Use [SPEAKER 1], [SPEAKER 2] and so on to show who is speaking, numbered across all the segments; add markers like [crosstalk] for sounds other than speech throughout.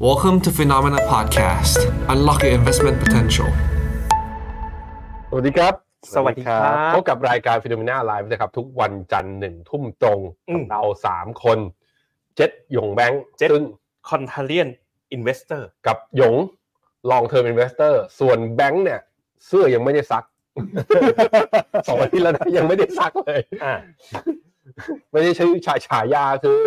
[SPEAKER 1] Welcome to Phenomena Podcast. Unlock your investment potential.
[SPEAKER 2] สวัสดีครับ
[SPEAKER 3] สวัสดีครับ
[SPEAKER 2] พบกับรายการฟิโนเมนาไลฟ์นะครับ ทุกวันจันทร์หนึ่งทุ่มตรง
[SPEAKER 3] อืม
[SPEAKER 2] กับเราสามคนเจ็ดหยงแบงค์
[SPEAKER 3] เจ็ด
[SPEAKER 2] ซึ่ง
[SPEAKER 3] คอนเทเลียนอินเวสเตอร์
[SPEAKER 2] กับหยงลองเทอร์ i ินเวสเตอร์ส่วนแบงค์เนี่ย เสื้อยังไม่ได้ซัก [laughs] สองอาทิตย์แล้วนะยังไม่ได้ซักเลย
[SPEAKER 3] อ่า
[SPEAKER 2] ไม่ได้ใช้ฉาฉายาคือ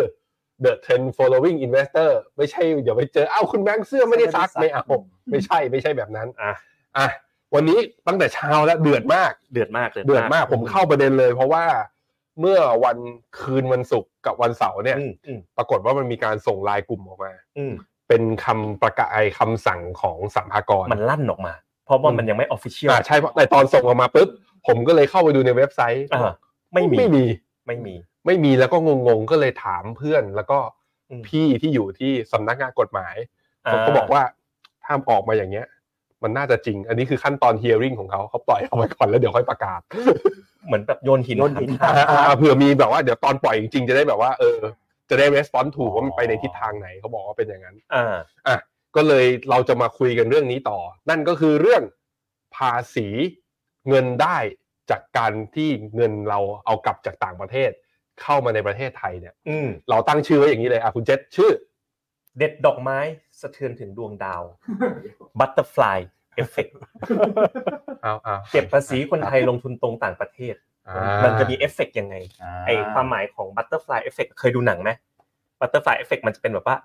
[SPEAKER 2] The Trend Following Investor ไม่ใช่เดี๋ยวไปเจออ้าวคุณแบงค์เสื้อไม่ได้ซักไม่เอาไม่ใช่ไม่ใช่แบบนั้น
[SPEAKER 3] อ่ะ
[SPEAKER 2] อ่ะวันนี้ตั้งแต่เช้าแล้วเดือดมาก
[SPEAKER 3] เดือดมาก
[SPEAKER 2] เดือดมากผมเข้าประเด็นเลย เพราะว่าเมื่อวันคืนวันศุกร์กับวันเสาร์เนี่ย
[SPEAKER 3] อืมอืม
[SPEAKER 2] ปรากฏว่ามันมีการส่งลายกลุ่มออกมา
[SPEAKER 3] อืม
[SPEAKER 2] เป็นคำประกาศคำสั่งของสัมภากร
[SPEAKER 3] มันลั่นออกมา เพราะว่ามันยังไม่ออฟฟิเชียล
[SPEAKER 2] อ่าใช่เพราะแต่ตอนส่งออกมาปุ๊บผมก็เลยเข้าไปดูในเว็บไซต์
[SPEAKER 3] ไม่มี
[SPEAKER 2] ไม่มี
[SPEAKER 3] ไม่มี
[SPEAKER 2] ไม่มีแล้วก็งงๆก็เลยถามเพื่อน แล้วก็
[SPEAKER 3] อืม
[SPEAKER 2] พี่ที่อยู่ที่สำนักงานกฎหมายเขาก็บอกว่าถ้าออกมาอย่างเงี้ย มันน่าจะจริง อันนี้คือขั้นตอน hearing ของเขาเขาปล่อยเอาไว้ก่อนแล้วเดี๋ยวค่อยประกาศ
[SPEAKER 3] เหมือนแบบโยนหิน
[SPEAKER 2] โยนหินอ่าอ่าอ่าเผื่อมีแบบว่าเดี๋ยวตอนปล่อยจริงๆจะได้แบบว่าเออ จะได้ response ถูกว่ามันไปในทิศทางไหนเขาบอกว่าเป็นอย่างนั้น
[SPEAKER 3] อ่า
[SPEAKER 2] ก็เลยเราจะมาคุยกันเรื่องนี้ต่อ นั่นก็คือเรื่องภาษีเงินได้จากการที่เงินเราเอากลับจากต่างประเทศ เข้ามาในประเทศไทยเนี่ย
[SPEAKER 3] อืม
[SPEAKER 2] เราตั้งชื่อไว้อย่างนี้เลยอ่ะคุณเจษชื่อ
[SPEAKER 3] เด็ดดอกไม้สะเทือนถึงดวง
[SPEAKER 2] [laughs]
[SPEAKER 3] ดาวบัตเตอร์ฟลายเอฟเฟก
[SPEAKER 2] เอาเอา
[SPEAKER 3] เก็บภาษีคนไทยลงทุนตรงต่างประเทศ
[SPEAKER 2] อ่า
[SPEAKER 3] มันจะมีเอฟเฟกยังไง ไอความหมายของบัตเตอร์ฟลายเอฟเฟกเคยดูหนังไหมบัตเตอร์ฟลายเอฟเฟกมันจะเป็นแบบว่า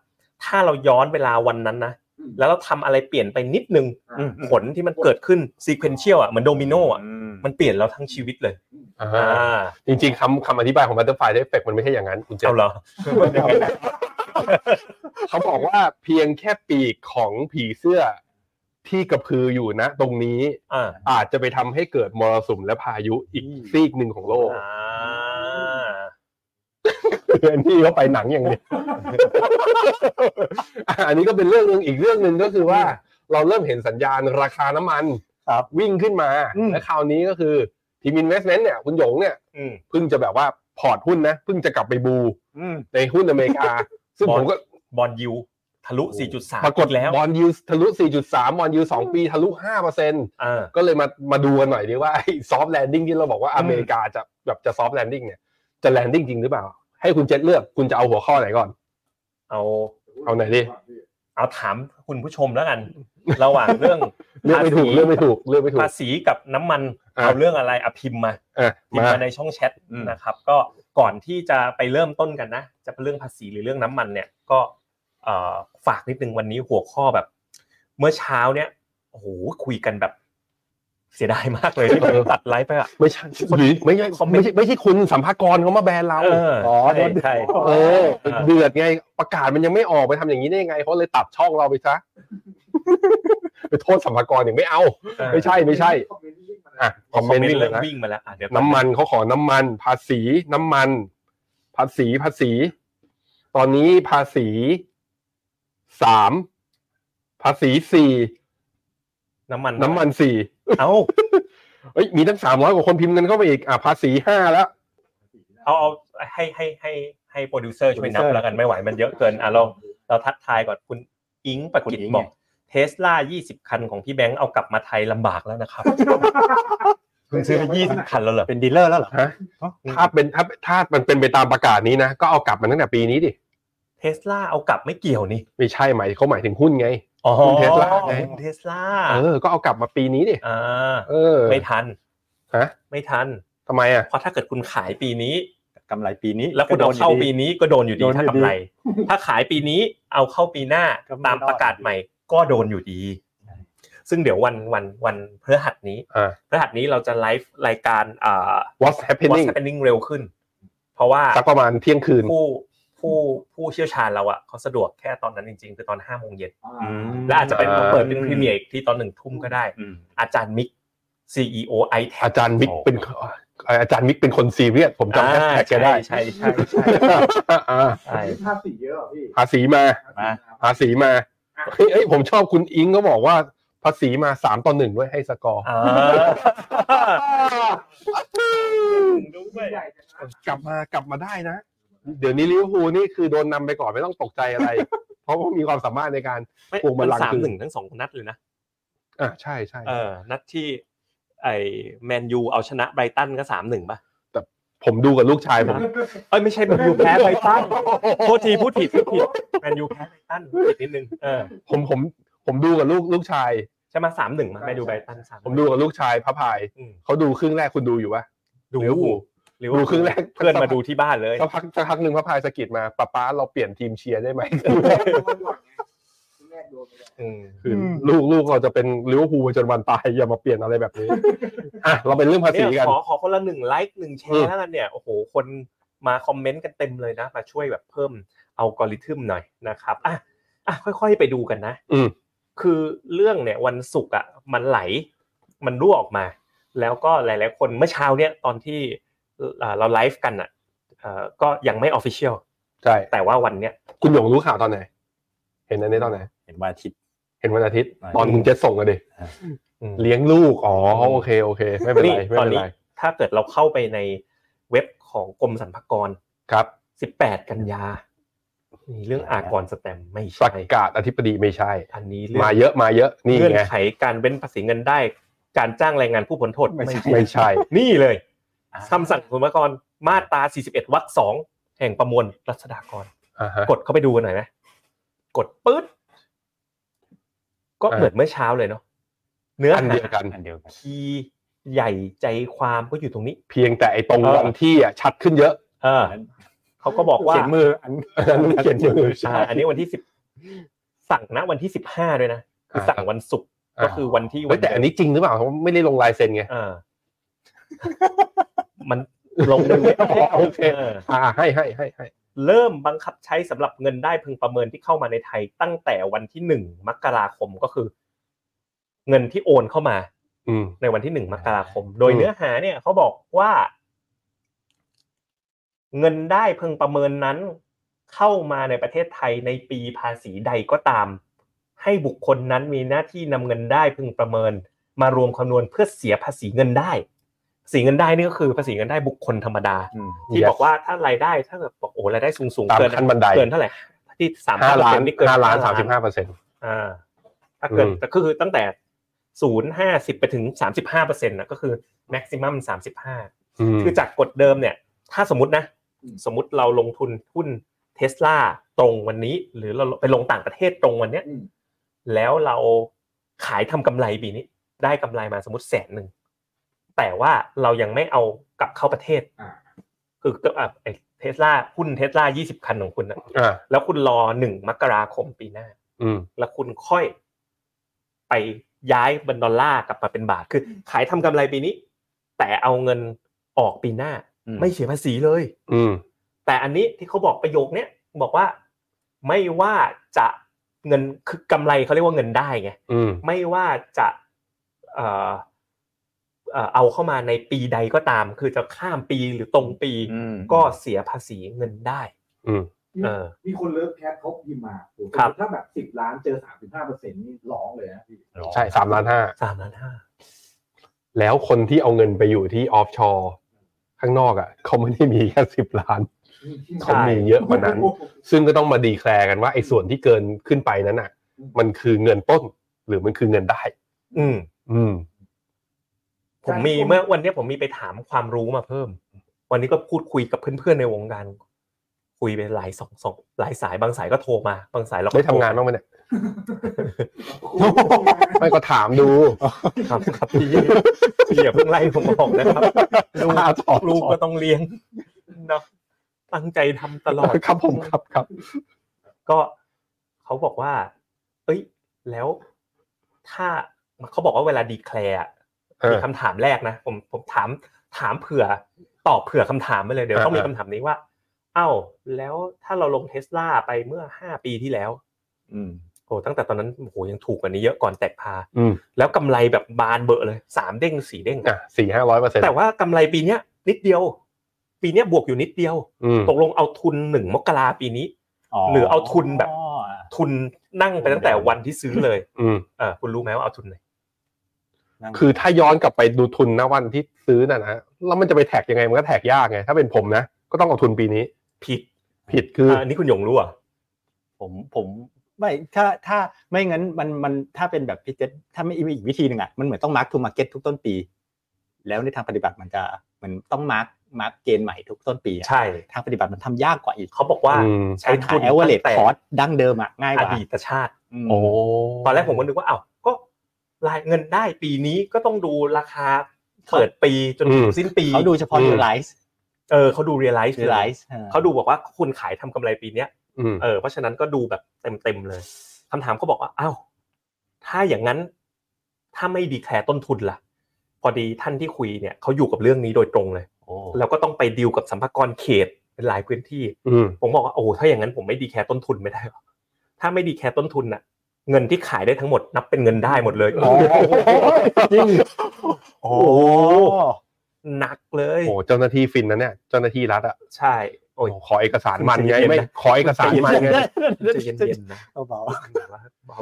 [SPEAKER 3] ถ้าเราย้อนเวลาวันนั้นนะ แล้วเราทำอะไรเปลี่ยนไปนิดนึง
[SPEAKER 4] อืม
[SPEAKER 3] ผลที่มันเกิดขึ้นซีเควนเชียลอ่ะเหมือนโดมิโนอ่ะ
[SPEAKER 4] อื
[SPEAKER 3] มันเปลี่ยนเราทั้งชีวิตเลย
[SPEAKER 2] อ่า
[SPEAKER 3] อ่า
[SPEAKER 2] จริงๆคำคำอธิบายของบัตเตอร์ไฟเอฟเฟกมันไม่ใช่อย่างนั้นคุณเจษ
[SPEAKER 3] เอาเหรอ
[SPEAKER 2] เขาบอกว่าเพียงแค่ปีกของผีเสื้อที่กระพืออยู่นะ ตรงนี้
[SPEAKER 3] อ่า
[SPEAKER 2] อาจจะไปทำให้เกิดมรสุมและพายุอีกซีกหนึ่งของโลก
[SPEAKER 3] อ่า
[SPEAKER 2] อันนี้เขาไปหนังอย่างนี้ อันนี้ก็เป็นเรื่องหนึงอีกเรื่องหนึ่งก็คือว่า เราเริ่มเห็นสัญญาณราคาน้ำมัน
[SPEAKER 4] ครับ
[SPEAKER 2] วิ่งขึ้นมา
[SPEAKER 4] อืม
[SPEAKER 2] และคราวนี้ก็คือทีมอินเวสเมนต์เนี่ยคุณหยงเนี่ย
[SPEAKER 3] อืม
[SPEAKER 2] เพิ่งจะแบบว่าพอร์ตหุ้นนะเพิ่งจะกลับไปบู
[SPEAKER 4] อืม
[SPEAKER 2] ในหุ้นอเมริกา ซึ่งผมก็
[SPEAKER 3] บอลยูทะลุ
[SPEAKER 2] โอ้
[SPEAKER 3] 4.3
[SPEAKER 2] ปรากฏ
[SPEAKER 3] แล้ว
[SPEAKER 2] บอลยูทะลุ 4.3 บอลยู 2 ปีทะลุ 5%
[SPEAKER 3] อ่า
[SPEAKER 2] ก็เลยมามาดูกันหน่อยดีว่าซอฟต์แลนดิ้งที่เราบอกว่าอเมริกาจะแบบจะซอฟต์แลนดิ้งเนี่ย จะแลนดิ้งจริงหรือเปล่า ให้คุณเจษเลือกคุณจะเอาหัวข้อไหนก่อน
[SPEAKER 3] เอา
[SPEAKER 2] เอาไหนดี
[SPEAKER 3] เอาถามคุณผู้ชมแล้วกัน ระหว่างเรื่อง
[SPEAKER 2] เลือกไม่ถูก
[SPEAKER 3] ภาษี
[SPEAKER 2] เลือกไม่ถูก เลือกไม่ถูก
[SPEAKER 3] ภาษีกับน้ำมัน
[SPEAKER 2] อ่ะ
[SPEAKER 3] เอาเรื่องอะไรอ่ะพิมพ์มา
[SPEAKER 2] อ่ะ
[SPEAKER 3] พิม
[SPEAKER 2] มา
[SPEAKER 3] พ์มาในช่องแชท
[SPEAKER 4] อืม
[SPEAKER 3] นะครับ ก็ก่อนที่จะไปเริ่มต้นกันนะ จะเป็นเรื่องภาษีหรือเรื่องน้ำมันเนี่ย ก็เอ่อฝากนิดนึงวันนี้หัวข้อแบบ เมื่อเช้าเนี่ยโอ้โหคุยกันแบบ เสียดายมากเลยที่ผมตัดไลฟ์ไปอ่ะ
[SPEAKER 2] ไม่ใช่หรือไม่ใช่
[SPEAKER 3] คอมเมน
[SPEAKER 2] ไม่
[SPEAKER 3] ต์
[SPEAKER 2] ใช่ไม่ใช่คุณสัมภากรเขามาแบนเรา
[SPEAKER 3] เออ
[SPEAKER 4] อ๋อ
[SPEAKER 3] ใช่
[SPEAKER 4] โดน
[SPEAKER 3] ใช่
[SPEAKER 2] เออ
[SPEAKER 3] เออ
[SPEAKER 2] เดือดไงประกาศมันยังไม่ออกไปทำอย่างนี้ได้ยังไงเขาเลยตัดช่องเราไป
[SPEAKER 3] [laughs]
[SPEAKER 2] ซะ ไปโทษสัมภากรอย่างไม่เอา ไม่ใช่ไม่ใช่อ่ะค
[SPEAKER 3] คอ
[SPEAKER 2] อ
[SPEAKER 3] ม
[SPEAKER 2] ม
[SPEAKER 3] เม
[SPEAKER 2] เม
[SPEAKER 3] น
[SPEAKER 2] นต์
[SPEAKER 3] ต์
[SPEAKER 2] นี่
[SPEAKER 3] เริ่
[SPEAKER 2] เริ่ม
[SPEAKER 3] ม
[SPEAKER 2] นะ
[SPEAKER 3] วิ่งมาแล้วอ่ะเดี๋ยวก่อ
[SPEAKER 2] น้ำมันเขาขอน้ำมัน ภาษีน้ำมัน ภาษีภาษี ตอนนี้ภาษีสามภาษีสี่
[SPEAKER 3] น้ำมัน
[SPEAKER 2] น้ำมันสี่
[SPEAKER 3] เอ้า
[SPEAKER 2] เอ้ยมีตั้งสามร้อยกว่าคนพิมพ์กันเข้าไปอีกอ่ะภาษีห้าแล้ว
[SPEAKER 3] เอาเอาให้ให้ให้ให้โปรดิวเซอร์ช่วยนับแล้วกันไม่ไหวมันเยอะเกินอ่ะเรา
[SPEAKER 4] [laughs]
[SPEAKER 3] เราทักทายก่อนคุณอิงประกิ
[SPEAKER 4] คุณ
[SPEAKER 3] ต
[SPEAKER 4] อิ๊ง
[SPEAKER 3] บอกเทสลา20 คันของพี่แบงค์เอากลับมาไทยลำบากแล้ว
[SPEAKER 4] [laughs]
[SPEAKER 3] นะครับ คุณซื้อไปยี่สิบคันแล้วเหรอ
[SPEAKER 4] เป็นดีลเลอร์แล้วเหรอ
[SPEAKER 2] ฮะ
[SPEAKER 3] อืม
[SPEAKER 2] ถ้าเป็นถ้าถ้ามันเป็นไปตามประกาศนี้นะ ก็เอากลับมาตั้งแต่ปีนี้ดิ
[SPEAKER 3] เทสลาเอากลับไม่เกี่ยวนี่
[SPEAKER 2] ไม่ใช่หมายเขาหมายถึงหุ้นไง
[SPEAKER 3] อ๋อ
[SPEAKER 2] คุณ Tesla ไง
[SPEAKER 3] คุณเทสลา
[SPEAKER 2] เออ ก็เอากลับมาปีนี้ดิ
[SPEAKER 3] อ่า
[SPEAKER 2] เออ
[SPEAKER 3] ไม่ทัน
[SPEAKER 2] ฮะ
[SPEAKER 3] ไม่ทัน
[SPEAKER 2] ทำไมอ่ะ
[SPEAKER 3] เพราะถ้าเกิดคุณขายปีนี้
[SPEAKER 4] กำไรปีนี้
[SPEAKER 3] แล้วคุณเอาเข้าปีนี้ก็โดนอยู่ดี
[SPEAKER 4] โดน
[SPEAKER 3] ถ้า
[SPEAKER 4] อยู่ดี
[SPEAKER 5] [laughs]
[SPEAKER 3] กำไร ถ้าขายปีนี้เอาเข้าปีหน้า
[SPEAKER 4] ก็ไม่รอด
[SPEAKER 3] ตามประกาศใหม่ก็โดนอยู่ดี ซึ่งเดี๋ยววันวันวันพฤหัสนี้
[SPEAKER 2] อ่า
[SPEAKER 3] พฤหัสนี้เราจะไลฟ์รายการอ่า
[SPEAKER 2] What's
[SPEAKER 3] What's
[SPEAKER 2] happening
[SPEAKER 3] happening เร็วขึ้น เพราะว่า
[SPEAKER 2] สักประมาณเที่ยงคืน
[SPEAKER 3] ผู้ผู้ผู้เชี่ยวชาญเราอ่ะเขาสะดวกแค่ตอนนั้นจริงๆ คือตอนห้าโมงเย็น
[SPEAKER 4] อืม
[SPEAKER 3] และอาจจะเป็น
[SPEAKER 2] อ่า
[SPEAKER 3] เปิดเป็นพรีเมียร์อีกที่ตอนหนึ่งทุ่มก็ได้
[SPEAKER 4] อืม
[SPEAKER 3] อาจารย์มิก CEO i t
[SPEAKER 2] อาจารย์มิกเป็นอาจารย์มิกเป็นคนซีเรียสผมจำแฮชแท็กแกได้
[SPEAKER 3] ใช่ใช่ใช่
[SPEAKER 2] [laughs] อ่า
[SPEAKER 3] ใช่
[SPEAKER 4] ภาษีเยอะพี่
[SPEAKER 2] ภาษีมา
[SPEAKER 4] มา
[SPEAKER 2] ภาษีมาเฮ้ยเอ้ยผมชอบคุณอิงก็บอกว่า ภาษีมาสามต่อหนึ่งด้วยให้สกอร์
[SPEAKER 3] อ่า
[SPEAKER 4] ด้วย
[SPEAKER 2] กลับมากลับมาได้นะ เดี๋ยวนี้ลิเวอร์พูลนี่คือโดนนำไปก่อนไม่ต้องตกใจอะไร เพราะว่ามีความสามารถในการ
[SPEAKER 3] ไม่
[SPEAKER 2] พวงมา
[SPEAKER 3] มัน
[SPEAKER 2] ลัย
[SPEAKER 3] สาม
[SPEAKER 2] คือ
[SPEAKER 3] หนึ่งทั้งสองนัดเลยนะ
[SPEAKER 2] อ่าใช่ใช่
[SPEAKER 3] เออ นัดที่ไอ้แมนยูเอาชนะไบรตันก็สามหนึ่งป่ะ
[SPEAKER 2] ผมดูกับลูกชายผม
[SPEAKER 3] เอ้ยไม่ใช่แม
[SPEAKER 2] [laughs]
[SPEAKER 3] นยูแพ้ไบรตัน โทษทีพูดผิดพูดผิดแมนยูแพ้ไบรตันผิดนิดนึง เออ
[SPEAKER 2] ผมผมผมดูกับลูกลูกชาย
[SPEAKER 3] ใช่ไหมสามหนึ่งมาแมนยูไบรตันสาม
[SPEAKER 2] ผมดูกับลูกชายพระพาย
[SPEAKER 3] อืม
[SPEAKER 2] เขาดูครึ่งแรกคุณดูอยู่ปะ
[SPEAKER 3] ดู
[SPEAKER 2] ลิเวอร์พูล
[SPEAKER 3] หรือว่า
[SPEAKER 2] ดูครึ่งแรก
[SPEAKER 3] เพื่อนมาดูที่บ้านเลย
[SPEAKER 2] สักพักสักพักหนึ่งพระพายสะกิดมาป้าป้าเราเปลี่ยนทีมเชียร์ได้ไหม
[SPEAKER 4] แม่โดนไปแล้ว
[SPEAKER 3] อืม
[SPEAKER 2] คือลูกลูกเราจะเป็นลิเวอร์พูลไปจนวันตายอย่ามาเปลี่ยนอะไรแบบ
[SPEAKER 3] [laughs]
[SPEAKER 2] นี้ อ่ะเราเป็นเรื่องภาษี
[SPEAKER 3] เนี่
[SPEAKER 2] กัน
[SPEAKER 3] ยขอขอคนละหนึ่งไลค์หนึ่งแช
[SPEAKER 2] อืม
[SPEAKER 3] ร์แล้วกันเนี่ยโอ้โหคนมาคอมเมนต์กันเต็มเลยนะ มาช่วยแบบเพิ่มเอากริทึมหน่อยนะครับอ่ะอ่ะค่อยๆไปดูกันนะ
[SPEAKER 2] อืม
[SPEAKER 3] คือเรื่องเนี่ยวันศุกร์อ่ะมันไหลมันรั่วออกมา แล้วก็หลาย ๆ คนเมื่อเช้าเนี่ยตอนที่เอ่อเราไลฟ์กันอ่ะเอ่อก็ยังไม่ออฟฟิเชียล
[SPEAKER 2] ใช่
[SPEAKER 3] แต่ว่าวันเนี้ย
[SPEAKER 2] คุณหยงรู้ข่าวตอนไหน เห็นอันนี้ตอนไหน
[SPEAKER 4] เห็นวันอาทิตย์
[SPEAKER 2] เห็นวันอาทิตย์
[SPEAKER 4] ไม่
[SPEAKER 2] ตอนคุณเจษส่งอะดิ
[SPEAKER 3] อืม
[SPEAKER 2] เลี้ยงลูก อ๋อ โอเค โอเค ไม่เป็นไร ไม่
[SPEAKER 3] ตอน
[SPEAKER 2] เป็น
[SPEAKER 3] นี้
[SPEAKER 2] ไร
[SPEAKER 3] ถ้าเกิดเราเข้าไปในเว็บของกรมสรรพากร
[SPEAKER 2] ครับ
[SPEAKER 3] 18 กันยา มีเรื่องอากรสแตมป์ไม่
[SPEAKER 2] ป
[SPEAKER 3] ใช่
[SPEAKER 2] ระกาศอธิบดีไม่ใช่
[SPEAKER 3] อันนี้เรื่อง
[SPEAKER 2] มาเยอะมาเยอะ นี่
[SPEAKER 3] เงื่อน
[SPEAKER 2] ไง
[SPEAKER 3] ไขการเว้นภาษีเงินได้ การจ้างแรงงานผู้ผลโทษ
[SPEAKER 4] ไม่ใช่
[SPEAKER 2] ไม่ใช่
[SPEAKER 3] นี่เลย
[SPEAKER 4] อ่า
[SPEAKER 3] คำสั่งสรรพากรมาตรา 41 วรรค2แห่งประมวลรัษฎากร
[SPEAKER 2] อ่าฮะ
[SPEAKER 3] กดเข้าไปดูกันหน่อยไหมกดปื๊ดก็
[SPEAKER 2] อ่า
[SPEAKER 3] เหมือนเมื่อเช้าเลยเนาะเนื้อ
[SPEAKER 2] อัน
[SPEAKER 3] หา
[SPEAKER 2] เดียวกัน
[SPEAKER 4] อันเดียวกัน
[SPEAKER 3] คีย์ใหญ่ใจความก็อยู่ตรงนี้
[SPEAKER 2] เพียงแต่ไอ้ตรง
[SPEAKER 3] เออ
[SPEAKER 2] วันที่อ่ะชัดขึ้นเยอะ
[SPEAKER 3] เออเขาก็บอกว่า
[SPEAKER 4] เขียนมืออัน
[SPEAKER 2] อันนั้นเขียนมือใช่
[SPEAKER 3] อ่าอันนี้วันที่สิบสั่งนะวันที่สิบห้าด้วยนะคือสั่งวันศุกร์ก็คือวันที่
[SPEAKER 2] เฮ้ยแต่อันนี้จริงหรือเปล่าเขาไม่ได้ลงลายเซ็นไง
[SPEAKER 3] อ่ามันลงไม่ได้
[SPEAKER 2] โอเค
[SPEAKER 3] เออ
[SPEAKER 2] อ่า ให้ให้ให้ให้
[SPEAKER 3] เริ่มบังคับใช้สำหรับเงินได้พึงประเมินที่เข้ามาในไทย ตั้งแต่วันที่หนึ่งมกราคมก็คือ เงินที่โอนเข้ามา
[SPEAKER 2] อืม
[SPEAKER 3] ในวันที่หนึ่งมกราคม โดย
[SPEAKER 2] อืม
[SPEAKER 3] เนื้อหาเนี่ยเขาบอกว่า เงินได้พึงประเมินนั้น เข้ามาในประเทศไทยในปีภาษีใดก็ตาม ให้บุคคลนั้นมีหน้าที่นำเงินได้พึงประเมิน มารวมคำนวณเพื่อเสียภาษีเงินได้ภาษีเงินได้นี่ก็คือภาษีเงินได้บุคคลธรรมดา
[SPEAKER 4] อืม
[SPEAKER 3] ที่
[SPEAKER 2] Yes
[SPEAKER 3] บอกว่าถ้ารายได้ถ้าแบบบอกโอ้รายได้สูงสูง
[SPEAKER 2] ตาม
[SPEAKER 3] เกิน
[SPEAKER 2] ขั้นบันได
[SPEAKER 3] เกินเท่าไหร่ที่สาม
[SPEAKER 2] ห้าล้าน
[SPEAKER 3] นี่เกิน
[SPEAKER 2] ห้าล้านสามสิบห้าเปอร์เซ็นต์
[SPEAKER 3] อ่าถ้าเกิน
[SPEAKER 2] อืม
[SPEAKER 3] แต่ก็คือตั้งแต่ศูนย์ห้าสิบไปถึงสามสิบห้าเปอร์เซ็นต์นะก็คือแม็กซิมัมสามสิบห้า
[SPEAKER 2] อืม
[SPEAKER 3] คือจากกฎเดิมเนี่ย ถ้าสมมตินะ
[SPEAKER 4] อืม
[SPEAKER 3] สมมติเราลงทุนหุ้นเทสลาตรงวันนี้ หรือเราไปลงต่างประเทศตรงวันเนี้ย
[SPEAKER 4] อืม
[SPEAKER 3] แล้วเราขายทำกำไรปีนี้ ได้กำไรมาสมมติแสนหนึ่งแต่ว่าเรายังไม่เอากลับเข้าประเทศ
[SPEAKER 4] อ่า
[SPEAKER 3] คือก็อ่ะไอ้เทสลาหุ้นเทสลายี่สิบคันของคุณนะ
[SPEAKER 2] อ่า
[SPEAKER 3] แล้วคุณรอหนึ่งมกราคมปีหน้า
[SPEAKER 2] อืม
[SPEAKER 3] แล้วคุณค่อยไปย้ายบันดอลลาร์กลับมาเป็นบาท คือ ขายทำกำไรปีนี้ แต่เอาเงินออกปีหน้า
[SPEAKER 4] อืม
[SPEAKER 3] ไม่เสียภาษีเลย
[SPEAKER 2] อืม
[SPEAKER 3] แต่อันนี้ที่เขาบอกประโยคเนี้ยบอกว่าไม่ว่าจะเงินคือกำไรเขาเรียกว่าเงินได้ไง
[SPEAKER 2] อืม
[SPEAKER 3] ไม่ว่าจะเอ่อเอ่อเอาเข้ามาในปีใดก็ตาม คือจะข้ามปีหรือตรงปี
[SPEAKER 4] อืม
[SPEAKER 3] ก็เสียภาษีเงินได้
[SPEAKER 2] อืม
[SPEAKER 3] เออ
[SPEAKER 6] มีคนเลิฟแคทเขาพิมพ์มาโอ้โห
[SPEAKER 3] ครับ
[SPEAKER 6] ถ้าแบบสิบล้านเจอสามสิบห้าเปอร์เซ็นต์นี่ร้องเลยนะพี่
[SPEAKER 2] ใช่สามล้านห้า
[SPEAKER 3] สามล้านห้า
[SPEAKER 2] แล้วคนที่เอาเงินไปอยู่ที่ออฟชอร์ข้างนอกอ่ะเขาไม่ได้มีแค่สิบล้าน เขามีเยอะกว่านั้น ซึ่งก็ต้องมาดีแคลร์กันว่าไอ้ส่วนที่เกินขึ้นไปนั้นอ่ะ มันคือเงินต้น หรือมันคือเงินได้
[SPEAKER 3] อืม
[SPEAKER 2] อืม
[SPEAKER 3] ผมมีเมื่อวันเนี้ยผมมีไปถามความรู้มาเพิ่ม วันนี้ก็พูดคุยกับเพื่อนๆในวงการ คุยไปหลายสองสองหลายสายบางสายก็โทรมาบางสายเราก็
[SPEAKER 2] ได้ทำงานบ้างไหมเนี่ย
[SPEAKER 6] ไม่
[SPEAKER 2] ไม่ก็ถามดู
[SPEAKER 3] ครับครับ [laughs] พี่พี่อย่าเพิ่งไล่ผมออกนะครับลูก
[SPEAKER 2] อ่าถอด
[SPEAKER 3] [laughs] ลูก
[SPEAKER 2] ถอ
[SPEAKER 3] ก็
[SPEAKER 2] ด
[SPEAKER 3] ต้องเลี้ยง [laughs] เนาะตั้งใจทำตลอ [laughs] ด
[SPEAKER 2] ครับผมครับครับ
[SPEAKER 3] ก็เขาบอกว่า เอ้ย แล้วถ้าเขาบอกว่าเวลาดีแคลร์อะ
[SPEAKER 2] เออ
[SPEAKER 3] มีคำถามแรกนะ ผมผมถามถามเผื่อตอบเผื่อคำถามไปเลยเดี๋ยว
[SPEAKER 2] เออ
[SPEAKER 3] ต้องมี
[SPEAKER 2] เออ
[SPEAKER 3] คำถามนี้ว่า เอ้า แล้วถ้าเราลงเทสลาไปเมื่อห้าปีที่แล้ว
[SPEAKER 4] อืม
[SPEAKER 3] โอ้ตั้งแต่ตอนนั้นโอ้โหยังถูกกว่านี้เยอะก่อนแตกพา
[SPEAKER 2] อืม
[SPEAKER 3] แล้วกำไรแบบบานเบอะเลยสามเด้งสี่เด้ง
[SPEAKER 2] อ่ะสี่ห้าร้อยเปอร์เซ็นต์
[SPEAKER 3] แต่ว่ากำไรปีเนี้ย นิดเดียว ปีเนี้ยบวกอยู่นิดเดียว
[SPEAKER 2] อืม
[SPEAKER 3] ตกลงเอาทุนหนึ่งมกราปีนี้ หรือเอาทุนแบบ ทุนนั่งไปตั้งแต่วันที่ซื้อเลย
[SPEAKER 2] อืม
[SPEAKER 3] เออคุณรู้ไหมว่าเอาทุนไหน
[SPEAKER 2] คือถ้าย้อนกลับไปดูทุนนะวันที่ซื้อน่ะนะแล้วมันจะไปแท็กยังไงมันก็แท็กยากไง ถ้าเป็นผมนะ ก็ต้องเอาทุนปีนี้
[SPEAKER 3] ผิด
[SPEAKER 2] ผิดคือ
[SPEAKER 3] อ่าอันนี้คุณหยงรู้เหรอ่ะ
[SPEAKER 4] ผมผม
[SPEAKER 5] ไม่ถ้าถ้าไม่งั้นมันมันถ้าเป็นแบบพิเศษถ้าไม่มีอีกวิธีหนึ่งอ่ะมันเหมือนต้องมาร์กทูมาร์เก็ตทุกต้นปี แล้วในทางปฏิบัติมันจะเหมือนต้องมาร์กมาร์กเกณฑ์ใหม่ทุกต้นปีอะ
[SPEAKER 3] ใช่
[SPEAKER 5] ทางปฏิบัติมันทำยากกว่าอีก
[SPEAKER 3] เขาบอกว่า
[SPEAKER 2] อืม
[SPEAKER 3] ใช้
[SPEAKER 5] การหา
[SPEAKER 3] ทุน
[SPEAKER 5] เอเวอเรส
[SPEAKER 3] ตั้งแต่
[SPEAKER 5] คอร์สดั้งเดิมอ่ะง่ายก
[SPEAKER 3] อ
[SPEAKER 5] ว่า
[SPEAKER 3] ดีตชาติ
[SPEAKER 5] ม
[SPEAKER 3] ตอนแรกผมก็นึกว่าอ้าวก็รายเงินได้ปีนี้ก็ต้องดูราคาเปิดปีจนถึง
[SPEAKER 2] อืม
[SPEAKER 3] สิ้นปี
[SPEAKER 5] เขาดูเฉพาะ
[SPEAKER 2] อืม
[SPEAKER 5] realize
[SPEAKER 3] เออเขาดู realize คืออะไร
[SPEAKER 5] realize อ่
[SPEAKER 3] เขาดูบอกว่าคุณขายทำกำไรปีเนี้ย
[SPEAKER 2] อืม
[SPEAKER 3] เออเพราะฉะนั้นก็ดูแบบเต็มเต็มๆเลยคำถามก็บอกว่าอ้าวถ้าอย่างนั้น ถ้าไม่ดีแคลร์ต้นทุนล่ะ พอดีท่านที่คุยเนี่ยเขาอยู่กับเรื่องนี้โดยตรงเลย
[SPEAKER 5] โอ้
[SPEAKER 3] แล้วก็ต้องไปดีลกับสัมภากรเขตเป็นหลายพื้นที่
[SPEAKER 2] อืม
[SPEAKER 3] ผมบอกว่าโอ้โหถ้าอย่างนั้นผมไม่ดีแคร์ต้นทุนไม่ได้หรอถ้าไม่ดีแคร์ต้นทุนน่ะ เงินที่ขายได้ทั้งหมดนับเป็นเงินได้หมดเลย
[SPEAKER 2] อ๋อ
[SPEAKER 5] จริง
[SPEAKER 3] โอ้หนักเลย
[SPEAKER 2] โอ้เจ้าหน้าที่ฟินนะเนี่ยเจ้าหน้าที่รัฐอ่ะ
[SPEAKER 3] ใช่
[SPEAKER 2] โอ้
[SPEAKER 3] โอ้ย
[SPEAKER 2] ขอเอกสารมันไง
[SPEAKER 3] ใจเย็นนะ
[SPEAKER 2] ไม่ขอเอกสารมันไง
[SPEAKER 3] ใจเย็นๆนะ
[SPEAKER 5] เบา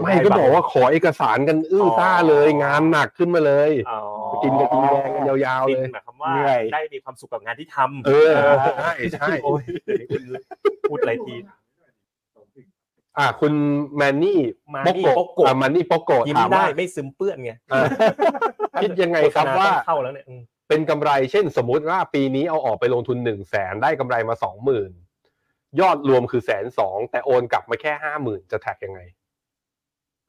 [SPEAKER 2] ไม่ก็บอกว่าขอเอกสารกันอื้อซ่าเลยงานหนักขึ้นมาเลย
[SPEAKER 3] อ๋อ
[SPEAKER 2] กินกระทิงแดงกันยาวๆ
[SPEAKER 3] ฟิน
[SPEAKER 2] เลย
[SPEAKER 3] หมายความว่า
[SPEAKER 2] เหนื่อย
[SPEAKER 3] ได้มีความสุขกับงานที่ทำ
[SPEAKER 2] เออใช่ใช่
[SPEAKER 3] โอ้ยเดี๋ยวนี้คุณพูดอะไรที
[SPEAKER 2] อ่ะคุณแมนนี่
[SPEAKER 3] มา
[SPEAKER 2] โป
[SPEAKER 3] นี่
[SPEAKER 2] โกะ
[SPEAKER 3] โปโกะ
[SPEAKER 2] อ่ะแมันนี่โปโกะ
[SPEAKER 3] ยิ้ม
[SPEAKER 2] ถาม
[SPEAKER 3] ได้
[SPEAKER 2] ว่า
[SPEAKER 3] ไม่ซึมเปื้อนไง
[SPEAKER 2] เออคิดยังไงครับ
[SPEAKER 3] โฆษณ
[SPEAKER 2] ว่า
[SPEAKER 3] ต้องเข้าแล้วเนี่ยอืม
[SPEAKER 2] เป็นกำไรเช่นสมมุติว่าปีนี้เอาออกไปลงทุนหนึ่งแสนได้กำไรมาสองหมื่นยอดรวมคือแสนสองแต่โอนกลับมาแค่ห้าหมื่นจะแท็กยังไง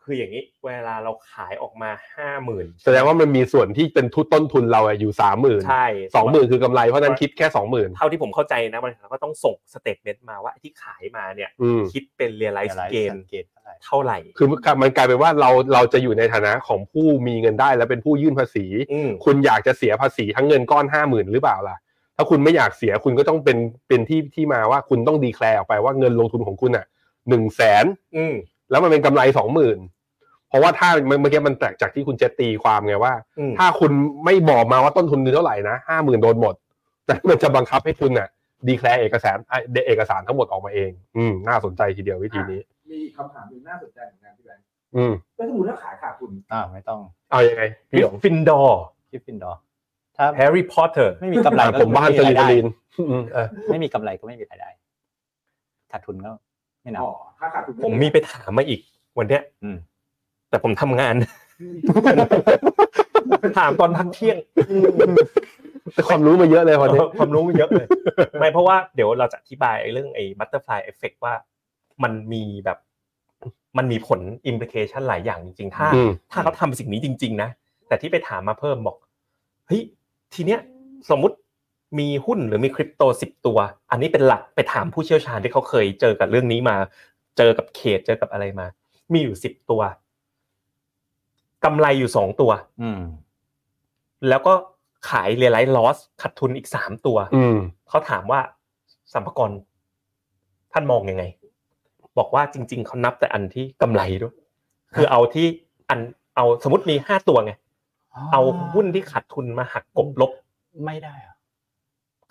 [SPEAKER 3] คืออย่างนี้ เวลาเราขายออกมาห้าหมื่น
[SPEAKER 2] แสดงว่ามันมีส่วนที่เป็นทุนต้นทุนเราอะอยู่สามหมื่น
[SPEAKER 3] ใช่
[SPEAKER 2] สองหมื่นคือกำไรเพราะฉะนั้นคิดแค่สองหมื่น
[SPEAKER 3] เท่าที่ผมเข้าใจนะบริษัทก็ต้องส่งสเตทเมนต์มาว่าไอ้ที่ขายมาเนี่ย
[SPEAKER 2] อืม
[SPEAKER 3] คิดเป็น
[SPEAKER 5] ๆ
[SPEAKER 3] realize
[SPEAKER 5] realize
[SPEAKER 3] gain
[SPEAKER 5] เกณฑ์เท่าไหร่
[SPEAKER 3] เท่าไหร่
[SPEAKER 2] คือมันกลายเป็นว่าเราเราจะอยู่ในฐานะของผู้มีเงินได้และเป็นผู้ยื่นภาษี
[SPEAKER 3] อืม
[SPEAKER 2] คุณอยากจะเสียภาษีทั้งเงินก้อนห้าหมื่นหรือเปล่าล่ะ ถ้าคุณไม่อยากเสียคุณก็ต้องเป็นเป็นที่ที่มาว่าคุณต้องดีแคลร์ออกไปว่าเงินลงทุนของคุณอ่ะหนึ่งแสน
[SPEAKER 3] อืม
[SPEAKER 2] แล้วมันเป็นกำไรสองหมื่นเพราะว่าถ้าเมื่อกี้มันแตกจากที่คุณเจษตีความไงว่า
[SPEAKER 3] อืม
[SPEAKER 2] ถ้าคุณไม่บอกมาว่าต้นทุนคือเท่าไหร่นะห้าหมื่นโดนหมด แต่มันจะบังคับให้คุณน่ะ ดีแคลร์เอกสารไอ้เอกสารทั้งหมดออกมาเอง อืมน่าสนใจทีเดียววิธีนี้
[SPEAKER 6] มีคำถามหนึ่งน่าสนใจเหมือนกันพี่แบงค์
[SPEAKER 2] อืม
[SPEAKER 6] ก็สมมติถ้าขายขาดทุน
[SPEAKER 5] อ่าไม่ต้อง
[SPEAKER 2] เอายังไงพี่หลง
[SPEAKER 3] ฟินดอร์
[SPEAKER 5] คิดฟินดอถ้า
[SPEAKER 3] แฮร์รี่พอตเตอร์
[SPEAKER 5] ไม่มีกำไร
[SPEAKER 2] อ่ะ
[SPEAKER 5] ก็
[SPEAKER 2] ผมบ้านสลี
[SPEAKER 5] ไม่มีราย
[SPEAKER 2] ลีน
[SPEAKER 5] ได้
[SPEAKER 2] อืม [laughs] เออ
[SPEAKER 5] ไม่มีกำไรก็ไม่มีรายได้ขาดทุนก็ไม่นับ
[SPEAKER 6] อ๋อถ้าขาดทุน
[SPEAKER 3] ผมมีไปถามมาอีกวันเนี้ย
[SPEAKER 5] อืม
[SPEAKER 3] แต่ผมทำงาน ถามตอนพักเที่ยง
[SPEAKER 2] แต่ความรู้มาเยอะเลยวันนี้
[SPEAKER 3] ความรู้มันเยอะเลย ไม่เพราะว่าเดี๋ยวเราจะอธิบายเรื่องไอ้บัตเตอร์ฟลายเอฟเฟกว่ามันมีแบบ มันมีผลอิมพ c เคชันหลายอย่างจริงๆ ถ้า
[SPEAKER 2] อืม
[SPEAKER 3] ถ้าเขาทำสิ่งนี้จริง ๆ นะ แต่ที่ไปถามมาเพิ่มบอกเฮ้ยทีเนี้ยสมมติมีหุ้นหรือมีคริปโตสิบตัว อันนี้เป็นหลักไปถามผู้เชี่ยวชาญที่เขาเคยเจอกับเรื่องนี้มา เจอกับเขตเจอกับอะไรมา มีอยู่สิบตัวกำไรอยู่สองตัว
[SPEAKER 5] อืม
[SPEAKER 3] แล้วก็ขายเรียลไลลอสขาดทุนอีกสามตัว
[SPEAKER 2] อืม
[SPEAKER 3] เขาถามว่าสัมภากรท่านมองยังไง บอกว่าจริง ๆเขานับแต่อันที่กำไรด้วยคือเอาที่อันเอาสมมติมีห้าตัวไง เอาหุ้นที่ขาดทุนมาหักกบลบ
[SPEAKER 5] ไม่ได้เหรอ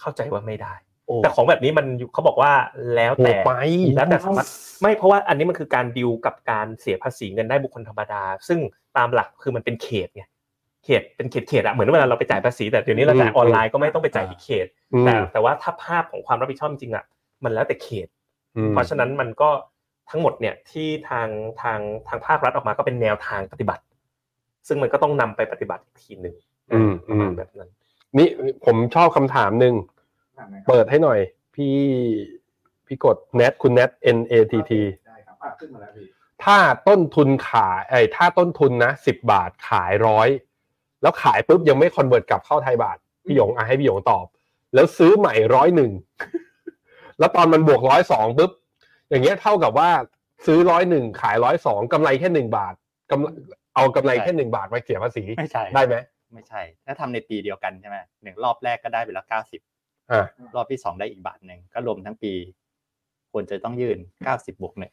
[SPEAKER 3] เข้าใจว่าไม่ได้
[SPEAKER 5] โอ้
[SPEAKER 3] แต่ของแบบนี้มันอยู่เขาบอกว่าแล้ว
[SPEAKER 2] โอ้
[SPEAKER 3] แต่
[SPEAKER 2] ไป
[SPEAKER 3] แล้วแต่สามารถไม่เพราะว่าอันนี้มันคือการดิวกับการเสียภาษีเงินได้บุคคลธรรมดา ซึ่งตามหลักคือมันเป็นเขตไงเขตเป็นเขตเขตอะเหมือนเวลาเราไปจ่ายภาษีแต่เดี๋ยวนี้เราจ่ายออนไลน์ก็ไม่ต้องไปจ่ายที่เขต
[SPEAKER 2] อืม
[SPEAKER 3] แต่แต่ว่าถ้าภาพของความรับผิดชอบจริงอะมันแล้วแต่เขต
[SPEAKER 2] อืม
[SPEAKER 3] เพราะฉะนั้นมันก็ทั้งหมดเนี่ยที่ทางทางทางภาครัฐออกมาก็เป็นแนวทางปฏิบัติ ซึ่งมันก็ต้องนำไปปฏิบัติอีกทีหนึ่ง
[SPEAKER 2] อืม
[SPEAKER 3] ป
[SPEAKER 2] อื
[SPEAKER 3] ระ
[SPEAKER 2] ม
[SPEAKER 3] มาณแบบนั้น
[SPEAKER 2] นี่ผมชอบคำถามหนึ่ง
[SPEAKER 6] ถามไหมครับ
[SPEAKER 2] เปิดให้หน่อย พี่พี่กด net คุณ net n a t t
[SPEAKER 6] ได้ครับอ่ะขึ้นมาแล้วพี่
[SPEAKER 2] ถ้าต้นทุนขายไอ้ยถ้าต้นทุนนะสิบบาทขายร้อยแล้วขายปุ๊บยังไม่คอนเวิร์ตกลับเข้าไทยบาท พี่หยงอ่ะให้พี่หยงตอบ แล้วซื้อใหม่ร้อยหนึ่ง [laughs] แล้วตอนมันบวกร้อยสองปุ๊บ อย่างเงี้ยเท่ากับว่าซื้อร้อยหนึ่งขายร้อยสองกำไรแค่หนึ่งบาทกำไรเอากำไรแค่หนึ่งบาทไว้เสียภาษี
[SPEAKER 5] ไม่ใช่
[SPEAKER 2] ได้ไหม
[SPEAKER 5] ไม่ใช่ ถ้าทำในปีเดียวกันใช่ไหมหนึ่งรอบแรกก็ได้ไปแล้วเก้าสิบ
[SPEAKER 2] อ่า
[SPEAKER 5] รอบที่สองได้อีกบาทหนึ่งก็รวมทั้งปี ควรจะต้องยื่นเก้าสิบบวกหนึ่ง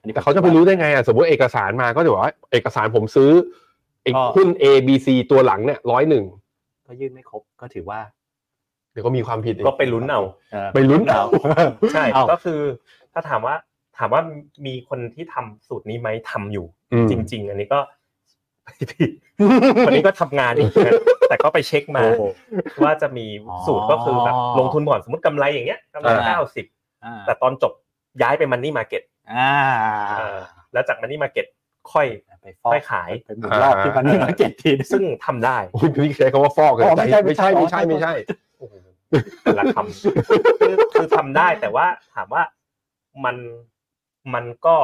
[SPEAKER 5] อันนี้
[SPEAKER 2] แต่เขาจะไปรู้ได้ไงอ่ะสมมติเอกสารมาก็จะบอกว่าเอกสารผมซื้อไอ้
[SPEAKER 5] ก็
[SPEAKER 2] หุ้น A B C ตัวหลังเนี่ยร้อยหนึ่ง
[SPEAKER 5] ก็ยื่นไม่ครบก็ถือว่า
[SPEAKER 2] เดี๋ยวก็มีความผิดอี
[SPEAKER 3] ก็ไปลุ้นเอา
[SPEAKER 5] เออ
[SPEAKER 2] ไปลุ้นเอา
[SPEAKER 3] ใช่
[SPEAKER 5] เอา
[SPEAKER 3] ก็คือถ้าถามว่าถามว่ามีคนที่ทำสูตรนี้ไหมทำอยู่
[SPEAKER 2] อืม
[SPEAKER 3] จริง ๆ อันนี้ก็ [laughs] ผิดวันนี้ก็ทำงานอีก [laughs] นะแต่ก็ไปเช็คมา ว่าจะมีสูตรก็คือแบบลงทุนก่อนสมมติกำไรอย่างเงี้ยกำไร
[SPEAKER 2] อ่า
[SPEAKER 3] เก้าสิบ
[SPEAKER 5] อ่า
[SPEAKER 3] แต่ตอนจบย้ายไปมันนี่มาเก็ต
[SPEAKER 5] อ่า
[SPEAKER 3] เออแล้วจากมันนี่มาเก็ตค่อย
[SPEAKER 5] ไปฟอก
[SPEAKER 3] ไปขาย
[SPEAKER 5] ไปหมุนรอบที่มันนี่มาเก็ตทีนึง
[SPEAKER 3] ซึ่งทำได้
[SPEAKER 2] โอ้ยนี่ใช้คำว่าฟอกเลย
[SPEAKER 5] อ๋อไม่ใช่
[SPEAKER 2] ไม่ใช่
[SPEAKER 5] ไม่
[SPEAKER 2] ไม่
[SPEAKER 5] ใช่
[SPEAKER 2] ใช่ไม่ใช่
[SPEAKER 3] โอ้โหแต่ละคำคือคือทำได้แต่ว่าถามว่ามันมันก็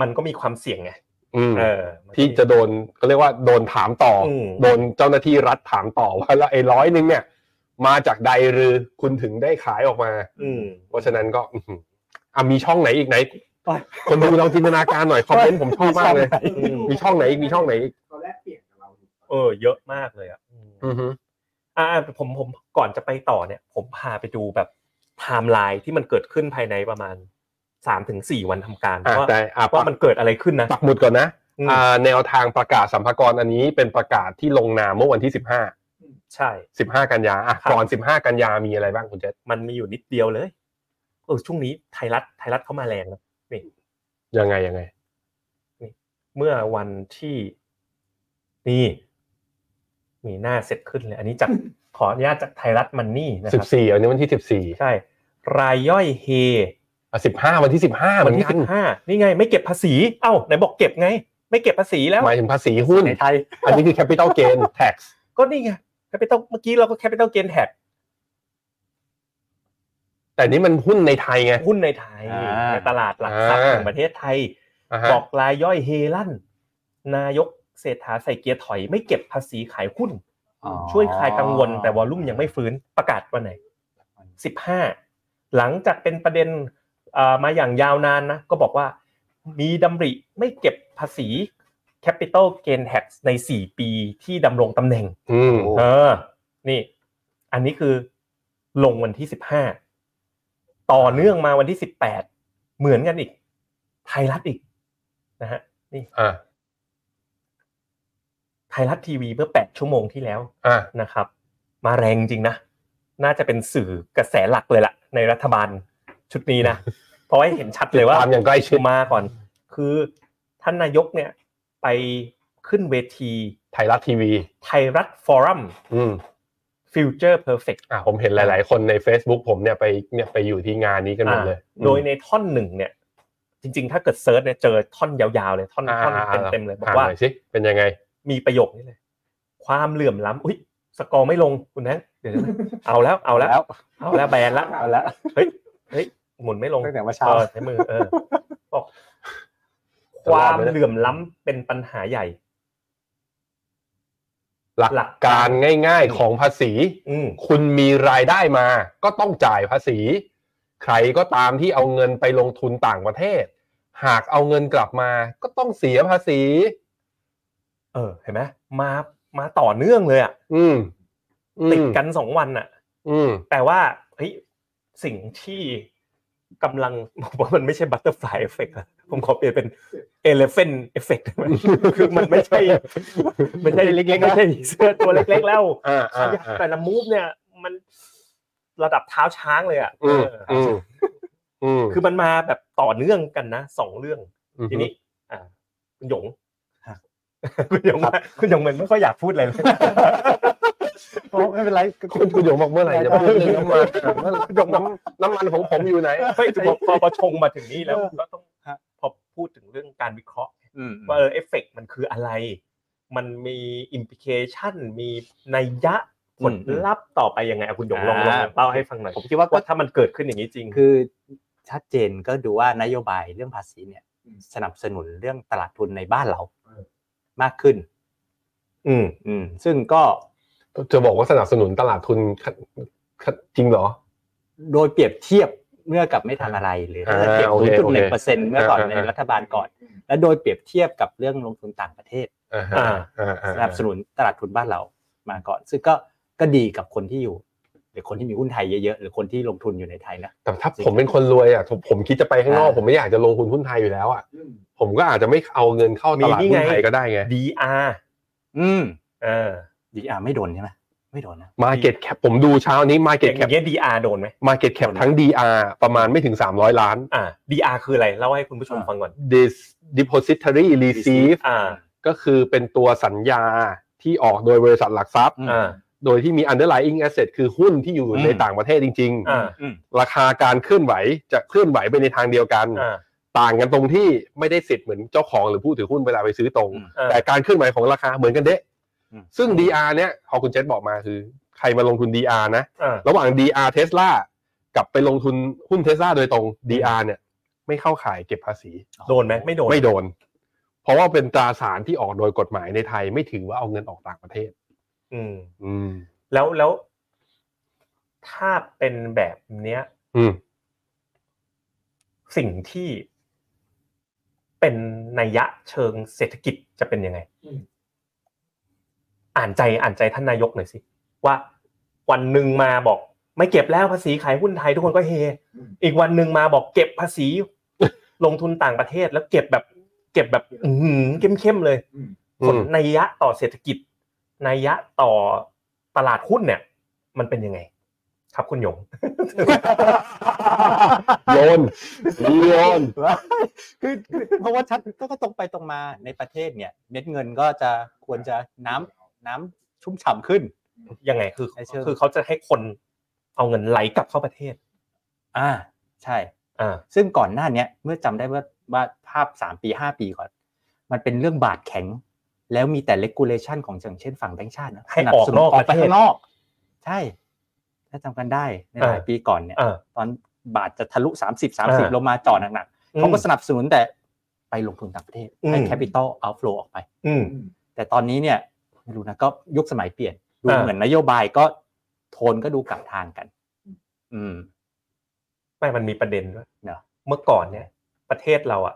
[SPEAKER 3] มันก็มีความเสี่ยงไง
[SPEAKER 2] อืม
[SPEAKER 3] เออมันก็มี
[SPEAKER 2] ที่จะโดนเขาเรียกว่าโดนถามต่ออ
[SPEAKER 3] ม
[SPEAKER 2] โดนเจ้าหน้าที่รัฐถามต่อว่าแล้วไอ้ร้อยหนึ่งเนี่ย มาจากใดหรือคุณถึงได้ขายออกมา
[SPEAKER 3] อืม
[SPEAKER 2] เพราะฉะนั้นก็อื้อหืออ่ะมีช่องไหนอีกไหน
[SPEAKER 5] โอ้ย
[SPEAKER 2] คนดูเราจินตนาการหน่อยคอมเมนต์ผมชอบมากเลย
[SPEAKER 3] อืม
[SPEAKER 2] มีช่องไหนอีกมีช่องไหนอีก
[SPEAKER 6] ตอนแรกเปลี่ยนกับเราอยู่
[SPEAKER 3] เออ เยอะมากเลยอ่ะอืม
[SPEAKER 2] อือหือ
[SPEAKER 3] อ่าผมผมก่อนจะไปต่อเนี่ย ผมพาไปดูแบบไทม์ไลน์ที่มันเกิดขึ้นภายในประมาณสามถึงสี่วันทำการ
[SPEAKER 2] อ่ะ
[SPEAKER 3] ว่า
[SPEAKER 2] แต่อ่ะปั
[SPEAKER 3] ว่าก มันเกิดอะไรขึ้นนะ
[SPEAKER 2] ปักหมุดก่อนนะ
[SPEAKER 3] อืม
[SPEAKER 2] อ่าแนวทางประกาศสัมภากรอันนี้เป็นประกาศที่ลงนามเมื่อวันที่สิบห้า
[SPEAKER 3] ใช่
[SPEAKER 2] สิบห้ากันยาอ่ะ
[SPEAKER 3] ครับ
[SPEAKER 2] ก่อนสิบห้ากันยามีอะไรบ้างคุณเจษ
[SPEAKER 3] มันมีอยู่นิดเดียวเลยเออช่วงนี้ไทยรัฐไทยรัฐเข้ามาแรงนะ
[SPEAKER 2] ยังไงยังไง
[SPEAKER 3] เมื่อวันที่ นี่ มีหน้าเสร็จขึ้นเลย อันนี้จาก ขออนุญาตจากไทยรัฐมันนี่นะค
[SPEAKER 2] สิ
[SPEAKER 3] รั
[SPEAKER 2] บสี่อันนี้วันที่สิบสี่
[SPEAKER 3] ใช่ รายย่อยเฮ
[SPEAKER 2] อ่ะสิบห้าวันที่สิบห้าเห
[SPEAKER 3] วั
[SPEAKER 2] มื
[SPEAKER 3] น
[SPEAKER 2] อน
[SPEAKER 3] ที่
[SPEAKER 2] กั
[SPEAKER 3] สิ
[SPEAKER 2] น
[SPEAKER 3] บห้านี่ไง ไม่เก็บภาษี เอ้าไหนบอกเก็บไง ไม่เก็บภาษีแล้ว
[SPEAKER 2] หมายถึงภาษีหุ้น
[SPEAKER 5] ในไทย
[SPEAKER 2] อันนี้คือ capital gain tax
[SPEAKER 3] ก็นี่ไงแคปิตอลเมื่อกี้เราก็แคปิตอลเกนแท็ก
[SPEAKER 2] แต่นี่มันหุ้นในไทยไง
[SPEAKER 3] หุ้นในไทย
[SPEAKER 5] อ่า
[SPEAKER 3] ในตลาดหลักทรัพย์
[SPEAKER 2] อ่า
[SPEAKER 3] ของประเทศไทย
[SPEAKER 2] อ่าฮะ
[SPEAKER 3] บอกรายย่อยเฮลั่น นายกเศรษฐาใส่เกียร์ถอย ไม่เก็บภาษีขายหุ้น
[SPEAKER 5] อ๋อ
[SPEAKER 3] ช่วยคลายกังวล แต่วอลลุ่มยังไม่ฟื้นประกาศวันไหน 15 หลังจากเป็นประเด็นเอ่อมาอย่างยาวนานนะ ก็บอกว่ามีดำริไม่เก็บภาษี Capital Gain Tax ใน 4 ปีที่ดำรงตำแหน่ง
[SPEAKER 2] อืม
[SPEAKER 3] เออ นี่ อันนี้คือลงวันที่สิบห้า ต่อเนื่องมาวันที่สิบแปด เหมือนกันอีก ไทยรัฐอีกนะฮะ นี่
[SPEAKER 2] อ่า
[SPEAKER 3] ไทยรัฐทีวีเมื่อแปดชั่วโมงที่แล้ว
[SPEAKER 2] อ่า
[SPEAKER 3] นะครับ มาแรงจริงนะ น่าจะเป็นสื่อกระแสหลักเลยล่ะ ในรัฐบาลชุดนี้
[SPEAKER 2] [laughs]
[SPEAKER 3] นะ เพราะให้เห็นชัดเลยว่า
[SPEAKER 2] ตามอย่างใกล้ชิด
[SPEAKER 3] มาก่อน คือท่านนายกเนี่ย ไปขึ้นเวที
[SPEAKER 2] ไทยรัฐทีวี
[SPEAKER 3] ไทยรัฐฟอรัม
[SPEAKER 2] อืม
[SPEAKER 3] Future Perfect
[SPEAKER 2] อ่ะผมเห็นหลาย ๆ คนใน Facebook ผมเนี่ยไปเนี่ยไปอยู่ที่งานนี้กันหมดเลย
[SPEAKER 3] อ่าโดยในท่อนหนึ่งเนี่ย จริง ๆ ถ้าเกิดเซิร์ชเนี่ยเจอท่อนยาวๆเลยท่อน
[SPEAKER 2] อ่า
[SPEAKER 3] ท่อน
[SPEAKER 2] อ่าอ่า
[SPEAKER 3] เต็มๆเลยบอ
[SPEAKER 2] อ่าก
[SPEAKER 3] ว่า
[SPEAKER 2] หน่อยสิเป็นยังไง
[SPEAKER 3] มีประโยคนี้เลย ความเหลื่อมล้ำอุ้ยสกอร์ไม่ลงคุณแนงเดี๋ยวนะเอาแล้วเอาแล้ว เอาแล้วแบนละ
[SPEAKER 5] เอาแล้ว
[SPEAKER 3] เฮ้ยเฮ้ยหมุนไม่ลง
[SPEAKER 5] ตั้งแต่เมื่อเช้า
[SPEAKER 3] เออใช้มือเออบอก
[SPEAKER 2] จะรอ
[SPEAKER 3] ควา
[SPEAKER 2] ด
[SPEAKER 3] ม
[SPEAKER 2] ไหมเนี่ย
[SPEAKER 3] เหลื่อมล้ำเป็นปัญหาใหญ่
[SPEAKER 2] หลัก
[SPEAKER 3] หลักกา
[SPEAKER 2] การ รง่าย ๆ ของภาษี
[SPEAKER 3] อืม
[SPEAKER 2] คุณมีรายได้มาก็ต้องจ่ายภาษี ใครก็ตามที่เอาเงินไปลงทุนต่างประเทศ หากเอาเงินกลับมาก็ต้องเสียภาษี
[SPEAKER 3] เออ เห็นไหมมามาต่อเนื่องเลยอ่ะ
[SPEAKER 2] อืมอืม
[SPEAKER 3] ติดกันสองวันอ่ะ
[SPEAKER 2] อืม
[SPEAKER 3] แต่ว่าเฮ้ยสิ่งที่กำลัง [laughs] ผมว่ามันไม่ใช่บัตเตอร์ฟลายเอฟเฟกต์ผมขอเปลี่ยนเป็นเอเลเฟนเอฟเฟกต์ได้ไหม [laughs] คือมันไม่ใช่ไม่ใช่เล็กๆไม่ใช่เสื้อตัวเล็ก ๆ แล้ว
[SPEAKER 2] อ่าอ่าอ่า
[SPEAKER 3] แต่ละมูฟเนี่ย มันระดับเท้าช้างเลยอ่ะ
[SPEAKER 2] อืม
[SPEAKER 3] เอ
[SPEAKER 2] อื
[SPEAKER 3] อ
[SPEAKER 2] มอืม
[SPEAKER 3] คือมันมาแบบต่อเนื่องกันนะสองเรื่อง
[SPEAKER 2] ม
[SPEAKER 3] ทีนี้ อ่าคุณหยง
[SPEAKER 5] ฮะ
[SPEAKER 3] [laughs] คุณหยงว่าคุณหยงเหมือนไม่ค่อยอยากพูด
[SPEAKER 5] [laughs]
[SPEAKER 3] เลย
[SPEAKER 5] โอ้ไม่เป็นไร
[SPEAKER 2] คุณคุณหยงบอกเมื่อไหร่จะพูดเรื่องน้ำมันคุณหยงบอก [laughs] น้ำมันของผมอยู่ไหน
[SPEAKER 3] ไม่ถึงพอพอพอชงมาถึงนี้แล้ว
[SPEAKER 5] เออ
[SPEAKER 3] ก็ต้อง
[SPEAKER 5] ฮะ
[SPEAKER 3] พอพูดถึงเรื่องการวิเคราะห์
[SPEAKER 5] อืม
[SPEAKER 3] ว่าเออเอฟเฟกมันคืออะไร มันมีอิมพิเคชันมีนัยยะผลลัพธ์ต่อไปยังไงอ่ะคุณหยงลองลองเล่าให้ฟังหน่อย
[SPEAKER 5] ผมคิดว่าก็
[SPEAKER 3] ว่าถ้ามันเกิดขึ้นอย่างนี้จริง
[SPEAKER 5] คือชัดเจนก็ดูว่านโยบายเรื่องภาษีเนี่ย สนับสนุนเรื่องตลาดทุนในบ้านเรามากขึ้น
[SPEAKER 3] อืม
[SPEAKER 5] อืม ซึ่งก็
[SPEAKER 2] จะบอกว่าสนับสนุนตลาดทุนขั้นขั้นจริงเหรอ
[SPEAKER 5] โดยเปรียบเทียบเมื่อกับไม่ทำอะไรหรือ
[SPEAKER 2] อ่า
[SPEAKER 5] เมื่อเทียบ
[SPEAKER 2] โอ
[SPEAKER 5] ศูน
[SPEAKER 2] เค
[SPEAKER 5] ย์จุด
[SPEAKER 2] โอ
[SPEAKER 5] ห
[SPEAKER 2] เค
[SPEAKER 5] นึ่งเปอร์เซ็นต์เมื่อก่อน
[SPEAKER 2] อ่า
[SPEAKER 5] ใน
[SPEAKER 2] อ่า
[SPEAKER 5] รัฐบาลก่อน และโดยเปรียบเทียบกับเรื่องลงทุนต่างประเทศ
[SPEAKER 2] อ่าฮะอ่าอ่า
[SPEAKER 5] สนับสนุนตลาดทุนบ้านเรามาก่อน ซึ่งก็ก็ดีกับคนที่อยู่ หรือคนที่มีหุ้นไทยเยอะๆหรือคนที่ลงทุนอยู่ในไทยนะ
[SPEAKER 2] แต่ถ้าผมเป็นคนรวยอ่ะผมผมคิดจะไปข้างนอก ผมไม่อยากจะลงทุนหุ้นไทยอยู่แล้วอ่ะ
[SPEAKER 6] อืม
[SPEAKER 2] ผมก็อาจจะไม่เอาเงินเข้าตลาดหุ้นไทยก็ได้ไง
[SPEAKER 3] ดี DR
[SPEAKER 5] อืม
[SPEAKER 3] เออ
[SPEAKER 5] ดีอ่าไม่โดนใช่ไหมไม่โดนนะ
[SPEAKER 2] Market Cap ผมดูเช้านี้
[SPEAKER 3] อ
[SPEAKER 2] Market
[SPEAKER 3] ย่าง
[SPEAKER 2] Cap
[SPEAKER 3] เงี้ย DR โดนไหม
[SPEAKER 2] Market Cap ทั้ง DR ประมาณไม่ถึง 300 ล้าน
[SPEAKER 3] อ่า DR คืออะไรเล่าให้คุณผู้ชมฟังก่อน
[SPEAKER 2] Dis- Depository Receive
[SPEAKER 3] อ่า
[SPEAKER 2] ก็คือเป็นตัวสัญญาที่ออกโดยบริษัทหลักทรัพย์
[SPEAKER 5] อืม
[SPEAKER 3] อ่า
[SPEAKER 2] โดยที่มี underlying asset คือหุ้นที่อยู่ใน
[SPEAKER 5] อืม
[SPEAKER 2] ต่างประเทศจริง
[SPEAKER 3] อ่า
[SPEAKER 2] ๆ ราคาการเคลื่อนไหวจะเคลื่อนไหวไปในทางเดียวกัน
[SPEAKER 3] อ่า
[SPEAKER 2] ต่างกันตรงที่ไม่ได้สิทธิ์เหมือนเจ้าของหรือผู้ถือหุ้นเวลาไปซื้อตรง
[SPEAKER 5] อืม
[SPEAKER 3] เออ
[SPEAKER 2] แต่การเคลื่อนไหวของราคาเหมือนกันเดะ
[SPEAKER 5] อืม
[SPEAKER 2] ซึ่ง DR เนี่ยพอคุณเจษบอกมาคือ ใครมาลงทุน DR นะ
[SPEAKER 3] อ่า
[SPEAKER 2] ระหว่าง DR Tesla กับไปลงทุนหุ้นเทสลาโดยตรง DR เนี่ย ไม่เข้าข่ายเก็บภาษี
[SPEAKER 3] โดนไหมไม่โดน
[SPEAKER 2] ไม่โดน เพราะว่าเป็นตราสารที่ออกโดยกฎหมายในไทยไม่ถือว่าเอาเงินออกต่างประเทศ
[SPEAKER 3] อืม
[SPEAKER 2] อืม
[SPEAKER 3] แล้วแล้ว ถ้าเป็นแบบเนี้ย
[SPEAKER 2] อืม
[SPEAKER 3] สิ่งที่เป็นนัยยะเชิงเศรษฐกิจจะเป็นยังไง
[SPEAKER 6] อืม
[SPEAKER 3] อ่านใจอ่านใจท่านนายกหน่อยสิ ว่าวันหนึ่งมาบอก ไม่เก็บแล้วภาษีขายหุ้นไทยทุกคนก็เฮ
[SPEAKER 6] อืม
[SPEAKER 3] อีกวันหนึ่งมาบอกเก็บภาษี ลงทุนต่างประเทศแล้วเก็บแบบ เก็บแบบเข้มเข้มๆเลย
[SPEAKER 6] อืม
[SPEAKER 3] ผลนัยยะต่อเศรษฐกิจนัยยะต่อตลาดหุ้นเนี่ย มันเป็นยังไง ครับคุณหยง
[SPEAKER 2] โยน โยน
[SPEAKER 5] คือคือเพราะว่าชัดก็ตรงไปตรงมาในประเทศเนี่ย เม็ดเงินก็จะควรจะน้ำน้ำชุ่มฉ่ำขึ้น
[SPEAKER 3] ยังไงคือ
[SPEAKER 5] ไอ้เชิง
[SPEAKER 3] คือเขาจะให้คนเอาเงินไหลกลับเข้าประเทศ
[SPEAKER 5] อ่าใช่
[SPEAKER 3] อ่า
[SPEAKER 5] ซึ่งก่อนหน้าเนี้ยเมื่อจำได้ว่าว่าภาพ 3 ปี 5 ปีก่อน มันเป็นเรื่องบาทแข็ง แล้วมีแต่ regulation ของอย่างเช่นฝั่งแบงก์ชาตินะ
[SPEAKER 3] ให้ออกนอก
[SPEAKER 5] สบสออก
[SPEAKER 3] ป
[SPEAKER 5] ไประ
[SPEAKER 3] เทศ
[SPEAKER 5] ข้างนอก ใช่ ถ้าจำกันได้ในหลาย
[SPEAKER 3] อ่า
[SPEAKER 5] ปีก่อนเนี่ย
[SPEAKER 3] อ่า
[SPEAKER 5] ตอนบาทจะทะลุ 30
[SPEAKER 3] อ่า
[SPEAKER 5] 30 ลงมาจ่อหนักๆเขาก็ส
[SPEAKER 3] อืม
[SPEAKER 5] นับสนุนแต่ไปลงทุนต่างประเทศให้
[SPEAKER 3] อืม
[SPEAKER 5] capital outflow ออกไป
[SPEAKER 3] อืม
[SPEAKER 6] อืม
[SPEAKER 5] แต่ตอนนี้เนี่ยไม่รู้นะก็ยุคสมัยเปลี่ยน ดู
[SPEAKER 3] อ่า
[SPEAKER 5] เหมือนนโยบายก็โทนก็ดูกลับทางกัน อืม
[SPEAKER 3] ไม่มันมีประเด็นด้วย
[SPEAKER 5] เนอะ
[SPEAKER 3] เมื่อก่อนเนี่ย ประเทศเราอ่ะ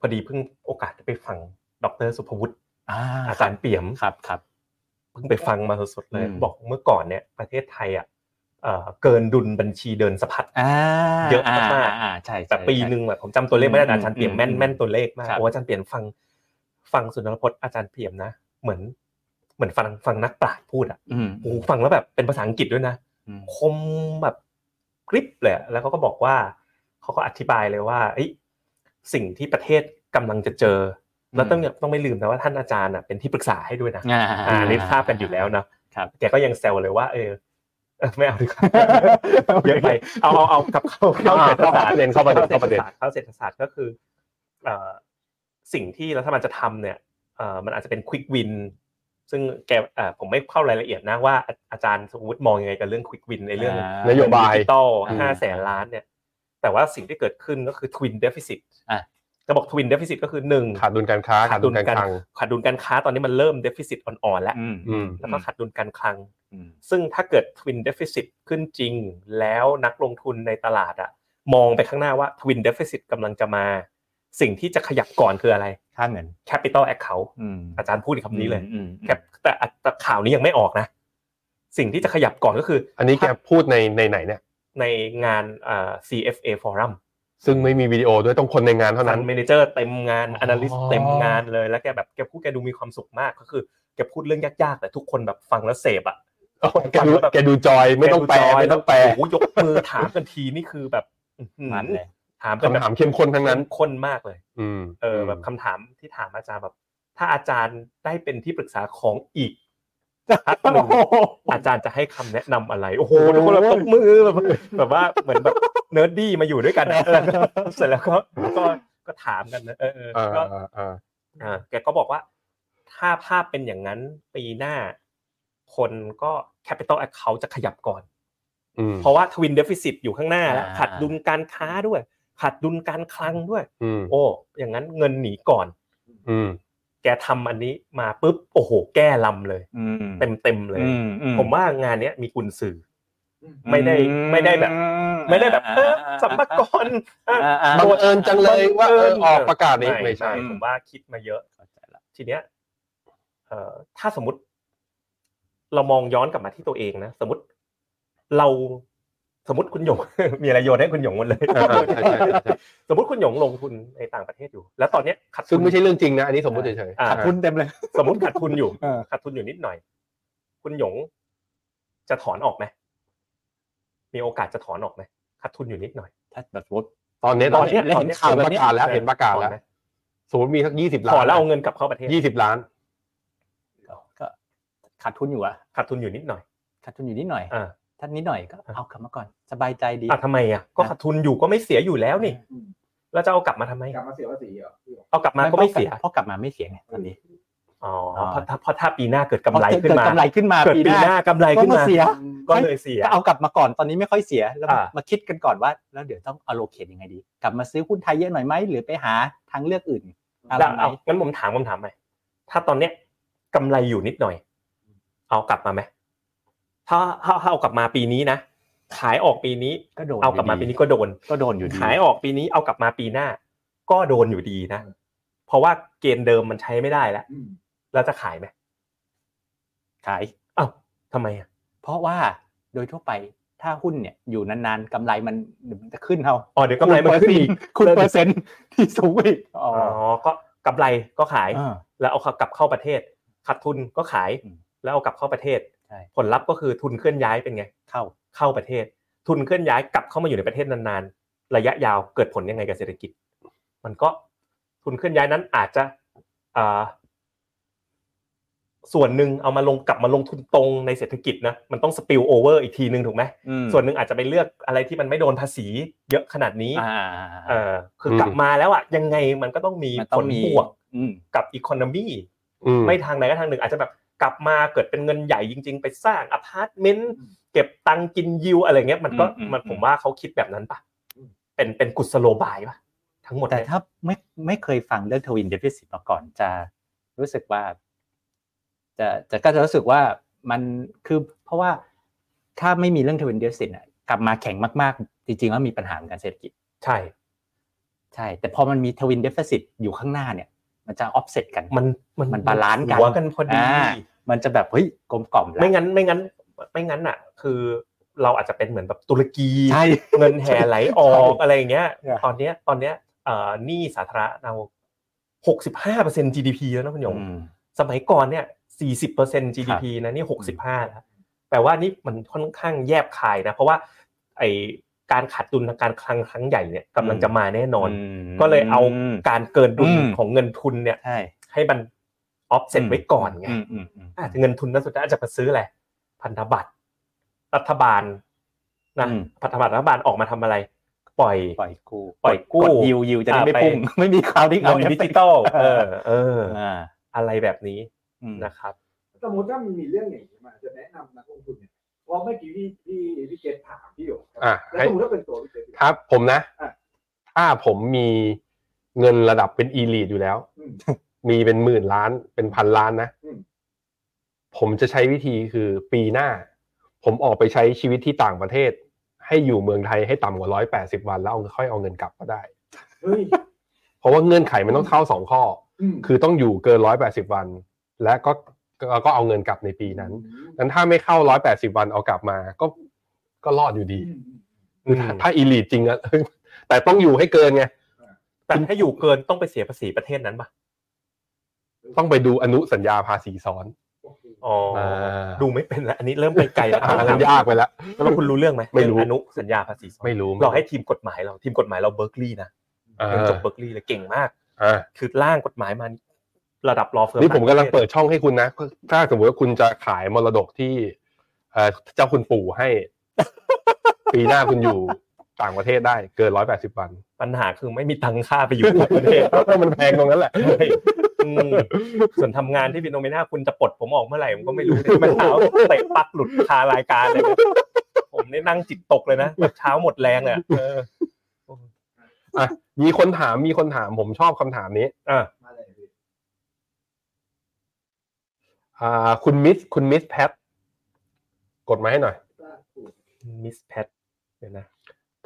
[SPEAKER 3] พอดีเพิ่งโอกาสได้ไปฟังดรสุภวุฒิ
[SPEAKER 5] อ่า
[SPEAKER 3] อา
[SPEAKER 5] ค
[SPEAKER 3] จา
[SPEAKER 5] รั
[SPEAKER 3] ร
[SPEAKER 5] บ
[SPEAKER 3] ย์เปี่ยม
[SPEAKER 5] ครับครับ
[SPEAKER 3] เพิ่งไปฟังมาสดๆเลย
[SPEAKER 5] อืม
[SPEAKER 3] บอกเมื่อก่อนเนี่ย ประเทศไทยอ่ะเอ่อเกินดุลบัญชีเดินสะพัด
[SPEAKER 5] อ่า
[SPEAKER 3] เยอะมากๆ
[SPEAKER 5] อ่ๆใช่ใช่
[SPEAKER 3] แต่ปีหนึ่งอะผมจำตัวเลขไม่ได้นะอาจารย์เปี่ยมแม่น
[SPEAKER 5] อืม
[SPEAKER 3] แม่นตัวเลขมาก
[SPEAKER 5] ครับ
[SPEAKER 3] โอ้อาจารย์เปี่ยมฟังฟังสุนทรพจน์อาจารย์เปี่ยมนะเหมือนเหมือนฟังฟังนักปราชญ์พูดอ่ะ
[SPEAKER 5] อืม
[SPEAKER 3] โอ้โหฟังแล้วแบบเป็นภาษาอังกฤษด้วยนะ
[SPEAKER 5] อืม
[SPEAKER 3] คมแบบกริบเลยอะแล้วเขาก็บอกว่าเขาก็อธิบายเลยว่าเอ้ยสิ่งที่ประเทศกำลังจะเจอ แล้วต้อง
[SPEAKER 5] อืม
[SPEAKER 3] ต้องไม่ลืมนะว่าท่านอาจารย์น่ะเป็นที่ปรึกษาให้ด้วยนะ
[SPEAKER 5] อ่า
[SPEAKER 3] อ่าอันนี้ทราบกันอยู่แล้วนะครับ แกก็ยังแซวเลยว่า เออ [laughs] เออไม่เอาดีกว่าเยอะไปเอาเอาเอากลับเข้าเข้าเศรษฐศาสตร์
[SPEAKER 2] เข้าประเด็นเข้าประเด็นเข้าประเด็น
[SPEAKER 3] เข้าเศรษฐศาสตร์ก็คือเอ่อสิ่งที่รัฐบาลจะทำเนี่ยเอ่อมันอาจจะเป็นควิกวินซึ่งแกเอ่อผมไม่เข้ารายละเอียดนะว่าอาอาจารย์สมมติมองยังไงกับเรื่องควิกวินในเรื่อง
[SPEAKER 2] นโยบาย
[SPEAKER 3] ดิจิตอล
[SPEAKER 5] อ่า
[SPEAKER 3] ห้าแสนล้านเนี่ย แต่ว่าสิ่งที่เกิดขึ้นก็คือ twin deficit
[SPEAKER 5] อ่ะ
[SPEAKER 3] จะบอก twin deficit ก็คือหนึ่ง
[SPEAKER 2] ขาดดุลการค้า ขาดดุลการคลัง
[SPEAKER 3] ขาดดุลการค้าตอนนี้มันเริ่ม deficit อ่อนๆแล้ว
[SPEAKER 5] อืม
[SPEAKER 2] อืม
[SPEAKER 3] แล้วก็ขาดดุลการคลัง
[SPEAKER 5] อืม
[SPEAKER 3] ซึ่งถ้าเกิด twin deficit ขึ้นจริง แล้วนักลงทุนในตลาดอะมองไปข้างหน้าว่า twin deficit กำลังจะมา สิ่งที่จะขยับก่อนคืออะไร
[SPEAKER 5] ค่าเงิน
[SPEAKER 3] capital account
[SPEAKER 5] อืม
[SPEAKER 3] อาจารย์พูดคำนี้เลย
[SPEAKER 5] อืม
[SPEAKER 3] แคปแต่แต่ข่าวนี้ยังไม่ออกนะ สิ่งที่จะขยับก่อนก็คือ
[SPEAKER 2] อันนี้แกพูดในในไหนเนี่ย
[SPEAKER 3] ในงานอ่า CFA forum
[SPEAKER 2] ซึ่งไม่มีวิดีโอด้วยต้องคนในงานเท่า
[SPEAKER 3] ฟั
[SPEAKER 2] นั้น น
[SPEAKER 3] เมนเจอร์เต็มงาน
[SPEAKER 2] อ๋อ
[SPEAKER 3] อนาลิสต์เต็มงานเลย แล้วแกแบบแกพูดแกดูมีความสุขมากก็คือแกพูดเรื่องยากๆ แต่ทุกคนแบบฟังแล้วเสพอ่ะ
[SPEAKER 2] แกดูแกดูจอยไม่ต้องแปล
[SPEAKER 3] กดูจย
[SPEAKER 2] ไม่ต้องแปล
[SPEAKER 3] โโหยกมือถามกันทีนี่คือแบบอื้อหือ
[SPEAKER 5] มันเลย
[SPEAKER 3] ถามกันแบบ
[SPEAKER 2] คำถามเข้มข้นทั้งนั้น
[SPEAKER 3] ข้นมากเลย
[SPEAKER 2] อืม
[SPEAKER 3] เออแบบคำถามที่ถามอาจารย์แบบ ถ้าอาจารย์ได้เป็นที่ปรึกษาของอีกพักหนึ่งอาจารย์จะให้คำแนะนำอะไร โอ้โหทุกคนแบบตบมือแบบแบบว่าเหมือนแบบเนิร์ดดี้มาอยู่ด้วยกันอะเออเสร็จแล้วก็ก็ก็ถามกันนะเออเออ
[SPEAKER 2] เออ
[SPEAKER 3] ก็
[SPEAKER 2] เออเออ
[SPEAKER 3] อ่าแกก็บอกว่าถ้าภาพเป็นอย่างนั้นปีหน้า คนก็ Capital Account จะขยับก่อน
[SPEAKER 2] อืม
[SPEAKER 3] เพราะว่า Twin Deficit อยู่ข้างหน้าแล้ว
[SPEAKER 5] อ่า
[SPEAKER 3] ขาดดุลการค้าด้วยขาดดุลการคลังด้วย
[SPEAKER 2] อืม
[SPEAKER 3] โอ้อย่างนั้นเงินหนีก่อน
[SPEAKER 2] อืม
[SPEAKER 3] แกทำอันนี้มาปุ๊บโอ้โห แก้ลำเลย
[SPEAKER 5] อืม
[SPEAKER 3] เต็มเต็มๆเลย
[SPEAKER 5] อือื
[SPEAKER 3] ผมว่างานเนี้ยมีกุญสือ ไม่ได้ไม่ได้แบบ
[SPEAKER 5] อื
[SPEAKER 3] ไม่ได้แบบเออ
[SPEAKER 5] อ่า
[SPEAKER 3] สัมภาระอ่ะ
[SPEAKER 5] อ่าอ่า
[SPEAKER 2] บังเอิญจังเลยว่าเออ
[SPEAKER 3] บังญ
[SPEAKER 2] ออกประกาศนี้
[SPEAKER 3] ไม่
[SPEAKER 2] ไม่ใช่
[SPEAKER 3] ไม่ผมว่าคิดมาเยอะ ทีเนี้ยเอ่อถ้าสมมติ เรามองย้อนกลับมาที่ตัวเองนะ สมมติเราสมมติคุณหยง [laughs] มีอะไรโยนให้คุณหยงหมดเลย
[SPEAKER 2] [laughs] เออเออใช่ใช่ใช่
[SPEAKER 3] [laughs]
[SPEAKER 2] ใช่
[SPEAKER 3] สมมติคุณหยงลงทุนในต่างประเทศอยู่ แล้วตอนเนี้ยขาดทุน [laughs]
[SPEAKER 2] ซึ่งไม่ใช่เรื่องจริงนะ อันนี้สมมติเฉย
[SPEAKER 3] อ่า
[SPEAKER 2] ๆ
[SPEAKER 5] ขาดทุนเต็มเลย
[SPEAKER 3] สมมติขาดทุนอยู่
[SPEAKER 5] เออ
[SPEAKER 3] ขาดทุนอยู่นิดหน่อย คุณหยงจะถอนออกไหมมีโอกาสจะถอนออกไหมขาดทุนอยู่นิดหน่อย
[SPEAKER 5] ถ้าแบบรถ
[SPEAKER 2] ตอนเนี้ย
[SPEAKER 3] ต
[SPEAKER 2] ต
[SPEAKER 3] อ
[SPEAKER 2] อน น
[SPEAKER 3] เนี้
[SPEAKER 2] เนี้
[SPEAKER 3] ย
[SPEAKER 2] ย
[SPEAKER 3] ตอน
[SPEAKER 2] เห็
[SPEAKER 3] เนี้
[SPEAKER 2] น
[SPEAKER 3] ย
[SPEAKER 2] ประกาศแล้วเห็นประกาศ
[SPEAKER 3] ถอน
[SPEAKER 2] แล้ว
[SPEAKER 3] ไหม
[SPEAKER 2] สมมติมีสักยี่สิบ
[SPEAKER 3] ถ
[SPEAKER 2] ล้าน
[SPEAKER 3] อนแล้วเอาเงินกลับเข้าประเทศ
[SPEAKER 2] ยี่สิบล้าน
[SPEAKER 5] ก็ขาดทุนอยู่อะ
[SPEAKER 3] ขาดทุนอยู่นิดหน่อย
[SPEAKER 5] ขาดทุนอยู่นิดหน่อย
[SPEAKER 3] อ่า
[SPEAKER 5] ถ้านิดหน่อยก็เอากลับมาก่อน สบายใจดี
[SPEAKER 3] อ่ะทำไมอ่ะก็ขาดทุนอยู่ก็ไม่เสียอยู่แล้วนี่ แล้วจะเอากลับมาทำไม
[SPEAKER 6] กลับมาเสียภาษีเหรอพี่บอก
[SPEAKER 3] เอากลับมาก็ไม่เสีย
[SPEAKER 5] เพราะกลับมาไม่เสียไงตอนนี้
[SPEAKER 3] อ๋อเพราะถ้าเพราะถ้าปีหน้าเกิดกำไรขึ้นมา
[SPEAKER 5] เกิดกำไรขึ้นมา
[SPEAKER 3] เกิด
[SPEAKER 5] ปี
[SPEAKER 3] ปี
[SPEAKER 5] ห
[SPEAKER 3] ห
[SPEAKER 5] น้า
[SPEAKER 3] น้ากำไรขึ้น
[SPEAKER 5] ก็
[SPEAKER 3] มา
[SPEAKER 5] มาเสีย
[SPEAKER 3] ก็เลยเสีย
[SPEAKER 5] ก็เอากลับมาก่อนตอนนี้ไม่ค่อยเสียแล้วมา
[SPEAKER 3] อ่าม
[SPEAKER 5] มาคิดกันก่อนว่า แล้วเดี๋ยวต้อง allocate ยังไงดี กลับมาซื้อหุ้นไทยเยอะหน่อยไหมหรือไปหาทางเลือกอื่นอะไร
[SPEAKER 3] แล้ว
[SPEAKER 5] ไหม
[SPEAKER 3] เอางั้นผมถามคำถามใหม่ถ้าตอนเนี้ยกำไรอยู่นิดหน่อย เอากลับมาไหมถ้าถ้าถ้าเอากลับมาปีนี้นะ ขายออกปีนี้
[SPEAKER 5] ก็โดน
[SPEAKER 3] เอากลับมาปี
[SPEAKER 5] ยู่ดี
[SPEAKER 3] นี้ก็โดน
[SPEAKER 5] ก็โดนอยู่ดี
[SPEAKER 3] ขายออกปีนี้เอากลับมาปีหน้า ก็โดนอยู่ดีนะ เพราะว่าเกณฑ์เดิมมันใช้ไม่ได้แล้ว
[SPEAKER 6] อืม
[SPEAKER 3] แล้วจะขายไหม
[SPEAKER 5] ขาย
[SPEAKER 3] อ้าวทำไมอ่ะ
[SPEAKER 5] เพราะว่าโดยทั่วไปถ้าหุ้นเนี่ยอยู่นานๆกำไรมันเดี๋ยวมันจะขึ้นเอา
[SPEAKER 3] อ๋อเดี๋ยวกำไรมันขึ้นอีก
[SPEAKER 5] คุณเปอร์เซ็นต์ที่สูงอีกอ๋อ
[SPEAKER 3] อ๋อก็กำไรก็ขาย
[SPEAKER 5] อ่า
[SPEAKER 3] แล้วเอากลับเข้าประเทศขาดทุนก็ขาย
[SPEAKER 5] อืม
[SPEAKER 3] แล้วเอากลับเข้าประเทศ
[SPEAKER 5] ใช่
[SPEAKER 3] ผลลัพธ์ก็คือทุนเคลื่อนย้ายเป็นไง
[SPEAKER 5] เข้า
[SPEAKER 3] เข้าประเทศ ทุนเคลื่อนย้ายกลับเข้ามาอยู่ในประเทศนานๆ ระยะยาวเกิดผลยังไงกับเศรษฐกิจ มันก็ทุนเคลื่อนย้ายนั้นอาจจะอ่าส่วนหนึ่งเอามาลงกลับมาลงทุนตรงในเศรษฐกิจนะมันต้องสปิลโอเวอร์อีกทีหนึ่งถูกไหมส่วนหนึ่งอาจจะไปเลือกอะไรที่มันไม่โดนภาษี เยอะขนาดนี้
[SPEAKER 5] อ่า
[SPEAKER 3] เออคือกลับมาแล้วอ่ะยังไงมันก็ต้องมี
[SPEAKER 5] มัน
[SPEAKER 3] ผ
[SPEAKER 5] ต้อง
[SPEAKER 3] ล
[SPEAKER 5] มี
[SPEAKER 3] บวก
[SPEAKER 5] อืม
[SPEAKER 3] กับอีโคโนมี
[SPEAKER 2] อืม
[SPEAKER 3] ไม่ทางใดก็ทางหนึ่งอาจจะแบบกลับมาเกิดเป็นเงินใหญ่จริง ๆ ไปสร้างอพาร์ตเมนต์เก็บตังค์กินยิวอะไรเงี้ยมันก็
[SPEAKER 5] อืมอืม
[SPEAKER 3] มัน
[SPEAKER 5] อืม
[SPEAKER 3] ผมว่าเขาคิดแบบนั้นปะเป็นเป็นกุศโลบายปะทั้งหมด
[SPEAKER 5] แต่
[SPEAKER 3] เนี่ย
[SPEAKER 5] ถ้าไม่ไม่เคยฟังเรื่องทวินเดฟิซิตมาก่อนจะรู้สึกว่า จะจะก็จะรู้สึกว่ามันคือเพราะว่าถ้าไม่มีเรื่องทวินเดฟิซิตอ่ะกลับมาแข็งมากๆ จริงๆแล้วมีปัญหาเหมือนกันเศรษฐกิจ
[SPEAKER 3] ใช่
[SPEAKER 5] ใช่ แต่พอมันมีทวินเดฟิซิตอยู่ข้างหน้าเนี่ย มันจะออฟเซตกัน
[SPEAKER 3] มันมัน
[SPEAKER 5] มันบาลานซ์กัน
[SPEAKER 3] หัวกันพอดี
[SPEAKER 5] อ่า มันจะแบบเฮ้ยกลมกล่อมแล้ว
[SPEAKER 3] ไม่งั้นไม่งั้น ไม่งั้นอ่ะ คือเราอาจจะเป็นเหมือนแบบตุรกี
[SPEAKER 5] ใช่
[SPEAKER 3] เงินแห่ไหลออกอะไรอย่างเงี้ย
[SPEAKER 5] ใช่
[SPEAKER 3] ตอนเนี้ยตอนเนี้ยเอ่อหนี้สาธารณะเราหกสิบห้าเปอร์เซ็นต์ GDP แล้วนะคุณหยง
[SPEAKER 5] อืม
[SPEAKER 3] สมัยก่อนเนี่ย 40% GDP นะนี่ 65แล้วแปลว่านี่มันค่อนข้างแยบคายนะ เพราะว่าไอการขาดดุลทางการคลังครั้งใหญ่เนี่ยกำลัง
[SPEAKER 5] อืม
[SPEAKER 3] จะมาแน่นอน ก็เลยเอา
[SPEAKER 5] ม
[SPEAKER 3] การเกินดุล
[SPEAKER 5] อืม
[SPEAKER 3] ของเงินทุนเนี่ย
[SPEAKER 5] ใช่
[SPEAKER 3] ให้มันออฟเซ็ตไว้ก่อนไง
[SPEAKER 5] มอืมอืม
[SPEAKER 3] อาจจะเงินทุนนั้นสุดท้ายอาจจะมาซื้ออะไรพันธบัตรรัฐบาลนะ
[SPEAKER 5] อืม
[SPEAKER 3] พันธบัตรรัฐบาลออกมาทำอะไร ปล่อย
[SPEAKER 5] ปล่อยกู้
[SPEAKER 3] ปล่อยกู้
[SPEAKER 5] กดยิวยิวจะได้ไม่
[SPEAKER 3] อ่าไป
[SPEAKER 5] พุ่งไม่มีคราวที่
[SPEAKER 3] เงิ
[SPEAKER 5] เอา
[SPEAKER 3] น
[SPEAKER 5] เอฟ
[SPEAKER 3] ดิ
[SPEAKER 5] เฟ
[SPEAKER 3] จิ
[SPEAKER 5] กต์
[SPEAKER 3] ตอลเออเออ
[SPEAKER 5] อ่า
[SPEAKER 3] อะไรแบบนี้
[SPEAKER 5] อืม
[SPEAKER 3] นะครับ
[SPEAKER 6] สมมติถ้ามันมีเรื่องอย่างนี้มาจะแนะนำนักลงทุนเนี่ยเพราะเมื่อกี้พี่พี่พี่เกตถามพี่หยก
[SPEAKER 2] อ่ะ
[SPEAKER 6] แล้ว
[SPEAKER 2] ให้
[SPEAKER 6] สมมติถ้าเป็นตัวพี่เกต
[SPEAKER 2] ครับผมนะ
[SPEAKER 6] อ่ะ
[SPEAKER 2] ถ้าผมมีเงินระดับเป็นอีลีดอยู่แล้ว
[SPEAKER 6] อืม
[SPEAKER 2] มีเป็นหมื่นล้านเป็นพันล้านนะ
[SPEAKER 6] อืม
[SPEAKER 2] ผมจะใช้วิธีคือปีหน้า ผมออกไปใช้ชีวิตที่ต่างประเทศ ให้อยู่เมืองไทยให้ต่ำกว่าร้อยแปดสิบวันแล้วเอาค่อยเอาเงินกลับก็ได้
[SPEAKER 6] เฮ้ย
[SPEAKER 2] เพราะว่าเงื่อนไขมันต้องเท่าสองข้อ
[SPEAKER 6] อืม
[SPEAKER 2] คือต้องอยู่เกินร้อยแปดสิบวัน และก็ก็ก็เอาเงินกลับในปีนั้นนั้นถ้าไม่เข้าร้อยแปดสิบวันเอากลับมาก็ก็รอดอยู่ดี
[SPEAKER 6] อืม
[SPEAKER 2] คือถ้าถ้าอีลีดจริงอะ [laughs] แต่ต้องอยู่ให้เกินไง
[SPEAKER 3] แต่ถ้าอยู่เกินต้องไปเสียภาษีประเทศนั้นปะ
[SPEAKER 2] ต้องไปดูอนุสัญญาภาษีซ้อน
[SPEAKER 3] อ๋ออา ดูไม่เป็นแล้วอันนี้เริ่มไปไกลแล้ว
[SPEAKER 2] อ่านนั้นยากไปแล้ว
[SPEAKER 3] แล้วคุณรู้เรื่องไหม
[SPEAKER 2] ไม่รู้
[SPEAKER 3] เองอนุสัญญาภาษี
[SPEAKER 2] ไม่รู้
[SPEAKER 3] เราให้ทีมกฎหมายเราทีมกฎหมายเราเบิร์กลีย์นะ
[SPEAKER 2] อ่า
[SPEAKER 3] เรียนจบเบิร์กลีย์เลยเก่งมาก
[SPEAKER 2] อ่า
[SPEAKER 3] คือร่างกฎหมายมาระดับรอเฟิร์ม
[SPEAKER 2] นี่ผมกำลังเปิดช่องให้คุณนะ ถ้าสมมติว่าคุณจะขายมรดกที่เอ่อเจ้าคุณปู่ให้ [laughs] ปีหน้าคุณอยู่ต่างประเทศได้เกินร้อยแปดสิบ [laughs] วัน
[SPEAKER 3] ปัญหาคือไม่มีตังค่าไปอยู่ต่างประเทศ [laughs]
[SPEAKER 2] มันแพงตรงนั้นแหละ
[SPEAKER 3] ใช่อืมส่วนทำงานที่ฟิโนเมนาคุณจะปลดผมออกเมื่อไหร่ผมก็ไม่รู้เนี่ยเมื่อเช้าเตะปักหลุดคารายการเลยนะผมนี่นั่งจิตตกเลยนะแบบเช้าหมดแรงเลยอะเออ
[SPEAKER 2] มีคนถามมีคนถามผมชอบคำถามนี้
[SPEAKER 3] อ่ะ
[SPEAKER 6] มาเลยพี่
[SPEAKER 2] อ่า คุณมิสคุณมิสแพทกดมาให้หน่อย
[SPEAKER 6] ถ้าถูก
[SPEAKER 3] มิสแพทเดี๋ยวนะ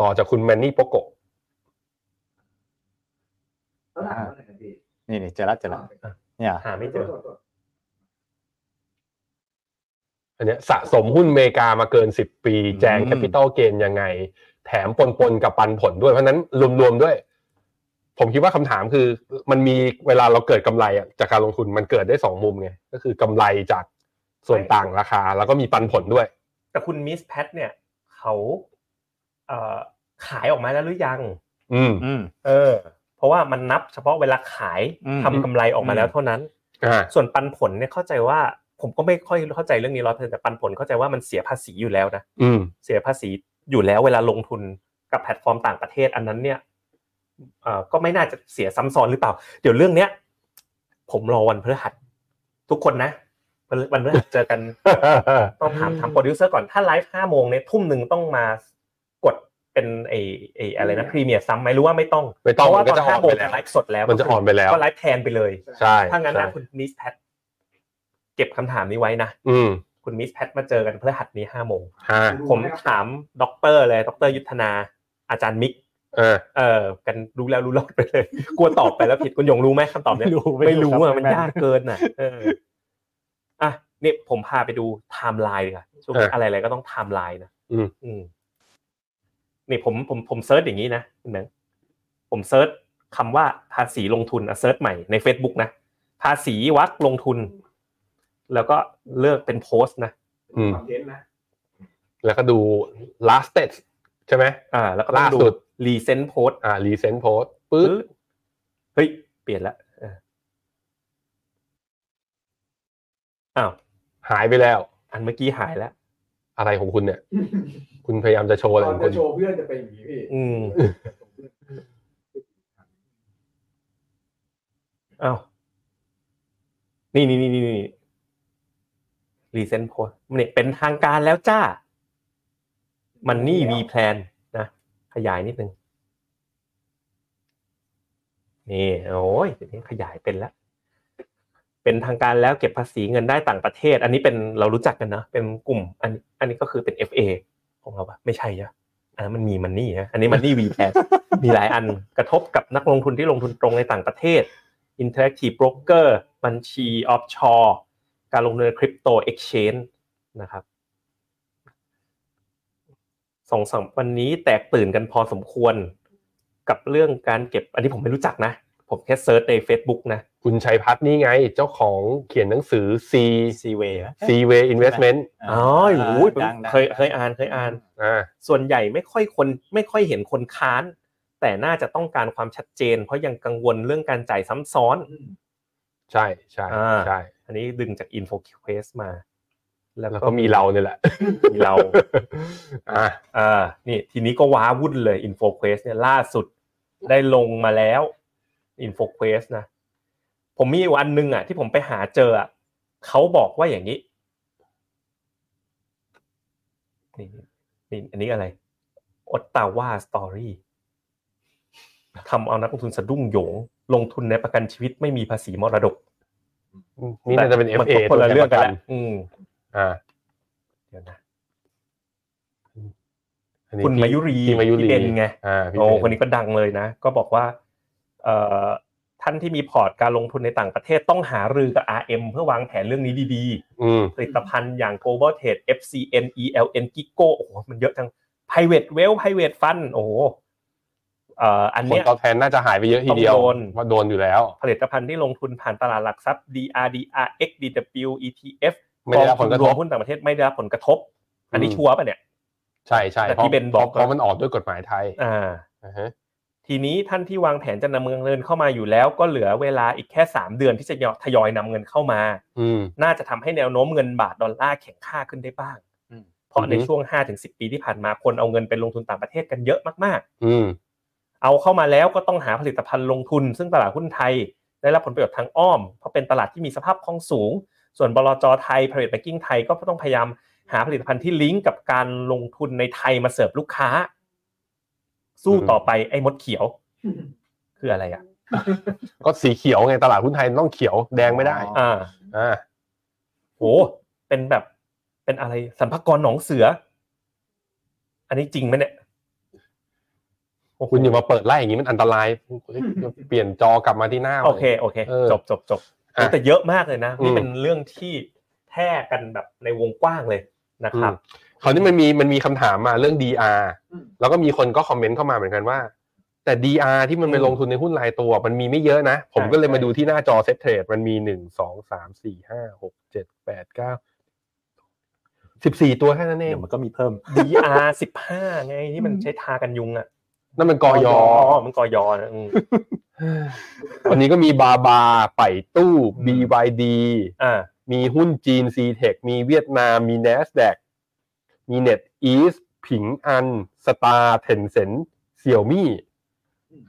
[SPEAKER 2] ต่อจากคุณแมนนี่โปโกะ
[SPEAKER 6] แล้วถามว่าอะไรนะพี่
[SPEAKER 5] นี่นี่เจอละเจอละเนี่ย
[SPEAKER 3] หาไม่เจอ
[SPEAKER 2] อันเนี้ยสะสมหุ้นอเมริกามาเกินสิบปี แจงแคปิตอลเกนยังไง แถมปนปนๆกับปันผลด้วย เพราะฉะนั้นรวมๆด้วย ผมคิดว่าคำถามคือ มันมีเวลาเราเกิดกำไรอะจากการลงทุนมันเกิดได้สองมุมไงก็คือกำไรจากส่วนต่างราคา แล้วก็มีปันผลด้วย
[SPEAKER 3] แต่คุณมิสแพทเนี่ยเขาเอ่อขายออกมาแล้วหรือยัง
[SPEAKER 2] อืม
[SPEAKER 5] อืม
[SPEAKER 3] เออ เพราะว่ามันนับเฉพาะเวลาขาย
[SPEAKER 5] อืม
[SPEAKER 3] ทำกำไรออกมาแล้วเท่านั้น
[SPEAKER 2] อ่า
[SPEAKER 3] ส่วนปันผลเนี่ยเข้าใจว่า ผมก็ไม่ค่อยเข้าใจเรื่องนี้ร้อยเปอร์เซ็นต์แต่ปันผลเข้าใจว่ามันเสียภาษีอยู่แล้วนะ
[SPEAKER 2] อืม [laughs]
[SPEAKER 3] เสียภาษีอยู่แล้วเวลาลงทุนกับแพลตฟอร์มต่างประเทศ อันนั้นเนี่ย เอ่อก็ไม่น่าจะเสียซ้ำซ้อนหรือเปล่า เดี๋ยวเรื่องเนี้ย ผมรอวันพฤหัสทุกคนนะ วันพฤหัสเจอกัน ต้องถามถามโปรดิวเซอร์ก่อนถ้าไลฟ์ห้าโมงเนี่ยทุ่มหนึ่งต้องมากดเป็นไอไออะไรนะพรีเมียร์ซ้ำไหมหรือว่าไม่ต้อง
[SPEAKER 2] ไม่
[SPEAKER 3] เพ
[SPEAKER 2] ต้องมั
[SPEAKER 3] ราะว่านต
[SPEAKER 2] ก็
[SPEAKER 3] อน
[SPEAKER 2] จะอ่อ
[SPEAKER 3] ห้าน โม
[SPEAKER 2] ไป
[SPEAKER 3] ง
[SPEAKER 2] แล้ว
[SPEAKER 3] ไลฟ์สดแล้ว
[SPEAKER 2] มันจะอ่อนไปแล้ว
[SPEAKER 3] ก็ไลฟ์แทนไปเลย
[SPEAKER 2] ใช่
[SPEAKER 3] ถ้างั้นนะ
[SPEAKER 2] ใช่
[SPEAKER 3] คุณมิสแพทเก็บคำถามนี้ไว้นะ
[SPEAKER 2] อืม
[SPEAKER 3] คุณมิสแพทมาเจอกันพฤหัสนี้ห้าโมง
[SPEAKER 2] ฮะ
[SPEAKER 3] ผมถามด็อกเตอร์เลยด็อกเตอร์ยุทธนาอาจารย์มิก
[SPEAKER 2] เออ
[SPEAKER 3] เออกันรู้แล้วรู้รอดไปเลย [laughs] กลัวตอบไปแล้วผิดคุณหยงรู้ไหมคำตอบเนี่ย
[SPEAKER 5] ไม่รู้
[SPEAKER 3] ไม่รู้อ่ะ
[SPEAKER 5] ไม่รู้ครับ
[SPEAKER 3] มันยากเกินอ่ะเอออ่ะเนี่ยผมพาไปดูไทม์ไลน์ดีกว่าช่วง
[SPEAKER 2] เอออ
[SPEAKER 3] อะไรๆก็ต้องไทม์ไลน์นะ
[SPEAKER 2] อืม
[SPEAKER 3] อืมนี่ผมผมผมเซิร์ชอย่างนี้นะคุณเหมืองผมเซิร์ชคำว่าภาษีลงทุนอ่ะเซิร์ชใหม่ใน Facebook นะ ภาษีวักลงทุน แล้วก็เลือกเป็นโพสต์นะ
[SPEAKER 2] อืม
[SPEAKER 6] คอนเทนต์นะ
[SPEAKER 2] แล้วก็ดู last stage ใช่ไหม
[SPEAKER 3] อ่า แล้วก็ต้อง
[SPEAKER 2] ล่า
[SPEAKER 3] ดู
[SPEAKER 2] สุด
[SPEAKER 3] รีเซนต์โพส
[SPEAKER 2] อ่า recent post ปึ๊บ
[SPEAKER 3] เฮ้ย เปลี่ยนละเอออ้าว
[SPEAKER 2] หายไปแล้ว
[SPEAKER 3] อันเมื่อกี้หายแล้ว
[SPEAKER 2] อะไรของคุณเนี่ย คุณพยายามจะโชว์อะไร
[SPEAKER 6] ตอ
[SPEAKER 2] ข
[SPEAKER 6] น
[SPEAKER 2] อง
[SPEAKER 6] จะ
[SPEAKER 2] คุณ
[SPEAKER 6] โชว์เพื่อนจะเป็นอย่างนี้พี่
[SPEAKER 3] อืม [laughs] อ้าว นี่นี่นี่นี่นี่รีเซนโพสเนี่ยเป็นทางการแล้วจ้า มันนี่วีแพลนนะ ขยายนิดนึง นี่ โอ้ยเดี๋ยวนี้ขยายเป็นแล้ว เป็นทางการแล้วเก็บภาษีเงินได้ต่างประเทศ อันนี้เป็นเรารู้จักกันนะ เป็นกลุ่ม อันอันนี้ก็คือเป็น FA ของเราปะไม่ใช่ใช่ปะอันนั้นมันมีมันนี่นะอันนี้มันนี่วีแพลน มีหลายอันกระทบกับนักลงทุนที่ลงทุนตรงในต่างประเทศ Interactive Broker บัญชี Offshore การลงทุนในคริปโต Exchange นะครับสองสามวันนี้แตกตื่นกันพอสมควรกับเรื่องการเก็บ อันนี้ผมไม่รู้จักนะ ผมแค่เซิร์ชใน Facebook นะ
[SPEAKER 2] คุณชัยพัฒน์นี่ไง เจ้าของเขียนหนังสือ C
[SPEAKER 5] ซีเวย์
[SPEAKER 2] C Way Investment
[SPEAKER 3] อ๋อโอ้โหเคยเคยอ่านเคยอ่าน
[SPEAKER 2] อ่า
[SPEAKER 3] ส่วนใหญ่ไม่ค่อยคนไม่ค่อยเห็นคนค้าน แต่น่าจะต้องการความชัดเจน เพราะยังกังวลเรื่องการจ่ายซ้ำซ้อน
[SPEAKER 2] ใช่ใช่
[SPEAKER 3] อ่า
[SPEAKER 2] ใช่
[SPEAKER 3] อันนี้ดึงจาก InfoQuest มา แล้ว
[SPEAKER 2] แล้ว
[SPEAKER 3] ก็
[SPEAKER 2] ก็มีเราเนี่ยแหละ
[SPEAKER 3] มีเรา
[SPEAKER 2] อ่า
[SPEAKER 3] อ่า นี่ทีนี้ก็ว้าวุ่นเลย InfoQuest เนี่ยล่าสุดได้ลงมาแล้ว InfoQuest นะ ผมมีอยู่อันหนึงอ่ะ ที่ผมไปหาเจออ่ะเขาบอกว่าอย่างนี้ นี่นี่อันนี้อะไรอตตาว่าสตอรี่ทำเอานักลงทุนสะดุ้งโหยง ลงทุนในประกันชีวิตไม่มีภาษีมรดก
[SPEAKER 2] นี่น่าจะเป็น
[SPEAKER 3] มั
[SPEAKER 2] FA
[SPEAKER 3] ก็คนละ
[SPEAKER 2] ตัวแท
[SPEAKER 3] เรื่องกันแหละ
[SPEAKER 2] ปะ
[SPEAKER 3] อืม
[SPEAKER 2] อ่า
[SPEAKER 3] เดี๋ยวนะ
[SPEAKER 2] อันนี้
[SPEAKER 3] คุณมายุรี
[SPEAKER 2] พี่มายุรี
[SPEAKER 3] พี่เบนไง
[SPEAKER 2] อ่าพี่
[SPEAKER 3] โอ้
[SPEAKER 2] เบน
[SPEAKER 3] คนนี้ก็ดังเลยนะ ก็บอกว่าเอ่อท่านที่มีพอร์ตการลงทุนในต่างประเทศต้องหารือกับ RM เพื่อวางแผนเรื่องนี้ดี
[SPEAKER 2] อืม
[SPEAKER 3] ๆ ผลิตภัณฑ์อย่าง Global Trade FCN ELN Gigo โอ้โหมันเยอะจัง Private Wealth Private Fund โอ้โหเอ่ออัน
[SPEAKER 2] ผล
[SPEAKER 3] เนี้ย
[SPEAKER 2] ตอบแทนน่าจะหายไปเยอะทีเดียว
[SPEAKER 3] ต้องโดน
[SPEAKER 2] ว่าโดนอยู่แล้ว
[SPEAKER 3] ผลิตภัณฑ์ที่ลงทุนผ่านตลาดหลักทรัพย์ DRDR XDW ETF
[SPEAKER 2] ไม่ได้รับผลกระท
[SPEAKER 3] กองทุ
[SPEAKER 2] บ
[SPEAKER 3] นวมหุ้นต่างประเทศไม่ได้รับผลกระทบ อันนี้
[SPEAKER 2] อืม
[SPEAKER 3] ชัวร์ป่ะเนี่ย
[SPEAKER 2] ใช่ใช่
[SPEAKER 3] แต่ที่เบนบอก
[SPEAKER 2] เพราะมันออกด้วยกฎหมายไทย
[SPEAKER 3] อ่า
[SPEAKER 2] อ่าฮะ
[SPEAKER 3] ทีนี้ท่านที่วางแผนจะนำเงินเข้ามาอยู่แล้วก็เหลือเวลาอีกแค่ 3 เดือนที่จะทยอยนำเงินเข้ามา
[SPEAKER 2] อืม
[SPEAKER 3] น่าจะทำให้แนวโน้มเงินบาทดอลลาร์แข็งค่าขึ้นได้บ้าง
[SPEAKER 5] อืม
[SPEAKER 3] เพราะใน
[SPEAKER 2] อือฮึ
[SPEAKER 3] ช่วง 5-10 ปีที่ผ่านมาคนเอาเงินไปลงทุนต่างประเทศกันเยอะมาก
[SPEAKER 2] อืม
[SPEAKER 3] ๆ เอาเข้ามาแล้วก็ต้องหาผลิตภัณฑ์ลงทุน ซึ่งตลาดหุ้นไทย ได้รับผลประโยชน์ทางอ้อม เพราะเป็นตลาดที่มีสภาพคล่องสูง ส่วนบลจไทย private banking ไทยก็ต้องพยายามหาผลิตภัณฑ์ที่ลิงก์กับการลงทุนในไทยมาเสิร์ฟลูกค้า สู้
[SPEAKER 2] อืม
[SPEAKER 3] ต่อไปไอ้มดเขียวคืออะไรอ่ะ
[SPEAKER 2] ก็สีเขียวไงตลาดหุ้นไทยมันต้องเขียวแดงไม่ได้
[SPEAKER 3] อ่า
[SPEAKER 2] อ่า
[SPEAKER 3] โหเป็นแบบเป็นอะไรสัมภากรหนองเสือ อันนี้จริงไหมเนี่ยโโห
[SPEAKER 2] คุณอย่ามาเปิดไล่อย่างนี้มันอันตรายเปลี่ยนจอกลับมาที่หน้า
[SPEAKER 3] โอเค โอเค
[SPEAKER 2] เออ
[SPEAKER 3] จบจบจบ
[SPEAKER 2] อ่ะ
[SPEAKER 3] แต่เยอะมากเลยนะ นี่
[SPEAKER 2] อืม
[SPEAKER 3] เป็นเรื่องที่แท่กันแบบในวงกว้างเลยนะครับ
[SPEAKER 2] คราวนี้มันมีมันมีคำถามมาเรื่อง DR
[SPEAKER 6] อืม
[SPEAKER 2] แล้วก็มีคนก็คอมเมนต์เข้ามาเหมือนกันว่า แต่ DR ที่มันไป
[SPEAKER 3] อืม
[SPEAKER 2] ลงทุนในหุ้นรายตัว มันมีไม่เยอะนะ ผม
[SPEAKER 3] ใช่
[SPEAKER 2] ก็เลยมา
[SPEAKER 3] ใช่
[SPEAKER 2] ดูที่หน้าจอเซ็ตเทรดมันมีหนึ่งสองสามสี่ห้าหกเจ็ดแปดเก้าสิบสี่ตัวแค่นั้นเอง
[SPEAKER 5] เดี๋ยวมันก็มีเพิ่ม
[SPEAKER 3] DR สิบห้าไงที่มันใช้ทากันยุงอ่ะ
[SPEAKER 2] นั่นมันกอยอ
[SPEAKER 3] มันกอยอนะอืม
[SPEAKER 2] วันนี้ก็มีบาบา ไปตู้ BYD
[SPEAKER 3] อ่า
[SPEAKER 2] มีหุ้นจีน c t เทมีเวียดนาม มี NASDAQ มี NetEase ผิงอัน สตาร์เทนเซ็นเสี่ยวมี่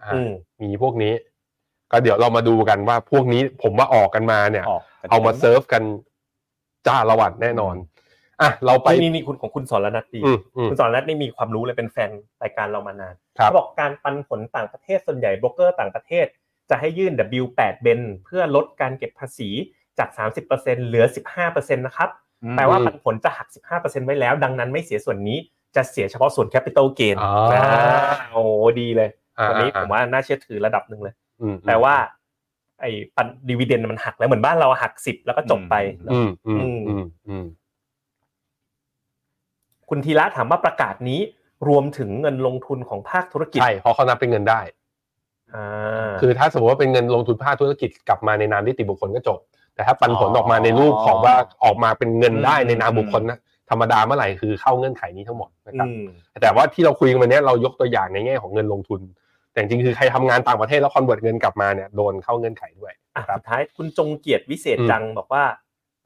[SPEAKER 2] อ่า
[SPEAKER 3] อืม
[SPEAKER 2] มีพวกนี้ ก็เดี๋ยวเรามาดูกันว่าพวกนี้ผมว่าออกกันมาเนี่ย
[SPEAKER 5] ออกกัน
[SPEAKER 2] เอามาเซิร์ฟกันจ้าละวันแน่นอน อ่ะ เราไป
[SPEAKER 3] นี่นี่คุณของคุณสอนรนัทดี
[SPEAKER 2] อืมอืม
[SPEAKER 3] คุณสอนรนัทนี่มีความรู้เลยเป็นแฟนรายการเรามานาน
[SPEAKER 2] ครับ
[SPEAKER 3] เขาบอกการปันผลต่างประเทศส่วนใหญ่โบรกเกอร์ต่างประเทศ จะให้ยื่น W8 เบนเพื่อลดการเก็บภาษีจาก 30%เหลือ 15%นะครับ
[SPEAKER 5] อืม
[SPEAKER 3] แปลว่าปันผลจะหัก 15%ไว้แล้ว ดังนั้นไม่เสียส่วนนี้จะเสียเฉพาะส่วนแคปิตอลเกน
[SPEAKER 2] อ๋ออ่
[SPEAKER 3] โอ้ดีเลย
[SPEAKER 2] อ่า
[SPEAKER 3] วันนี้
[SPEAKER 2] อ่
[SPEAKER 3] ผมว่าน่าเชื่อถือระดับหนึ่งเลย
[SPEAKER 2] อืม
[SPEAKER 3] แปลว่า ไอ้ปันดีเวเดนมันหักแล้วเหมือนบ้านเราหัก 10 แล้วก็จบไป
[SPEAKER 2] อืมอืมอืมอืม
[SPEAKER 3] คุณธีระถามว่าประกาศนี้รวมถึงเงินลงทุนของภาคธุรกิจ
[SPEAKER 2] ใช่เพราะเขานับเป็นเงินได้
[SPEAKER 3] อ่า
[SPEAKER 2] คือถ้าสมมติว่าเป็นเงินลงทุนภาคธุรกิจกลับมาในนามนิติบุคคลก็จบ แต่ถ้าปันผลออกมาในรูปของว่าออกมาเป็นเงินได้ในนามบุคคลนะธรรมดาเมื่อไหร่คือเข้าเงื่อนไขนี้ทั้งหมดนะครับ แต่ว่าที่เราคุยกันวันเนี้ยเรายกตัวอย่างในแง่ของเงินลงทุน แต่จริงๆคือใครทำงานต่างประเทศแล้วคอนเวิร์ตเงินกลับมาเนี่ยโดนเข้าเงื่อนไขด้วย
[SPEAKER 3] อ่ะ
[SPEAKER 2] ครับ
[SPEAKER 3] สุดท้ายคุณจงเกียรติวิเศษ
[SPEAKER 2] อืม
[SPEAKER 3] จังบอกว่า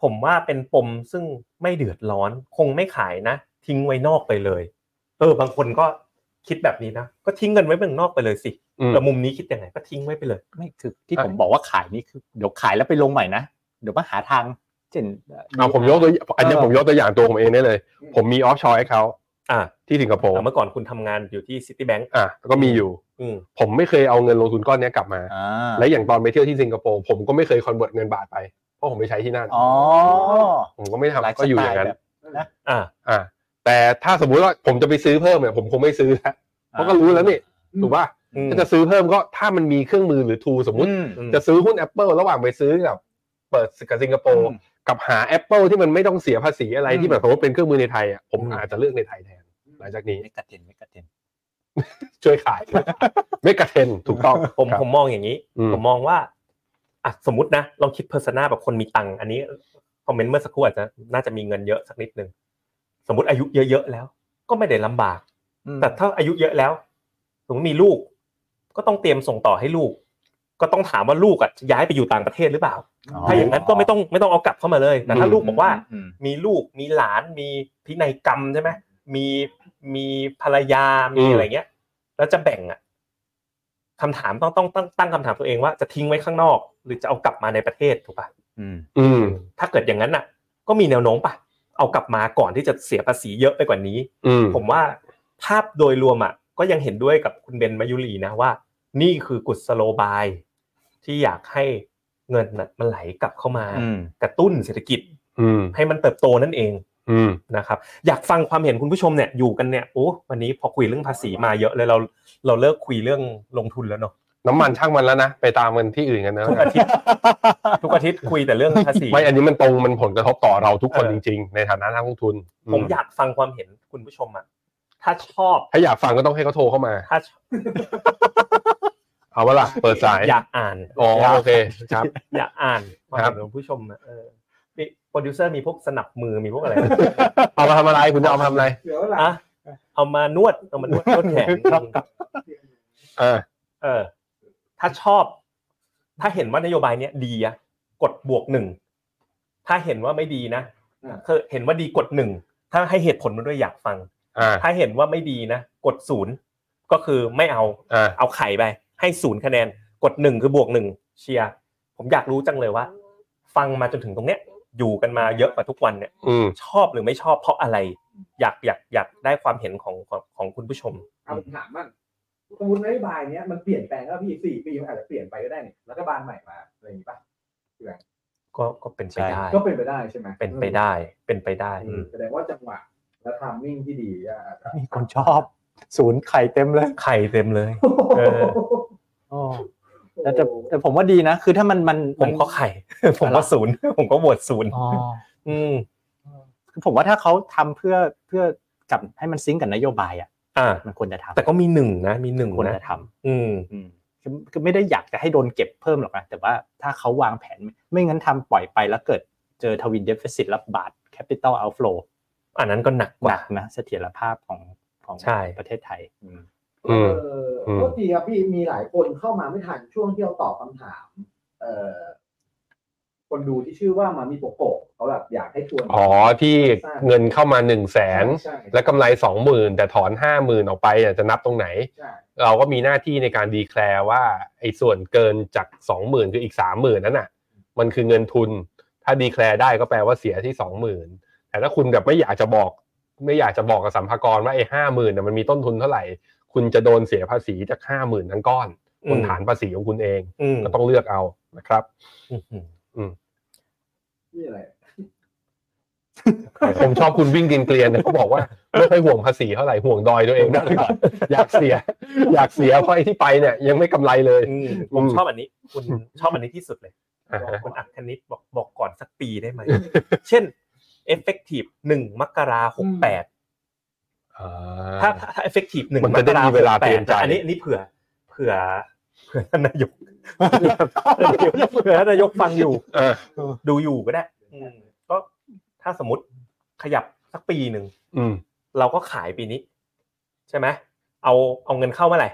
[SPEAKER 3] ผมว่าเป็นปมซึ่งไม่เดือดร้อน คงไม่ขายนะ ทิ้งไว้นอกไปเลย เออบางคนก็คิดแบบนี้นะ ก็ทิ้งเงินไว้เมืองนอกไปเลยสิ
[SPEAKER 2] อืม
[SPEAKER 3] แต่มุมนี้คิดยังไงก็ทิ้งไว้ไปเลย
[SPEAKER 5] ไม่คือที่
[SPEAKER 2] ใช่
[SPEAKER 5] ผมบอกว่าขายนี่คือเดี๋ยวขายแล้วไปลงใหม่นะเดี๋ยวมาหาทางเช่น
[SPEAKER 2] เอาผมยกตัวอย่างอันนี้
[SPEAKER 5] เออ
[SPEAKER 2] ผมยกตัวอย่างตัวผมเองได้เลย
[SPEAKER 6] อืม
[SPEAKER 2] ผมมีออฟชอร์เขา
[SPEAKER 3] อ่ะ
[SPEAKER 2] ที่สิงคโปร์
[SPEAKER 3] แต่เมื่อก่อนคุณทำงานอยู่ที่ซิตี้แบงก์
[SPEAKER 2] อ่ะก็มีอยู่
[SPEAKER 3] อืม
[SPEAKER 2] ผมไม่เคยเอาเงินลงทุนก้อนเนี้ยกลับมา
[SPEAKER 5] อ่า
[SPEAKER 2] และอย่างตอนไปเที่ยวที่สิงคโปร์ผมก็ไม่เคยคอนเวิร์ตเงินบาทไปเพราะผมไปใช้ที่นั่น
[SPEAKER 5] อ๋อ
[SPEAKER 2] ผมก็ไม่
[SPEAKER 5] ไล
[SPEAKER 2] ทำ
[SPEAKER 5] ฟ์ส
[SPEAKER 2] ก็อยู่
[SPEAKER 5] ไต
[SPEAKER 2] อย่าง
[SPEAKER 5] ล์
[SPEAKER 2] นั้น
[SPEAKER 5] แบบ
[SPEAKER 3] อ่ะ
[SPEAKER 2] อ่าแต่ถ้าสมมุติว่าผมจะไปซื้อเพิ่มเนี่ยผมคงไม่ซื้อแล้วเพราะก็รู้แล้วนี่ถูกป่ะ
[SPEAKER 3] อืม
[SPEAKER 2] ถ้าจะซื้อเพิ่มก็ถ้ามันมีเครื่องมือหรือทูสมมุติ
[SPEAKER 5] อื
[SPEAKER 3] อืม
[SPEAKER 2] จะซื้อหุ้น Apple ระหว่างไปซื้อกับ เปิดกับสิงคโปร์
[SPEAKER 5] อืม
[SPEAKER 2] กับหา Apple ที่มันไม่ต้องเสียภาษีอะไร
[SPEAKER 5] อืม
[SPEAKER 2] ที่แบบสมมติเป็นเครื่องมือในไทยอ่ะผมอาจจะเลือกในไทยแทนหลังจากนี้
[SPEAKER 5] ไม่กระเทนไม่กระเทน
[SPEAKER 2] ช่วยขาย ไม่กระเทนถูกต้อง
[SPEAKER 3] ผม
[SPEAKER 2] ครับ
[SPEAKER 3] ผมมองอย่างนี้
[SPEAKER 2] อืม
[SPEAKER 3] ผมมองว่าอ่ะสมมตินะลองคิดเพอร์ซนาแบบคนมีตังค์อันนี้คอมเมนต์เมื่อสักครู่อาจจะน่าจะมีเงินเยอะสักนิดนึงสมมติอายุเยอะๆแล้ว ก็ไม่ได้ลำบาก แต่ถ้าอายุเยอะแล้วสมมติมีลูก ก็ต้องเตรียมส่งต่อให้ลูก ก็ต้องถามว่าลูกอ่ะจะย้ายไปอยู่ต่างประเทศหรือเปล่า ถ้าอย่างนั้นก็ไม่ต้องไม่ต้องเอากลับเข้ามาเลยแต่ถ้า
[SPEAKER 2] อืม
[SPEAKER 3] ลูกบอกว่า มีลูกมีหลานมีพินัยกรรมใช่ไหมมีมีภรรยามี
[SPEAKER 2] อืม
[SPEAKER 3] อะไรเงี้ย แล้วจะแบ่งอะคำถามต้องต้องตั้งตั้งคำถามตัวเองว่าจะทิ้งไว้ข้างนอก หรือจะเอากลับมาในประเทศถูกป่ะ
[SPEAKER 2] อืม
[SPEAKER 3] ถ้าเกิดอย่างนั้นอ่ะ ก็มีแนวโน้มป่ะ เอากลับมาก่อนที่จะเสียภาษีเยอะไปกว่านี้
[SPEAKER 2] อืม
[SPEAKER 3] ผมว่าภาพโดยรวมอ่ะก็ยังเห็นด้วยกับคุณเบนมายุรีนะว่า นี่คือกุศโลบาย ที่อยากให้เงินน่ะมันไหลกลับเข้ามา กระตุ้นเศรษฐกิจ
[SPEAKER 2] อืม
[SPEAKER 3] ให้มันเติบโตนั่นเอง
[SPEAKER 2] อืม
[SPEAKER 3] นะครับอยากฟังความเห็นคุณผู้ชมเนี่ยอยู่กันเนี่ยโอ้วันนี้พอคุยเรื่องภาษีมาเยอะเลยเราเราเลิกคุยเรื่องลงทุนแล้วเนาะ [laughs]
[SPEAKER 2] น้ำมันช่างมันแล้วนะไปตามมันที่อื่นกันนะ
[SPEAKER 3] ทุกอาทิตย์ทุกอาทิตย์คุยแต่เรื่องภาษี
[SPEAKER 2] ไม่อันนี้มันตรงมันผลกระทบต่อเราทุกคน
[SPEAKER 3] เออ
[SPEAKER 2] จริง ๆ ในฐานะนักลงทุนอื
[SPEAKER 3] ผมอยากฟังความเห็นคุณผู้ชมอ่ะถ้าชอบ
[SPEAKER 2] ถ้าอยากฟังก็ต้องให้เขาโทรเข้ามา
[SPEAKER 3] ถ้าชอบ
[SPEAKER 2] เอาวะ
[SPEAKER 3] [laughs]
[SPEAKER 2] ล่ะ เปิดสาย
[SPEAKER 3] อยากอ่าน
[SPEAKER 2] อ๋อโอเคครับ
[SPEAKER 3] อยากอ่านความ
[SPEAKER 2] ครับ
[SPEAKER 3] เห็นของผู้ชมอ่ะเออนี่โปรดิวเซอร์มีพวกสนับมือมีพวกอะไร [laughs]
[SPEAKER 2] เอามาทำอะไร คุณจะเอามาทำอะไร
[SPEAKER 6] เดี๋ยวหลัง
[SPEAKER 3] อ่ะเอามานวดเอามานวดนวดแขน
[SPEAKER 2] อ่า
[SPEAKER 3] เออ ถ้าชอบ ถ้าเห็นว่านโยบายเนี้ยดีอะกดบวกหนึ่ง ถ้าเห็นว่าไม่ดีนะคือเห็นว่าดีกดหนึ่ง ถ้าให้เหตุผลมาด้วยอยากฟัง
[SPEAKER 2] อ่า
[SPEAKER 3] ถ้าเห็นว่าไม่ดีนะ กดศูนย์ ก็คือไม่เอา
[SPEAKER 2] อ่า
[SPEAKER 3] เอาไข่ไป ให้ศูนย์คะแนน กดหนึ่งคือบวกหนึ่งเชียร์ ผมอยากรู้จังเลยว่า ฟังมาจนถึงตรงเนี้ย อยู่กันมาเยอะกว่าทุกวันเนี่ย
[SPEAKER 2] อืม
[SPEAKER 3] ชอบหรือไม่ชอบเพราะอะไร อยากอยากอยากได้ความเห็นของของของคุณผู้ชม
[SPEAKER 6] เอาผมถามบ้างสมมตินโยบายเนี้ยมันเปลี่ยนแปลงแล้วพี่สี่ปีมันอาจจะเปลี่ยนไปก็ได้นี่รัฐบาลใหม่มาอะไรอย่างนี้ป่ะ
[SPEAKER 3] ก็ก็เป็นไป
[SPEAKER 5] ใช่
[SPEAKER 3] ได้
[SPEAKER 6] ก็เป็นไปได้ใช่ไหม
[SPEAKER 3] เป็นไปได้ เป็นไปได้
[SPEAKER 2] อืม
[SPEAKER 6] แสดงว่าจังหวะและทามมิ่งที่ดีอะอาจจะ
[SPEAKER 5] มีคนชอบ ศูนย์ไข่เต็มเลย
[SPEAKER 3] ไข่เต็มเลย เออ
[SPEAKER 5] แต่แต่แต่ผมว่าดีนะ คือถ้ามันมัน
[SPEAKER 3] ผมก็ไข่ [laughs] ผมก็ศูนย์ [laughs] ผมก็โหวตศูนย์
[SPEAKER 5] อ๋อ
[SPEAKER 3] อืม
[SPEAKER 5] คือผมว่าถ้าเขาทำเพื่อเพื่อกับให้มันซิงก์กับนโยบายอ่ะ
[SPEAKER 3] อ่า
[SPEAKER 5] มันควรจะทำ
[SPEAKER 3] แต่ก็มีหนึ่งนะ มีหนึ่ง
[SPEAKER 5] ควร
[SPEAKER 3] นะ
[SPEAKER 5] จะทำ
[SPEAKER 3] อืม
[SPEAKER 5] อืมคือคือไม่ได้อยากจะให้โดนเก็บเพิ่มหรอกนะแต่ว่าถ้าเขาวางแผน ไม่งั้นทำปล่อยไปแล้วเกิดเจอทวินเดฟเฟซิตรับบาทแคปิตอลเอาฟลู
[SPEAKER 3] อันนั้นก็หนักก
[SPEAKER 5] ห
[SPEAKER 3] ว่า
[SPEAKER 5] นักนะเสถียรภาพของของ
[SPEAKER 3] ใช่
[SPEAKER 5] ประเทศไทยอืม
[SPEAKER 2] อืม
[SPEAKER 6] เออ
[SPEAKER 2] อืม
[SPEAKER 6] ก็ดีครับพี่มีหลายคนเข้ามาไม่ทันช่วงที่เราตอบคำถาม เอ่อคนดูที่ชื่อว่ามามีโปโกะ เขาแบบอยากให้ชวน
[SPEAKER 2] อ๋อที่เงินเข้ามาหนึ่งแสน
[SPEAKER 6] ใช่
[SPEAKER 2] และกำไรสองหมื่นแต่ถอนห้าหมื่นออกไปอ่ะจะนับตรงไหน
[SPEAKER 6] ใช่
[SPEAKER 2] เราก็มีหน้าที่ในการดีแคลร์ว่าไอ้ส่วนเกินจากสองหมื่นคืออีกสามหมื่นนั่นน่ะ มันคือเงินทุน ถ้าดีแคลร์ได้ก็แปลว่าเสียที่สองหมื่นแต่ถ้าคุณแบบไม่อยากจะบอก ไม่อยากจะบอกกับสัมภากรว่าไอ้ห้าหมื่นน่ะมันมีต้นทุนเท่าไหร่ คุณจะโดนเสียภาษีจากห้าหมื่นทั้งก้อนบนฐานภาษีของคุณเอง
[SPEAKER 3] อืม
[SPEAKER 2] ก็ต้องเลือกเอานะครับ
[SPEAKER 3] อืม
[SPEAKER 6] นี่อะไร
[SPEAKER 2] ผมชอบคุณวิ่งกินเกลียนเนี่ยเขาบอกว่าไม่ค่อยห่วงภาษีเท่าไหร่ห่วงดอยตัวเองมากกว่าอยากเสีย อยากเสียเพราะไอ้ที่ไปเนี่ย ยังไม่กำไรเลย
[SPEAKER 3] อืมผม
[SPEAKER 2] อืม
[SPEAKER 3] ชอบอันนี้คุณชอบอันนี้ที่สุดเลย
[SPEAKER 2] อ่าฮะ
[SPEAKER 3] คุณอักคณิตบอกบอกก่อนสักปีได้ไหม เช่น effective หนึ่งมกราหกแปด
[SPEAKER 2] อ่
[SPEAKER 3] ถ้า
[SPEAKER 2] า
[SPEAKER 3] ถ้าถ้า effective หนึ่ง
[SPEAKER 2] มัน
[SPEAKER 3] ม
[SPEAKER 2] จะ
[SPEAKER 3] ก
[SPEAKER 2] ได้
[SPEAKER 3] รา
[SPEAKER 2] มีเวลา
[SPEAKER 3] หกแป
[SPEAKER 2] เตรี
[SPEAKER 3] ด
[SPEAKER 2] ยมใจ
[SPEAKER 3] อันนี้อันนี้เผื่อ เผื่อเผื่อท่าน
[SPEAKER 2] [laughs]
[SPEAKER 3] นายกเผื่อท่านนายกฟังอยู่
[SPEAKER 2] เออ
[SPEAKER 3] ดูอยู่ก็ได้ อืมก็ถ้าสมมติขยับสักปีหนึ่ง
[SPEAKER 2] อืม
[SPEAKER 3] เราก็ขายปีนี้ ใช่ไหมเอาเอาเงินเข้าเมื่อไหร่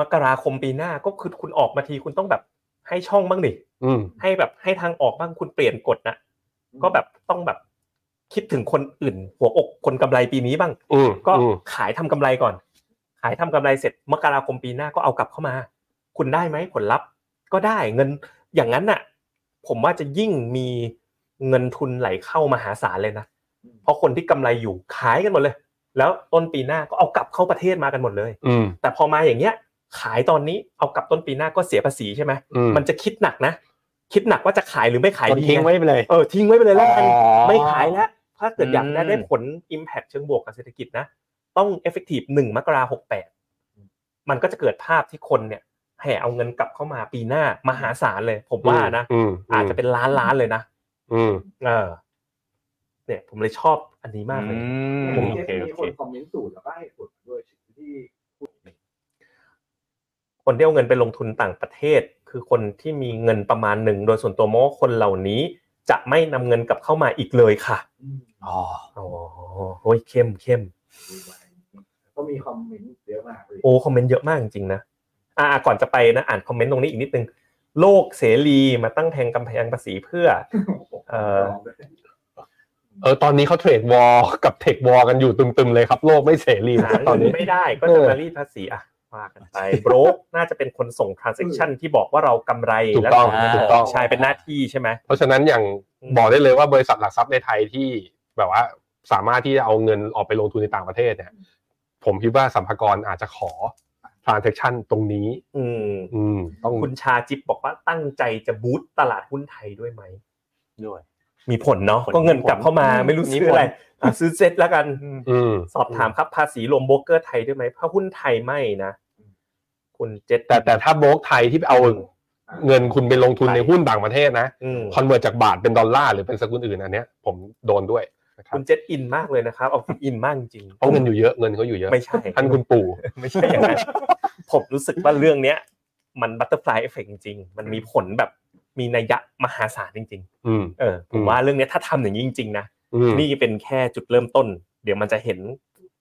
[SPEAKER 3] มกราคมปีหน้าก็คือคุณออกมาทีคุณต้องแบบให้ช่องบ้างดิ
[SPEAKER 2] อืม
[SPEAKER 3] ให้แบบให้ทางออกบ้างคุณเปลี่ยนกฎนะก็แบบต้องแบบคิดถึงคนอื่น หัวอกคนกำไรปีนี้บ้าง
[SPEAKER 2] อืม
[SPEAKER 3] ก็
[SPEAKER 2] อืม
[SPEAKER 3] ขายทำกำไรก่อน ขายทำกำไรเสร็จมกราคมปีหน้าก็เอากลับเข้ามา คุณได้ไหมผลลัพธ์ ก็ได้เงินอย่างนั้นน่ะ ผมว่าจะยิ่งมีเงินทุนไหลเข้ามหาศาลเลยนะเพราะคนที่กำไรอยู่ขายกันหมดเลย แล้วต้นปีหน้าก็เอากลับเข้าประเทศมากันหมดเลย
[SPEAKER 2] อืม
[SPEAKER 3] แต่พอมาอย่างเงี้ย ขายตอนนี้เอากลับต้นปีหน้าก็เสียภาษีใช่ไหม
[SPEAKER 2] อืม
[SPEAKER 3] มันจะคิดหนักนะ คิดหนักว่าจะขายหรือไม่ขาย
[SPEAKER 5] คน
[SPEAKER 3] ดี
[SPEAKER 5] ทิ้งไว้ไปเลย
[SPEAKER 3] เออทิ้งไว้ไปเลยแล้วกัน
[SPEAKER 2] อ๋อ
[SPEAKER 3] ไม่ขายแล้ว ถ้าเกิดอยากได้
[SPEAKER 2] อืม
[SPEAKER 3] ได้ผล Impact เชิงบวกกับเศรษฐกิจนะ ต้อง Effective หนึ่งมกราหกแปดมันก็จะเกิดภาพที่คนเนี่ยแห่เอาเงินกลับเข้ามาปีหน้ามหาศาลเลย ผมว่านะ
[SPEAKER 2] อืม
[SPEAKER 3] อาจจะเป็นล้านล้านๆเลยนะ
[SPEAKER 2] อืม
[SPEAKER 3] เออ เนี่ย ผมเลยชอบอันนี้มากเลย
[SPEAKER 2] อืม
[SPEAKER 6] มี
[SPEAKER 3] โอเคโอเค
[SPEAKER 6] มีคนคอมเมนต์สูตรแล้วก็ให้ผลด้วยที่
[SPEAKER 3] คนที่เอาเงินไปลงทุนต่างประเทศ คือคนที่มีเงินประมาณหนึ่งโดยส่วนตัวมองว่าคนเหล่านี้ จะไม่นำเงินกลับเข้ามาอีกเลยค่ะ
[SPEAKER 6] อืม
[SPEAKER 5] อ๋อ
[SPEAKER 3] อ๋อโอ้ยเข้มเข้ม
[SPEAKER 6] ดูไว้ก็มีคอมเมนต์เยอะมากเลย
[SPEAKER 3] โอ้คอมเมนต์เยอะมากจริงๆนะอ่าก่อนจะไปนะ อ่านคอมเมนต์ตรงนี้อีกนิดนึง โลกเสรีมาตั้งแพงกำแพงภาษีเพื่อ เอ่อ
[SPEAKER 2] เออตอนนี้เขาเทรดวอลกับเทควอลกันอยู่ตึมๆเลยครับ โลกไม่เสรี
[SPEAKER 3] หา
[SPEAKER 2] นะครับตอน
[SPEAKER 3] เงิ
[SPEAKER 2] นี้
[SPEAKER 3] นไม่ได้ก็
[SPEAKER 2] เอ
[SPEAKER 3] จะ
[SPEAKER 2] อ
[SPEAKER 3] มารีดภาษีอ่ะว่ากันไปโบรกน่าจะเป็นคนส่งทรานเซ็คชันที่บอกว่าเรากำไร
[SPEAKER 2] ถูกต้อง
[SPEAKER 3] แล้ว
[SPEAKER 2] ถูกต้อง
[SPEAKER 3] ใช่เป็นหน้าที่ใช่ไหม
[SPEAKER 2] เพราะฉะนั้นอย่าง
[SPEAKER 3] อืม
[SPEAKER 2] บอกได้เลยว่าบริษัทหลักทรัพย์ในไทยที่แบบว่าสามารถที่จะเอาเงินออกไปลงทุนในต่างประเทศเนี่ย ผมคิดว่าสัมภากรอาจจะขอ transaction ตรงนี้
[SPEAKER 3] อืม
[SPEAKER 2] อืม ต้อง
[SPEAKER 3] คุณชาจิบบอกว่าตั้งใจจะบูตตลาดหุ้นไทยด้วยไหม
[SPEAKER 5] ด้วย
[SPEAKER 3] มีผลเนาะ
[SPEAKER 5] ผล
[SPEAKER 3] ก็เงินกลับเข้ามาไม่รู้
[SPEAKER 5] มี
[SPEAKER 3] ซื้อ
[SPEAKER 5] ผล
[SPEAKER 3] อะไรอ่ะซื้อเซ็ตแล้วกัน
[SPEAKER 2] อืม
[SPEAKER 3] สอบถามครับภาษีรวมโบรกเกอร์ไทยด้วยไหมเพราะหุ้นไทยไม่นะ คุณเจษ
[SPEAKER 2] แต่แต่ถ้าโบรกไทยที่เอาเงินคุณไปลงทุนในหุ้นต่างประเทศนะ
[SPEAKER 3] อืม
[SPEAKER 2] คอนเวอร์ตจากบาทเป็นดอลลาร์หรือเป็นสกุลอื่นอันเนี้ยผมโดนด้วยนะครั
[SPEAKER 3] คุ
[SPEAKER 2] บ
[SPEAKER 3] ณเจษอินมากเลยนะครับเอาคุณอินมากจริง
[SPEAKER 2] เพราะเงินอยู่เยอะเงินเขาอยู่เยอะ
[SPEAKER 3] ไม่ใช่
[SPEAKER 2] ท่านคุณปู่
[SPEAKER 3] ไม่ใช่อย่าง
[SPEAKER 2] [laughs]
[SPEAKER 3] นั้นผมรู้สึกว่าเรื่องเนี้ย มันบัตเตอร์ฟลายเอฟเฟกจริงๆ มันมีผลแบบมีนัยยะมหาศาลจริง
[SPEAKER 2] อืม
[SPEAKER 3] ๆ เออผ
[SPEAKER 2] อื
[SPEAKER 3] ม
[SPEAKER 2] ม
[SPEAKER 3] ว่าเรื่องเนี้ยถ้าทำอย่างนี้จริง ๆ นะ
[SPEAKER 2] อืม
[SPEAKER 3] นี่เป็นแค่จุดเริ่มต้น เดี๋ยวมันจะเห็น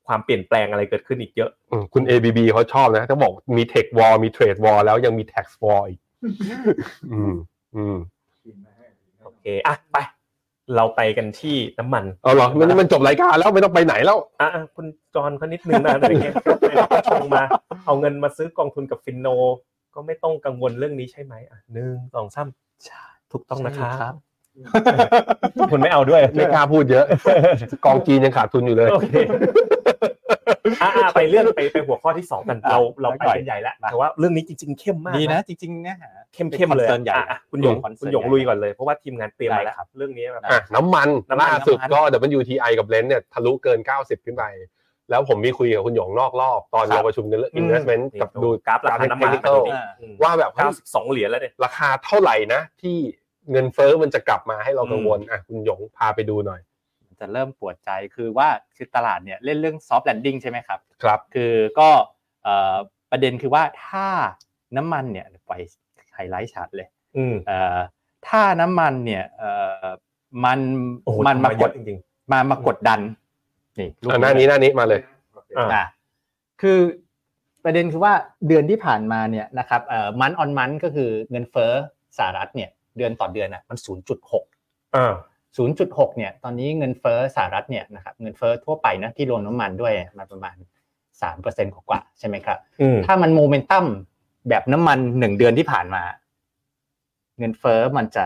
[SPEAKER 3] ความเปลี่ยนแปลงอะไรเกิดขึ้นอีกเยอะ
[SPEAKER 2] อืมคุณ ABB เขาชอบนะเขาบอกมีเทควอลมีเทรดวอลแล้วยังมี tax war
[SPEAKER 3] [laughs]
[SPEAKER 2] อีก อืม อืม
[SPEAKER 3] โอเคอ่ะไป เราไปกันที่น้ำมัน
[SPEAKER 2] เอาเหรอมันมันจบรายการแล้วไม่ต้องไปไหนแล้ว
[SPEAKER 3] อ่ะอ่ะคุณจอนเขานิดนึงนะอะไรเงี้ยไปชงมา เอาเงินมาซื้อกองทุนกับฟินโน ก็ไม่ต้องกังวลเรื่องนี้ใช่ไหมอ่ะหนึ่งสองสามถูกต้องนะคะคุณไม่เอาด้วย
[SPEAKER 2] ไม่กล้าพูดเยอะ กองจีนยังขาดทุนอยู่เลย
[SPEAKER 3] โอเคอ่ะอ่ะไปเรื่องไปไปหัวข้อที่สองกันเราเราไปกันใหญ่แล้วแต่ว่าเรื่องนี้จริง ๆ เข้มมาก
[SPEAKER 5] ดีนะ จริงๆเนะฮะ
[SPEAKER 3] เข้มเข้มๆเลย
[SPEAKER 5] เป็นคอนเซิร์นใหญ่
[SPEAKER 3] อ่ะอ่ะคุณหยง
[SPEAKER 5] คอนเซิ
[SPEAKER 3] คุ
[SPEAKER 5] ร์
[SPEAKER 3] ณ
[SPEAKER 5] น
[SPEAKER 3] หยง
[SPEAKER 5] ใหญ่
[SPEAKER 3] ลุยก่อนเลยเพราะว่าทีมงานเตรียมมา
[SPEAKER 5] ได้
[SPEAKER 3] แล้ว
[SPEAKER 5] ครับ
[SPEAKER 3] เรื่องนี้แบบ
[SPEAKER 2] อ่ะน้ำมัน
[SPEAKER 3] น้ำมัน
[SPEAKER 2] ล่าสุด
[SPEAKER 3] น้ำมัน
[SPEAKER 2] ก็ WTI กับเลนเนี่ยทะลุเกิน 90 ขึ้นไป แล้วผมมีคุยกับคุณหยงนอกรอบ ตอน
[SPEAKER 3] ครับ
[SPEAKER 2] เราประชุมกันเรื่อง investment กับดู
[SPEAKER 3] กราฟราคาน้ำมัน
[SPEAKER 2] เทคนิคอล
[SPEAKER 5] อ่า
[SPEAKER 2] ว่าแบบเฮ้
[SPEAKER 3] เก้าย สิบสองเหรียญแล้วเนี่ย
[SPEAKER 2] ราคาเท่าไหร่นะ ที่เงินเฟ้อมันจะกลับมาให้เรากังวลอ่ะคุณหยงพาไปดูหน่อย
[SPEAKER 5] จะเริ่มปวดใจคือว่าคือตลาดเนี่ยเล่นเรื่องซอฟต์แลนดิ้งใช่ไหมครับ
[SPEAKER 2] ครับ
[SPEAKER 5] คือก็เอ่อประเด็นคือว่าถ้าน้ำมันเนี่ยไปไฮไลท์ชัดเลย
[SPEAKER 3] อืม
[SPEAKER 5] เอ่อถ้าน้ำมันเนี่ยเอ่อมัน
[SPEAKER 3] โอ้โห
[SPEAKER 5] มันมาก
[SPEAKER 3] เย
[SPEAKER 5] ด
[SPEAKER 3] อะจริง
[SPEAKER 5] มามากดดันนี่รูป
[SPEAKER 2] อ่ะหน้านี้หน้านี้มาเลย
[SPEAKER 3] อ่า
[SPEAKER 5] อ่ะคือประเด็นคือว่าเดือนที่ผ่านมาเนี่ยนะครับเอ่อมันออนมันก็คือเงินเฟ้อสหรัฐเนี่ยเดือนต่อเดือนอ่ะมัน
[SPEAKER 3] ๆอ่า
[SPEAKER 5] 0.6 เนี่ย ตอนนี้เงินเฟ้อสหรัฐเนี่ยนะครับ เงินเฟ้อทั่วไปนะที่รวมน้ำมันด้วยมาประมาณ 3%กว่าๆใช่ไหมครับ
[SPEAKER 2] อืม
[SPEAKER 5] ถ้ามันโมเมนตัมแบบน้ำมันหนึ่งเดือนที่ผ่านมา เงินเฟ้อมันจะ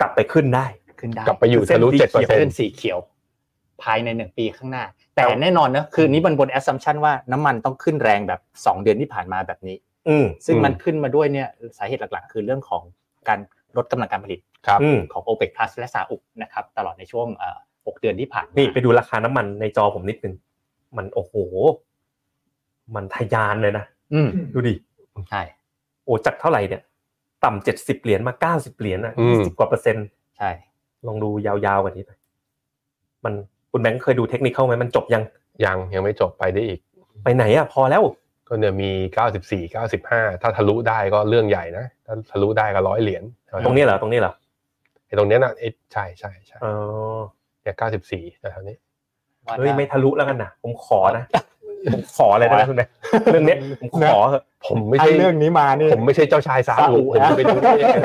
[SPEAKER 3] กลับไปขึ้นได้
[SPEAKER 5] ขึ้นได้
[SPEAKER 2] กลับไปอยู่ทะลุ
[SPEAKER 3] เส้น
[SPEAKER 2] เจ็ด
[SPEAKER 3] สีเขี
[SPEAKER 2] เปอร์
[SPEAKER 3] ยว
[SPEAKER 2] เซ็น
[SPEAKER 5] เส้น
[SPEAKER 2] ต์
[SPEAKER 5] สีเขียวภายในหนึ่งปีข้างหน้า แต่แน่นอนนะคือนี้มันบนแอสซัมชันว่าน้ำมันต้องขึ้นแรงแบบ 2 เดือนที่ผ่านมาแบบนี้
[SPEAKER 3] อืม
[SPEAKER 5] ซึ่งมันขึ้นมาด้วยเนี่ยสาเหตุหลักๆ คือเรื่องของการลดกำลังการผลิต
[SPEAKER 2] ครับ
[SPEAKER 3] อืม
[SPEAKER 5] ของ o p e ป Plus และซาอุนะครับ ตลอดในช่วงเอ่อ6เดือนที่ผ่านมา
[SPEAKER 3] นี่ไปดูราคาน้ำมันในจอผมนิดนึง มันโอ้โห มันทะยานเลยนะ
[SPEAKER 5] อืม
[SPEAKER 3] ดูดิ
[SPEAKER 5] ใช่
[SPEAKER 3] โอ้จากเท่าไหร่เนี่ย ต่ำเจ็ดสิบเหรียญมาเก้าสิบเหรียญอ่ะ
[SPEAKER 2] อืม
[SPEAKER 3] สิบกว่าเปอร์เซ็นต์
[SPEAKER 5] ใช่
[SPEAKER 3] ลองดูยาวๆกว่านี้หน่อยมันคุณแบงค์เคยดูเทคนิคเข้าไหมมันจบยัง
[SPEAKER 2] ยังยังไม่จบไปได้อีก
[SPEAKER 3] ไปไหนอ่ะพอแล้ว
[SPEAKER 2] ก็เนี่ยมี 94 95 ถ้าทะลุได้ก็เรื่องใหญ่นะ ถ้าทะลุได้ก็ร้อยเหรียญ
[SPEAKER 3] ตรงนี้เหรอตรงนี้เหรอ
[SPEAKER 2] ไอ้ตรงเนี้ยนะไอ้ใช่ใช่ใช่
[SPEAKER 3] เออ
[SPEAKER 2] เนี่ย94แถวๆนี้
[SPEAKER 5] ว่า
[SPEAKER 3] เฮ้ย
[SPEAKER 5] ได้
[SPEAKER 3] ไม่ทะลุแล้วกันนะผมขอนะผมขออะไรได้ไหมคุณแบงค์เรื่องเนี้ยผมขอเถอะ
[SPEAKER 2] ผมไม่
[SPEAKER 5] ไอ้
[SPEAKER 2] ใช่
[SPEAKER 5] เรื่องนี้มานี่
[SPEAKER 2] ผมไม่ใช่เจ้าชายซาอุผมจะไปดูได้ยังไง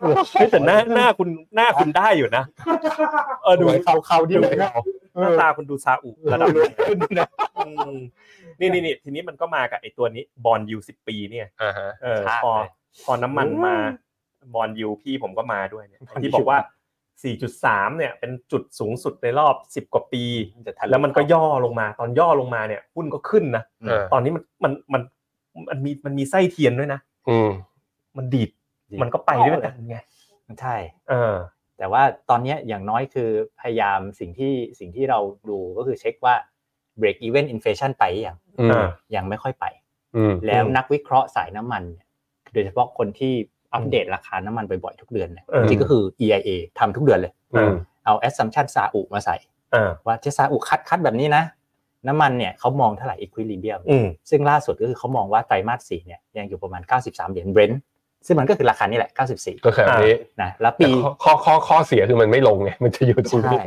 [SPEAKER 3] เฮ้ยแต่หน้าหน้าคุณหน้าคุณได้อยู่นะเออดู
[SPEAKER 5] เขาเขาที่ไหนนะ
[SPEAKER 3] หน้าตาคุณดูซาอุระดับหนึ่งอืมนี่นี่นี่ทีนี้มันก็มากับไอ้ตัวนี้บอลยูสิบปีเนี่ย
[SPEAKER 2] อ่าฮะ
[SPEAKER 3] เออ
[SPEAKER 5] ชาติ
[SPEAKER 3] พอ
[SPEAKER 5] เลย
[SPEAKER 3] พอน้ำมันมาบอลยูพี่ผมก็มาด้วยเนี่ยที่บอกว่า 4.3 เนี่ย เป็นจุดสูงสุดในรอบ 10 กว่าปี
[SPEAKER 5] จะทั
[SPEAKER 3] แล้วมันก็ย่อลงมาตอนย่อลงมาเนี่ยหุ้นก็ขึ้นนะ
[SPEAKER 2] เออ
[SPEAKER 3] ตอนนี้มันมันมันมันมีมันมีไส้เทียนด้วยนะ
[SPEAKER 2] อืม
[SPEAKER 3] มันดีดมันก็ไปด้วยกันไง
[SPEAKER 5] ใช่
[SPEAKER 3] เออ
[SPEAKER 5] แต่ว่าตอนเนี้ยอย่างน้อยคือพยายามสิ่งที่สิ่งที่เราดูก็คือเช็คว่า break even inflation ไปหรือยัง
[SPEAKER 2] อืม
[SPEAKER 3] อ่า
[SPEAKER 5] ยังไม่ค่อยไป
[SPEAKER 2] อืม
[SPEAKER 5] แล้วนักวิเคราะห์สายน้ำมันเนี่ยโดยเฉพาะคนที่อัปเดตราคาน้ำมันบ่อยๆทุกเดือนเนี่ย
[SPEAKER 3] เออ
[SPEAKER 5] จริงๆก็คือ EIA ทำทุกเดือนเลย
[SPEAKER 2] อืม
[SPEAKER 5] เอา assumption ซาอุมาใส่
[SPEAKER 3] เออ
[SPEAKER 5] ว่าเจะซาอุคัดคัดแบบนี้นะ น้ำมันเนี่ยเขามองเท่าไหร่ equilibrium
[SPEAKER 3] อืม
[SPEAKER 5] ซึ่งล่าสุดก็คือเขามองว่าไตรมาสสี่เนี่ยยังอยู่ประมาณ 93 เหรียญเบรนท์ซึ่งมันก็คือราคานี่แหละ 94
[SPEAKER 2] ก็แค่นี้
[SPEAKER 5] นะแล้ว
[SPEAKER 2] แต่
[SPEAKER 5] ปี
[SPEAKER 2] ข้อข้อข้อข้อเสียคือมันไม่ลงไง มันจะอยู่ตรงนี้
[SPEAKER 5] ใช่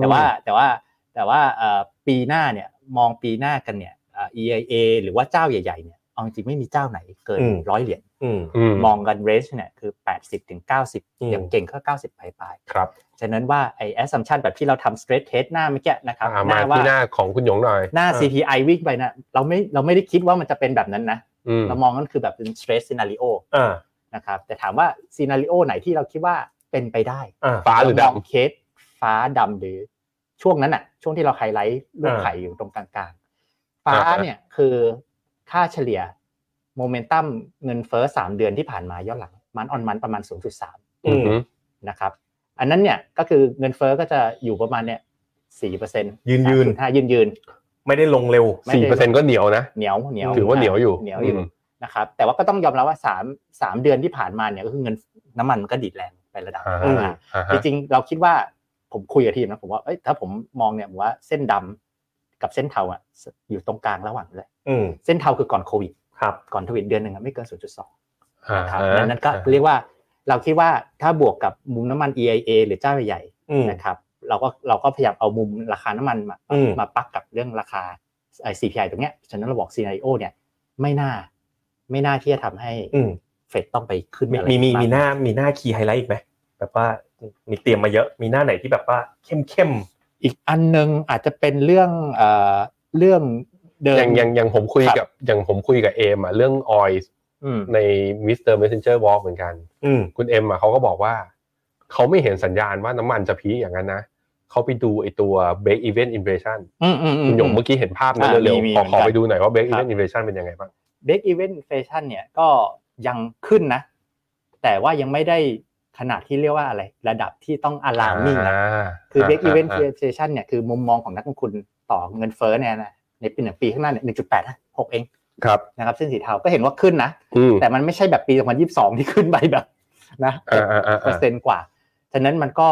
[SPEAKER 5] แต่ว่าแต่ว่าแต่ว่าเอ่อปีหน้าเนี่ยมองปีหน้ากันเนี่ยเอ่อ EIA หรือว่าเจ้าใหญ่ๆเนี่ยเอาจริงๆไม่มีเจ้าไหนเกินร้อยเหรียญ
[SPEAKER 3] อืม
[SPEAKER 2] อืม
[SPEAKER 5] มองกันเรสเนี่ยคือ 80ถึง
[SPEAKER 3] อืม
[SPEAKER 5] 90 อย่างเก่งก็ 90ปลาย
[SPEAKER 2] ครับ
[SPEAKER 5] ๆฉะนั้นว่าไอ้ assumption แบบที่เราทำ stress test หน้าเมื่อกี้นะครับ
[SPEAKER 2] อ่า
[SPEAKER 5] ห
[SPEAKER 2] มา
[SPEAKER 5] น้าว่า
[SPEAKER 2] ที่หน้าของคุณหยงหน่อย
[SPEAKER 5] หน้า CPI วิ่งไปนะเราไม่เราไม่ได้คิดว่ามันจะเป็นแบบนั้นนะ
[SPEAKER 2] อืม
[SPEAKER 5] เรามองนั่นคือแบบเป็น stress scenario
[SPEAKER 3] อ่า
[SPEAKER 5] นะครับแต่ถามว่า scenario ไหนที่เราคิดว่าเป็นไปได้
[SPEAKER 3] อ่า
[SPEAKER 2] ฟ้าหรือด
[SPEAKER 5] มงเคสฟ้าดำหรือช่วงนั้นอ่ะ ช่วงที่เราไฮไลท์ลูก
[SPEAKER 3] อ่า
[SPEAKER 5] ไข่อยู่ตรงกลางๆ ฟ้า
[SPEAKER 2] อ่าฮะ
[SPEAKER 5] เนี่ยคือค่าเฉลี่ยโมเมนตัมเงินเฟ้อสามเดือนที่ผ่านมาย้อนหลังมันออนมันประมาณ 0.3
[SPEAKER 2] ำอืม
[SPEAKER 5] นะครับ อันนั้นเนี่ยก็คือเงินเฟ้อก็จะอยู่ประมาณเนี่ยสี่เปอร์เซ็นต์
[SPEAKER 3] ยืนยืน
[SPEAKER 5] ห้ายืนยืน
[SPEAKER 3] ไม่ได้ลงเร็ว
[SPEAKER 5] ไม่
[SPEAKER 2] สี่
[SPEAKER 5] ได้
[SPEAKER 2] เปอร์เซ็นต์ก็เหนียวนะ
[SPEAKER 5] เหนียวเหนียว
[SPEAKER 2] ถือว่าเหนียวอยู่
[SPEAKER 5] เหนียวอยู่
[SPEAKER 2] อืม
[SPEAKER 5] นะครับแต่ว่าก็ต้องยอมรับว่าสามสามเดือนที่ผ่านมาเนี่ยก็คือเงินน้ำมันมันก็ดีดแรงไประดับห
[SPEAKER 2] อ่า
[SPEAKER 5] นึ่งละ
[SPEAKER 2] ฮะอ่า
[SPEAKER 5] จ
[SPEAKER 2] ฮะ
[SPEAKER 5] ริงๆเราคิดว่าผมคุยกับทีมนะผมว่าเอ้ยถ้าผมมองเนี่ยผมว่าเส้นดำกับเส้นเทาอ่ะอยู่ตรงกลางระหว่างเลย
[SPEAKER 3] อืม
[SPEAKER 5] เส้นเทาคือก่อนโควิด
[SPEAKER 3] ครับ
[SPEAKER 5] ก่อนโควิดเดือนหนึ่งอะไม่เกิน 0.2
[SPEAKER 2] อ่า
[SPEAKER 5] นะครับ
[SPEAKER 2] ฮะ
[SPEAKER 5] นั้นก็เรียกว่าเราคิดว่าถ้าบวกกับมุมน้ำมัน EIA หรือเจ้าใหญ่
[SPEAKER 3] อืม
[SPEAKER 5] ๆนะครับเราก็เราก็พยายามเอามุมราคาน้ำมันมา
[SPEAKER 3] อืม
[SPEAKER 5] มาปักกับเรื่องราคาไอ้ CPI ตรงเนี้ยฉะนั้นเราบอก scenario เนี่ยไม่น่าไม่น่าที่จะทำให้
[SPEAKER 3] อืม
[SPEAKER 5] เฟดต้องไปขึ้น
[SPEAKER 3] มี
[SPEAKER 5] อะไร
[SPEAKER 3] มีมี
[SPEAKER 5] าก
[SPEAKER 3] มีหน้ามีหน้าคีย์ไฮไลท์อีกไหมแบบว่ามีเตรียมมาเยอะมีหน้าไหนที่แบบว่าเข้มเข้มๆ
[SPEAKER 5] อีกอันหนึงอาจจะเป็นเรื่องเอ่อเรื่องเดิม
[SPEAKER 2] อย่างอย่างอย่างผมคุย
[SPEAKER 5] ครับ
[SPEAKER 2] กับอย่างผมคุยกับเอมอะเรื่องออย
[SPEAKER 5] อืม
[SPEAKER 2] ในมิสเตอร์เมสเซนเจอร์วอลเหมือนกัน
[SPEAKER 3] อืม
[SPEAKER 2] คุณเอ็มอ่ะเขาก็บอกว่า เขาไม่เห็นสัญญาณว่าน้ำมันจะพีคอย่างนั้นนะ เขาไปดูไอตัว break even inflation
[SPEAKER 5] อืมอืมอืม
[SPEAKER 2] คุณหยงเมื่อกี้เห็นภาพนั้น
[SPEAKER 5] อ่า
[SPEAKER 2] เร็ว
[SPEAKER 5] มีมี
[SPEAKER 2] ๆขอ
[SPEAKER 5] เหมือนกัน
[SPEAKER 2] ขอไปดูหน่อยว่า break
[SPEAKER 5] ครับ
[SPEAKER 2] even inflation เป็นยังไงบ้าง
[SPEAKER 5] break even inflation เนี่ยก็ยังขึ้นนะ แต่ว่ายังไม่ได้ขนาดที่เรียกว่าอะไร ระดับที่ต้อง alarming นะคือ break even inflation เนี่ยคือมุมมองของนักลงทุนต่อเงินเฟ้อเนี่ยนะในปีหนึ่งปีข้างหน้าเนี่ยหนึ่งจุดแปดหกเอง
[SPEAKER 2] ครับ
[SPEAKER 5] นะครับเส้นสีเทาก็เห็นว่าขึ้นนะ
[SPEAKER 2] อืม
[SPEAKER 5] แต่มันไม่ใช่แบบปีสองพันยี่สิบสองที่ขึ้นไปแบบนะ
[SPEAKER 2] อ่าอ่าอ่า
[SPEAKER 5] เปอร์เซ็นต์กว่า ฉะนั้นมันก็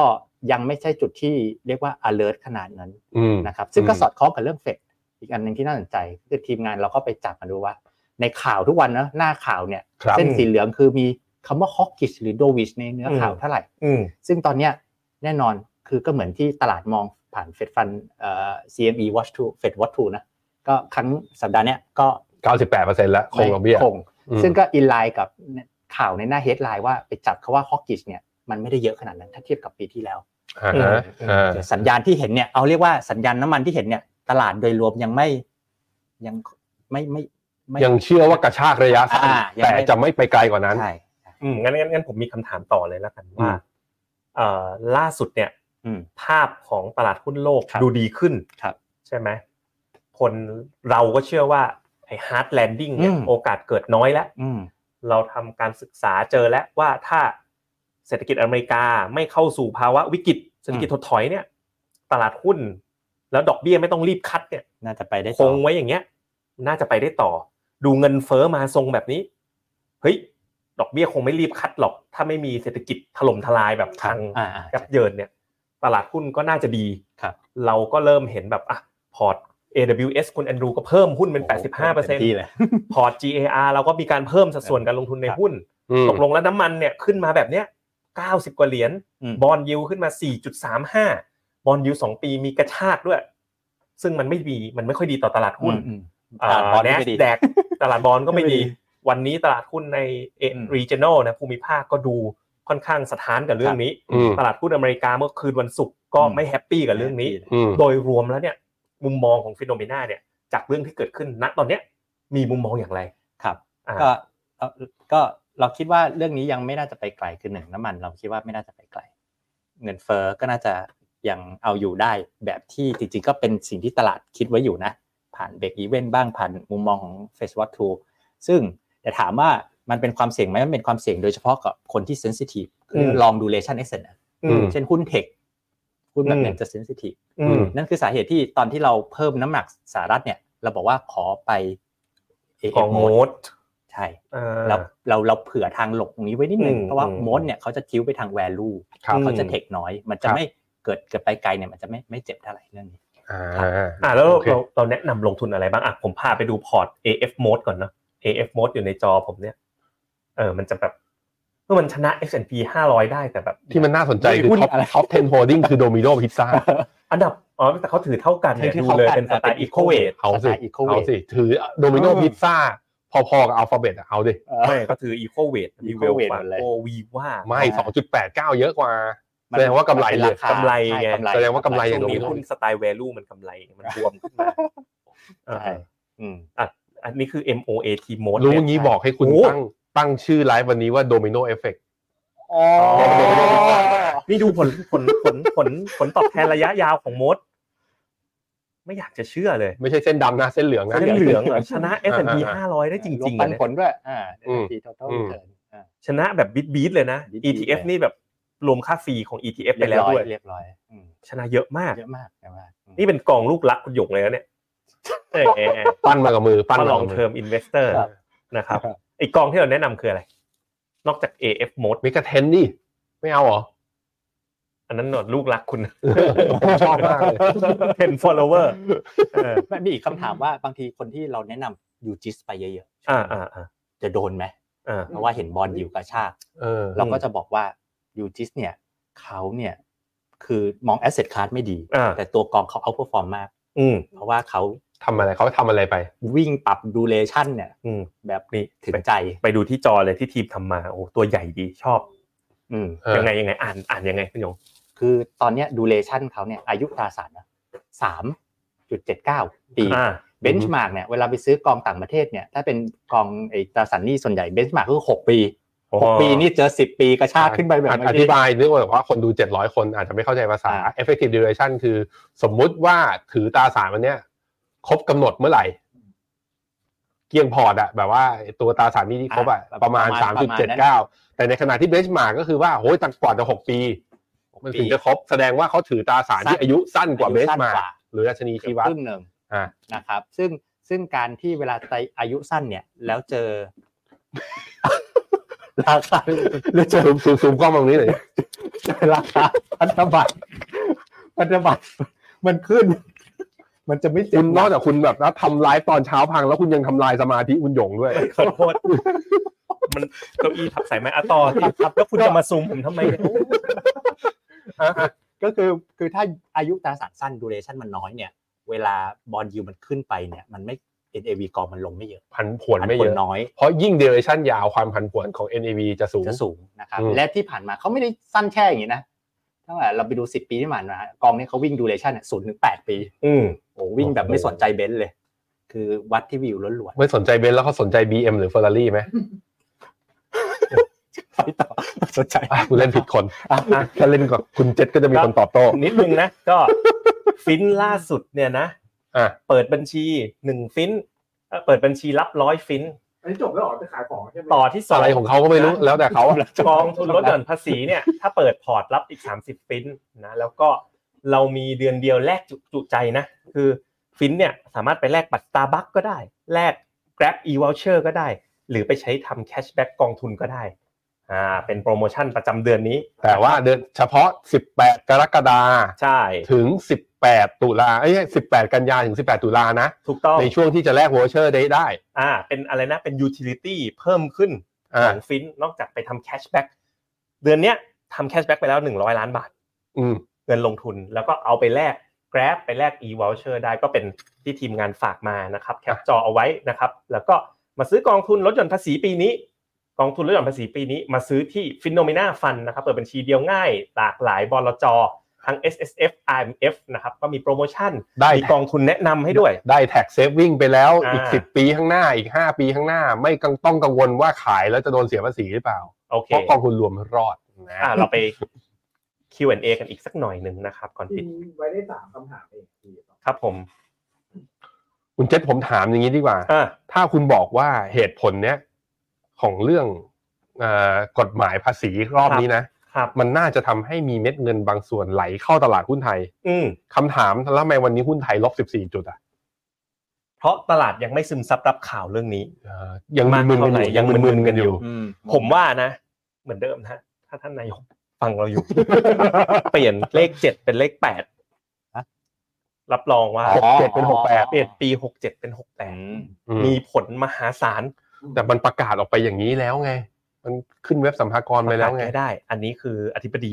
[SPEAKER 5] ยังไม่ใช่จุดที่เรียกว่า alert ขนาดนั้น
[SPEAKER 2] อืม
[SPEAKER 5] นะครับ ซึ่งก็
[SPEAKER 2] อืม
[SPEAKER 5] สอดคล้องกับเรื่องเฟดอีกอันหนึ่งที่น่าสนใจคือทีมงานเราก็ไปจับมาดูว่า ในข่าวทุกวันนะหน้าข่าวเนี่ย
[SPEAKER 2] ครับ
[SPEAKER 5] เส้นสีเหลืองคือมีคำว่า hawkish หรือ dovish ในเนื้อข่าว
[SPEAKER 3] อืม
[SPEAKER 5] เท่าไหร่
[SPEAKER 3] อืม
[SPEAKER 5] ซึ่งตอนเนี้ยแน่นอนคือก็เหมือนที่ตลาดมองผ่านเฟดฟัน CME Watch 2 Fed Watch 2นะก็ครั้งสัปดาห์เนี้ยก็
[SPEAKER 2] เก้าสิบแปดเปอร์เซ็นต์ละคงดอกเบี้ย
[SPEAKER 5] คง
[SPEAKER 2] อืม
[SPEAKER 5] ซึ่งก็อินไลน์กับข่าวในหน้าเฮดไลน์ว่าไปจับเขาว่าฮอกกิ h เนี่ยมันไม่ได้เยอะขนาดนั้นถ้าเทียบกับปีที่แล้ว
[SPEAKER 2] อ่าฮะอ่า
[SPEAKER 5] เดี๋ยวสัญญาณที่เห็นเนี่ยเอาเรียกว่าสัญญาณน้ำมันที่เห็นเนี่ยตลาดโดยรวมยังไม่ยังไม่ไม่ไม่
[SPEAKER 2] ยังเชื่อว่ากระชากระยะสั้น
[SPEAKER 5] อ่ายังไม่
[SPEAKER 2] แต่จะไม่ไปไกลกว่านั้น
[SPEAKER 5] ใช่
[SPEAKER 3] อืมงั้นงั้นงั้นผมมีคำถามต่อเลยแล้วกันว่า
[SPEAKER 2] อืม
[SPEAKER 3] เอ่อล่าสุดเนี่ย
[SPEAKER 5] อืม
[SPEAKER 3] ภาพของตลาดหุ้นโลก
[SPEAKER 5] ครับ
[SPEAKER 3] ดูดีขึ้น
[SPEAKER 5] ครับ
[SPEAKER 3] ใช่ไหมคนเราก็เชื่อว่าไอ้ฮาร์ดแลนดิ้งเนี่ย
[SPEAKER 5] อืม
[SPEAKER 3] โอกาสเกิดน้อยแล้ว
[SPEAKER 5] อืม
[SPEAKER 3] เราทำการศึกษาเจอแล้วว่าถ้าเศรษฐกิจอเมริกาไม่เข้าสู่ภาวะวิกฤตเศรษฐกิจถดถอยเนี่ย ตลาดหุ้น แล้วดอกเบี้ยไม่ต้องรีบคัดเนี่ย
[SPEAKER 5] น่าจะไปได้
[SPEAKER 3] ค
[SPEAKER 5] ต่อง
[SPEAKER 3] ไว้อย่างเงี้ย น่าจะไปได้ต่อ ดูเงินเฟ้อมาทรงแบบนี้ เฮ้ย ดอกเบี้ยคงไม่รีบคัดหรอก ถ้าไม่มีเศรษฐกิจถล่มทลายแบบ
[SPEAKER 5] ครับ
[SPEAKER 3] ทาง
[SPEAKER 5] อ่าอ่า
[SPEAKER 3] ยับเยินเนี่ย ตลาดหุ้นก็น่าจะดี
[SPEAKER 5] ครับ
[SPEAKER 3] เราก็เริ่มเห็นแบบอ่ะพอร์ต AWS คุณแอนดรูก็เพิ่มหุ้นเป็น 85%เปอร์เซ็นต์
[SPEAKER 5] ที่เลย
[SPEAKER 3] พอร์ต GAR เราก็มีการเพิ่มสัดส่วนการลงทุนในหุ้น
[SPEAKER 2] อืม
[SPEAKER 3] ตกลงแล้วน้ำมันเนี่ยขึ้นมาแบบเนี้ย 90 กว่าเหรียญ
[SPEAKER 5] อืม
[SPEAKER 3] บอลยิวขึ้นมา 4.35 บอลยิวสองปีมีกระชากด้วย ซึ่งมันไม่ดีมันไม่ค่อยดีต่อตลาดหุ้น
[SPEAKER 5] อืม
[SPEAKER 3] เอ่
[SPEAKER 5] ตลาดบอล
[SPEAKER 3] แน
[SPEAKER 5] นี่
[SPEAKER 3] ส
[SPEAKER 5] ไม่ดี
[SPEAKER 3] แดกตลาดบอลก็ไม่ดี
[SPEAKER 5] ไม่ดี
[SPEAKER 3] วันนี้ตลาดหุ้นในเอ
[SPEAKER 5] อืม
[SPEAKER 3] รีเจนอลนะภูมิภาคก็ดูค่อนข้างสถานกับเรื่องนี้
[SPEAKER 2] อืม
[SPEAKER 3] ตลาดหุ้นอเมริกาเมื่อคืนวันศุกร์ก็ไม่แฮปปี้กับเรื่องนี้
[SPEAKER 2] อืม
[SPEAKER 3] โดยรวมแล้วเนี่ย มุมมองของฟิโนเมนาเนี่ย จากเรื่องที่เกิดขึ้นณตอนเนี้ย มีมุมมองอย่างไร
[SPEAKER 5] ครับ
[SPEAKER 3] อ่า
[SPEAKER 5] ก็เอ่อก็เราคิดว่าเรื่องนี้ยังไม่น่าจะไปไกลคือหนึ่งน้ำมันเราคิดว่าไม่น่าจะไปไกล เงินเฟ้อก็น่าจะยังเอาอยู่ได้แบบที่จริงๆก็เป็นสิ่งที่ตลาดคิดไว้อยู่นะ ผ่านเบรกอีเวนบ้างผ่านมุมมองของ Face Watch 2 ซึ่งแต่ถามว่ามันเป็นความเสี่ยงไหมมันเป็นความเสี่ยงโดยเฉพาะกับคนที่เซนซิทีฟคือ
[SPEAKER 3] ม
[SPEAKER 5] ลองดูเลชันเอ็กเซน
[SPEAKER 3] อืม
[SPEAKER 5] เช่นหุ้นเทคหุ้นแบบเนี้ย
[SPEAKER 3] อืม
[SPEAKER 5] จะเซนซิทีฟ
[SPEAKER 3] อืม
[SPEAKER 5] นั่นคือสาเหตุที่ตอนที่เราเพิ่มน้ำหนักสหรัฐเนี่ย เราบอกว่าขอไป
[SPEAKER 3] ขอ
[SPEAKER 5] AF
[SPEAKER 3] งโมด
[SPEAKER 5] ใช่
[SPEAKER 3] อ่า
[SPEAKER 5] เราเราเราเผื่อทางหลบตรงนี้ไว้นิดนึง
[SPEAKER 3] อืม
[SPEAKER 5] เพราะว่า
[SPEAKER 3] อืม
[SPEAKER 5] โมดเนี่ยเขาจะคิ้วไปทาง value
[SPEAKER 2] ครับ
[SPEAKER 5] เขาจะเทคน้อย มันจะ
[SPEAKER 2] ครับ
[SPEAKER 5] ไม่เกิดเกิดไปไกลเนี่ยมันจะไม่ไม่เจ็บเท่าไหร่เรื่องนี้
[SPEAKER 2] อ่า
[SPEAKER 3] อ่าแล้วเรา
[SPEAKER 2] โอเค
[SPEAKER 3] เราเราแนะนำลงทุนอะไรบ้างอ่ะผมพาไปดูพอร์ต AF mode ก่อนเนาะ AF mode อยู่ในจอผมเนี่ย เออมันจะแบบเมื่อมันชนะ S&P 500 ได้แต่แบบ
[SPEAKER 2] ที่มันน่าสนใจคือ
[SPEAKER 5] หุ้น
[SPEAKER 2] ท็อป
[SPEAKER 5] อะไร
[SPEAKER 2] ท็อป10 holding คือโดมิโนพิซซ่า
[SPEAKER 3] อันดับอ๋อแต่เขาถือเท่ากันเนี่ย
[SPEAKER 5] ใช่ที่
[SPEAKER 3] ดู
[SPEAKER 5] เขา
[SPEAKER 3] เลย
[SPEAKER 5] กัน
[SPEAKER 3] เป็นสไต
[SPEAKER 5] เป็
[SPEAKER 3] ล์
[SPEAKER 5] น
[SPEAKER 3] equal weight
[SPEAKER 2] เอาสิ
[SPEAKER 5] Tata Equal
[SPEAKER 2] เอาสิ ถือโดมิโน
[SPEAKER 5] เออ
[SPEAKER 2] พิซซ่าพอๆกับอัลฟาเบตเอาดิ
[SPEAKER 3] ไม่เขาถือ equal weight มีเวล
[SPEAKER 5] equal weight
[SPEAKER 3] ฟา
[SPEAKER 5] หมดเลย
[SPEAKER 3] โอวีว่า
[SPEAKER 2] ไม่
[SPEAKER 5] อ่า
[SPEAKER 2] 2.89 เยอะกว่า
[SPEAKER 5] มัน
[SPEAKER 2] แสดงว่ากำไร
[SPEAKER 5] มันเป็น
[SPEAKER 2] เลย
[SPEAKER 5] คาก
[SPEAKER 3] ำไรไง
[SPEAKER 5] ใช่ำ
[SPEAKER 2] แสดงว่ากำไร
[SPEAKER 3] ช่วง
[SPEAKER 2] โดมิ
[SPEAKER 3] นี้
[SPEAKER 2] โน
[SPEAKER 3] หุ้นสไตล์ value มันกำไรมันรวมขึ้นมาเออ
[SPEAKER 5] ใช่อืม
[SPEAKER 3] อันนี้คือ MOAT mode
[SPEAKER 2] รู้
[SPEAKER 3] เนี่ย
[SPEAKER 2] งี้บอกให้คุณ
[SPEAKER 3] โอ้
[SPEAKER 2] ตั้งตั้งชื่อไลฟ์วันนี้ว่าโดมิโนเอฟเฟก
[SPEAKER 3] นี่ดูผลผลผลผลผลตอบแทนระยะยาวของมด ไม่อยากจะเชื่อเลย
[SPEAKER 2] ไม่ใช่เส้นดำนะ เส้นเหลืองนะ
[SPEAKER 3] เส้นเหลืองเหรอชนะ S&P
[SPEAKER 2] อ่า
[SPEAKER 3] 500 ได้จริงๆ
[SPEAKER 5] ปั
[SPEAKER 3] อะ
[SPEAKER 5] น
[SPEAKER 3] เนี่ย
[SPEAKER 5] ผลด้วยอ่า
[SPEAKER 2] อืม
[SPEAKER 5] ที total return อ่า
[SPEAKER 3] ชนะแบบบิดบีดเลยนะ
[SPEAKER 5] บิดบีด
[SPEAKER 3] ETF
[SPEAKER 5] เลย
[SPEAKER 3] นี่แบบรวมค่าฟรีของ ETF ไปแล้วด้วย
[SPEAKER 5] เรียบร้อยอืม
[SPEAKER 3] ชนะเยอะมาก
[SPEAKER 5] เยอะมากเยอะมากอืม
[SPEAKER 3] นี่เป็นกองลูกรักคุณหยกเลยนะเนี่ยเออเออเออ
[SPEAKER 2] ปั้นมากับมือปั้น
[SPEAKER 3] ก็
[SPEAKER 2] มา
[SPEAKER 3] ล
[SPEAKER 2] กั
[SPEAKER 3] อบ ง
[SPEAKER 2] มื
[SPEAKER 3] เทอมอินเวสเตอร์
[SPEAKER 5] ครับ
[SPEAKER 3] นะครับ
[SPEAKER 5] ครับ
[SPEAKER 3] ไอีกกองที่เราแนะนำคืออะไร นอกจาก AF mode
[SPEAKER 2] มิกาเทนดิไม่เอาเห [laughs] รอ
[SPEAKER 3] อันนั้นหนอดลูกรักคุณ
[SPEAKER 2] ผมชอบมาก
[SPEAKER 3] [laughs]
[SPEAKER 2] เลย
[SPEAKER 3] เห็น follower เออ
[SPEAKER 5] ไม่มีอีกคำถามว่าบางทีคนที่เราแนะนำยูจิสไปเยอะ
[SPEAKER 3] อ่าอ่าอ่า
[SPEAKER 5] ๆจะโดนไหม
[SPEAKER 3] อ่า
[SPEAKER 5] เพราะว่าเห็นบอลยิวกระชาก
[SPEAKER 2] เออ
[SPEAKER 5] เราก็จะบอกว่ายูจิสเนี่ยเขาเนี่ยคือมองแอสเซทคลาสไม่ดี
[SPEAKER 3] อ่า
[SPEAKER 5] แต่ตัวกองเขาเอาพ r ฟอร์มมาก
[SPEAKER 3] อืม
[SPEAKER 5] เพราะว่าเขา
[SPEAKER 2] ทำอะไรเขาทำอะไรไป
[SPEAKER 5] วิ่งปรับดูเลชันเนี่ย
[SPEAKER 3] อืม
[SPEAKER 5] แบบ
[SPEAKER 3] นี่
[SPEAKER 5] ถึง
[SPEAKER 3] ไป
[SPEAKER 5] ใจ
[SPEAKER 3] ไปดูที่จอเลยที่ทีมทำมาโอ้โหตัวใหญ่ดีชอบ
[SPEAKER 5] อืม
[SPEAKER 2] เออ
[SPEAKER 3] ยังไงยังไงอ่านอ่านยังไงคุณหยง
[SPEAKER 5] คือตอนเนี้ยดูเลชันเขาเนี่ยอายุตราสารนะสามจุดเจ็ดเก้าปี
[SPEAKER 3] อ่า
[SPEAKER 5] เบนช์มาร์กเนี่ยเวลาไปซื้อกองต่างประเทศเนี่ยถ้าเป็นกองไอ้ตราสารหนี้ส่วนใหญ่เบนช์มาร์กก็คือหกปี
[SPEAKER 3] อ๋อ
[SPEAKER 5] หกปีนี่เจอสิบปีกระชากขึ้นไปแบบ
[SPEAKER 2] อธิ
[SPEAKER 5] เมื่
[SPEAKER 2] อ
[SPEAKER 5] อ
[SPEAKER 2] ธิ
[SPEAKER 5] กี้
[SPEAKER 2] บายนึกว่าแบบว่าคนดู 700 คนอาจจะไม่เข้าใจภาษา
[SPEAKER 5] อ่า
[SPEAKER 2] effective duration คือสมมุติว่าถือตราสารวันเนี้ยครบกำหนดเมื่อไหร่ เกลียงพอร์ตอะแบบว่าตัวตราสารหนี้ที่ครบอะ
[SPEAKER 5] อ่า
[SPEAKER 2] ประมาณ
[SPEAKER 5] ประมาณประมาณนั้น
[SPEAKER 2] 3.79 แต่ในขณะที่ benchmark ก็คือว่าโหยตั้งกว่าจะ 6 ปี มันถึงจะครบแสดงว่าเขาถือตราสารที่อายุสั้นกว่า
[SPEAKER 5] อายุสั้น
[SPEAKER 2] benchmark
[SPEAKER 5] กว่า
[SPEAKER 2] หรือดัชนี
[SPEAKER 5] เกื
[SPEAKER 2] ชี
[SPEAKER 5] อบ
[SPEAKER 2] วัด
[SPEAKER 5] ครึ่งหนึ่ง
[SPEAKER 2] อ่า
[SPEAKER 5] นะครับ ซึ่งซึ่งการที่เวลาไปอายุสั้นเนี่ย แล้วเจอ [laughs] ราคาแล้วเจอ
[SPEAKER 2] ซูมซูมซูมกล้องตรงนี้หน่อยดิ
[SPEAKER 5] เจอราคาพันธบัตรพันธบัตรมันขึ้น มันจะไม่เจ็
[SPEAKER 2] คุ
[SPEAKER 5] บ
[SPEAKER 2] ณนอกจากคุณแบบว่าทำไลฟ์ตอนเช้าพังแล้วคุณยังทำลายสมาธิคุณหยงด้วย
[SPEAKER 3] ขอโทษมันเก้าอี้ทับสายไหมอ่ะต่อที่ทับแล้วคุณจะมาซูมผมทำไมเนี่ย
[SPEAKER 5] ก็คือคือถ้าอายุตราสารสั้นดูเรชันมันน้อยเนี่ย เวลาบอลยูมันขึ้นไปเนี่ย มันไม่ NAV กองมันลงไม่เยอะ
[SPEAKER 2] พันผวนไม่เย
[SPEAKER 5] ผล
[SPEAKER 2] อะ
[SPEAKER 5] น้อย
[SPEAKER 2] เพราะยิ่ง duration ยาวความผันผวนของ NAV จะสูง
[SPEAKER 5] จะสูงนะครับ
[SPEAKER 2] อืม
[SPEAKER 5] และที่ผ่านมาเขาไม่ได้สั้นแค่อย่างนี้นะ ถ้าเราไปดูสิบปีที่ผ่านมากองเนี้เขาวิ่งดูเลชันศูนย์ถึงแปดปี
[SPEAKER 2] อืม
[SPEAKER 5] โอ้วิ่งแบบไม่สนใจเบนซ์เลย คือวัดที่วิวล้วน
[SPEAKER 2] ไม่สนใจเบนซ์แล้วเขาสนใจ BM หรือ Ferrari ไหม
[SPEAKER 5] ๆไป [laughs] ต่อสนใจ
[SPEAKER 2] อ่ะกูเล่นผิดคน
[SPEAKER 5] อ่ะ
[SPEAKER 2] ถ้าเล่นกับคุณเจษก็จะมีคนตอบโต้
[SPEAKER 3] นิดนึงนะ ก็ ฟินล่าสุดเนี่ยนะ
[SPEAKER 2] อ่ะ
[SPEAKER 3] เปิดบัญชีหนึ่งฟินเอ่อเปิดบัญชีรับร้อยฟิน
[SPEAKER 6] อันนี้จบแล้วเหรอจะขายของใช่ไหม
[SPEAKER 3] ต่อที่สอง
[SPEAKER 2] อะไรของเขาก็ไม่รู้
[SPEAKER 3] นะ
[SPEAKER 2] แล้วแต่เขาอะ
[SPEAKER 3] กองทุนลดหย่อนภาษี
[SPEAKER 2] [laughs]
[SPEAKER 3] เนี่ย ถ้าเปิดพอร์ตรับอีก 30 ฟินนะแล้วก็เรามีเดือนเดียวแลกจุจุใจนะ คือฟินเนี่ยสามารถไปแลกบัตร Starbucks ก็ได้ แลก Grab e voucher ก็ได้ หรือไปใช้ทำแคชแบ็กกองทุนก็ได้อ่าเป็นโปรโมชั่นประจำเดือนนี้
[SPEAKER 2] แต่ว่าเดือนเฉพาะ 18 กรกฎา
[SPEAKER 3] ใช่
[SPEAKER 2] ถึง 18 ตุลาเอ้ย18 กันยาถึง 18 ตุลานะ
[SPEAKER 3] ถูกต้อง
[SPEAKER 2] ในช่วงที่จะแลกวอเชอร์ได้ได้
[SPEAKER 3] อ่าเป็นอะไรนะเป็นยูทิลิตี้เพิ่มขึ้น ข
[SPEAKER 2] อ่า
[SPEAKER 3] องฟินนอกจากไปทำแคชแบ็กเดือนเนี้ยทำแคชแบ็กไปแล้ว 100 ล้านบาท
[SPEAKER 2] อืม
[SPEAKER 3] เงินลงทุนแล้วก็เอาไปแลก Grab ไปแลก e voucher ได้ก็เป็นที่ทีมงานฝากมานะครับแคปจอเอาไว้นะครับ แล้วก็มาซื้อกองทุนลดหย่อนภาษีปีนี้ กองทุนลดหย่อนภาษีปีนี้ มาซื้อที่ f i n o m e n a Fund นะครับเปิดบัญชีเดียวง่าย หลากหลายบลจทั้ง S S F I M F นะครับก็มีโปรโมชั่น
[SPEAKER 2] ได้
[SPEAKER 3] มีกองทุนแนะนำให้ด้วย
[SPEAKER 2] ได้แท็กเซฟวิ่งไปแล้ว
[SPEAKER 3] อ่า
[SPEAKER 2] อีก 10 ปีข้างหน้าอีก 5 ปีข้างหน้า ไม่กังต้องกังวลว่าขายแล้วจะโดนเสียภาษีหรือเปล่า
[SPEAKER 3] โอเค
[SPEAKER 2] เพราะกองทุนรวมรอดนะ
[SPEAKER 3] อ่ะเราไป Q&A กันอีกสักหน่อยหนึ่งนะครับก่อน
[SPEAKER 6] จ
[SPEAKER 3] ปิ
[SPEAKER 6] ริ
[SPEAKER 3] ด
[SPEAKER 6] งไว้ได้สามคำถามเองพี่
[SPEAKER 3] ครับผม
[SPEAKER 2] คุณเจษผมถามอย่างนี้ดีกว่า
[SPEAKER 3] อ่ะ
[SPEAKER 2] ถ้าคุณบอกว่าเหตุผลเนี้ยของเรื่องเออกฎหมายภาษีรอบนี้นะ
[SPEAKER 3] ครับ
[SPEAKER 2] มันน่าจะทำให้มีเม็ดเงินบางส่วนไหลเข้าตลาดหุ้นไทย
[SPEAKER 3] อืม
[SPEAKER 2] คำถามแล้วทำไมวันนี้หุ้นไทยลบ 14 จุดอ่ะ
[SPEAKER 3] เพราะตลาดยังไม่ซึมซับรับข่าวเรื่องนี้
[SPEAKER 2] เอ่อยังมึนๆกันอยู่ยังมึนๆกันอยู่
[SPEAKER 3] ผมว่านะ เหมือนเดิมนะฮะถ้าท่านนายกฟังเราอยู่ เปลี่ยนเลขเจ็ดเป็นเลขแปด
[SPEAKER 5] ฮะ
[SPEAKER 3] รับรองว่า
[SPEAKER 2] อ๋อ เจ็ดเป็นหกแปด
[SPEAKER 3] เปลี่ยนปีหกเจ็ดเป็นหกแปด
[SPEAKER 2] อืม
[SPEAKER 3] มีผลมหาศาล
[SPEAKER 2] แต่มันประกาศออกไปอย่างนี้แล้วไง มันขึ้นเว็บสัมภากร
[SPEAKER 3] ป
[SPEAKER 2] ไประ แล้
[SPEAKER 3] กาว ศ
[SPEAKER 2] ไง
[SPEAKER 3] ไม่ได้ อันนี้คืออธิบดี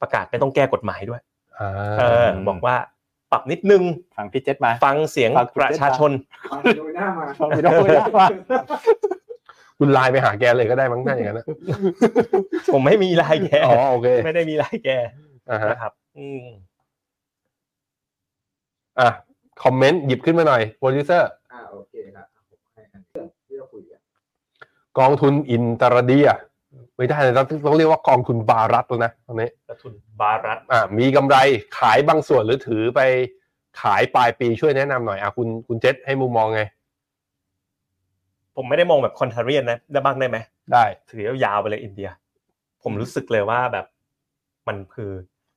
[SPEAKER 3] ประกาศไม่ต้องแก้กฎหมายด้วย
[SPEAKER 2] อ่า
[SPEAKER 3] เออ บอกว่าปรับนิดนึง
[SPEAKER 5] ฟังพี่เจษมา
[SPEAKER 3] ฟังเสียง
[SPEAKER 5] ฟังคุณ
[SPEAKER 3] ประชาชน
[SPEAKER 6] มาดูหน้ามา
[SPEAKER 5] ฟังพี่โดนไม่ได้ว่า
[SPEAKER 2] คุณไลน์ไปหาแกเลยก็ได้มั้งถ้าอย่างนั้นนะ
[SPEAKER 3] ผมไม่มีลายแก
[SPEAKER 2] อ๋อโอเค
[SPEAKER 3] ไม่ได้มีลายแก
[SPEAKER 2] อ่าฮะ
[SPEAKER 3] นะครับ อืม
[SPEAKER 2] อ่ะคอมเมนต์หยิบขึ้นมาหน่อยโปรดิวเซอร์
[SPEAKER 6] อ่าโอเคครับผมให้อันนี้ที่เราคุยกัน
[SPEAKER 2] กองทุนอินตราเดียไม่ได้นะต้องเรียกว่ากองทุนบารัตแล้วนะตอนนี้
[SPEAKER 3] กระทุนบารัต
[SPEAKER 2] อ่ามีกำไรขายบางส่วนหรือถือไปขายปลายปีช่วยแนะนำหน่อยอ่ะคุณคุณเจษให้มุมมองไง
[SPEAKER 3] ผมไม่ได้มองแบบคอนเทเรียนนะได้บ้างได้ไหม
[SPEAKER 2] ได้
[SPEAKER 3] ถือยาวๆไปเลยอินเดีย ผมรู้สึกเลยว่าแบบมันคือ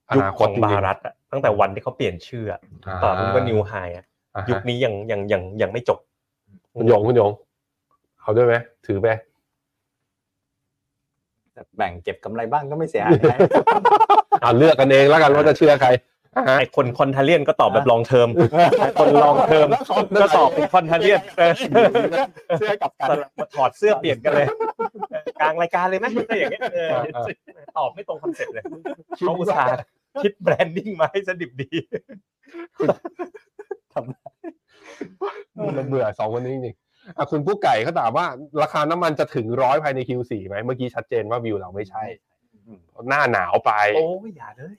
[SPEAKER 2] อ
[SPEAKER 3] ยุค
[SPEAKER 2] นาค
[SPEAKER 3] ข
[SPEAKER 2] ต
[SPEAKER 3] อง
[SPEAKER 2] จริ
[SPEAKER 3] บาง
[SPEAKER 2] ๆ
[SPEAKER 3] รัฐอะตั้งแต่วันที่เขาเปลี่ยนชื่ออะ
[SPEAKER 2] อ่า
[SPEAKER 3] ตอนนี้ก็นิวไฮอะ
[SPEAKER 2] อ่าฮะ
[SPEAKER 3] ยุคนี้ยังยังยังยังไม่จบ
[SPEAKER 2] คุณหยงคุณหยงเอาด้วยไหมถือไป
[SPEAKER 5] แบ่งเก็บกำไรบ้างก็ไม่เสียหายนะ
[SPEAKER 2] อ่าเลือกกันเอง [laughs] แล้วกันว่าจะเชื่อใครอ่ะฮะ
[SPEAKER 3] ไอคนคอนเทเรียนก็ตอบแบบลองเทอมไอคนลองเทอมก็ตอบเป็นคอนเทเรียนเออ
[SPEAKER 2] [laughs] เชื่อกลับกัน
[SPEAKER 3] สลับมาถอดเสื้อเปลี่ยนกันเลยเออกลางรายการเลยไหมอะไรอย่างเงี้ยเออ
[SPEAKER 2] อ่า
[SPEAKER 3] ตอบไม่ตรงคอนเซ็ปต์เลยเขาอุตส่าห์คิดแบรนดิ้งมาให้สดิบดี
[SPEAKER 2] มันเบื่อสองคนนี้จริงๆอ่ะคุณผู้ไก่เขาถามว่า ราคาน้ำมันจะถึงร้อยภายใน Q4 ไหมเมื่อกี้ชัดเจนว่าวิวเราไม่ใช่
[SPEAKER 5] อืม
[SPEAKER 2] หน้าหนาวไป
[SPEAKER 3] โอ้ยอย่าเลย